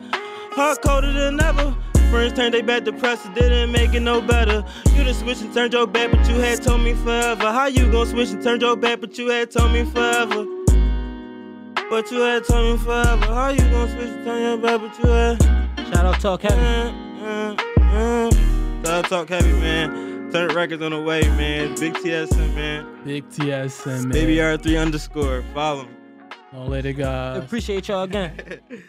Speaker 8: Hard colder than ever. Friends turned they back depressed, didn't make it no better. You done switched and turned your back, but you had told me forever. How you gon' switch and turn your back, but you had told me forever? But you had told me forever. How you gon' switch and turn your back, but you had.
Speaker 7: Shout out Talk Heavy.
Speaker 8: Mm, mm, mm. So I talk heavy, man. Third records on the way, man. Big TSN, man.
Speaker 7: Big TS and
Speaker 8: Baby R3 underscore. Follow me.
Speaker 7: Don't let it go. Appreciate y'all again.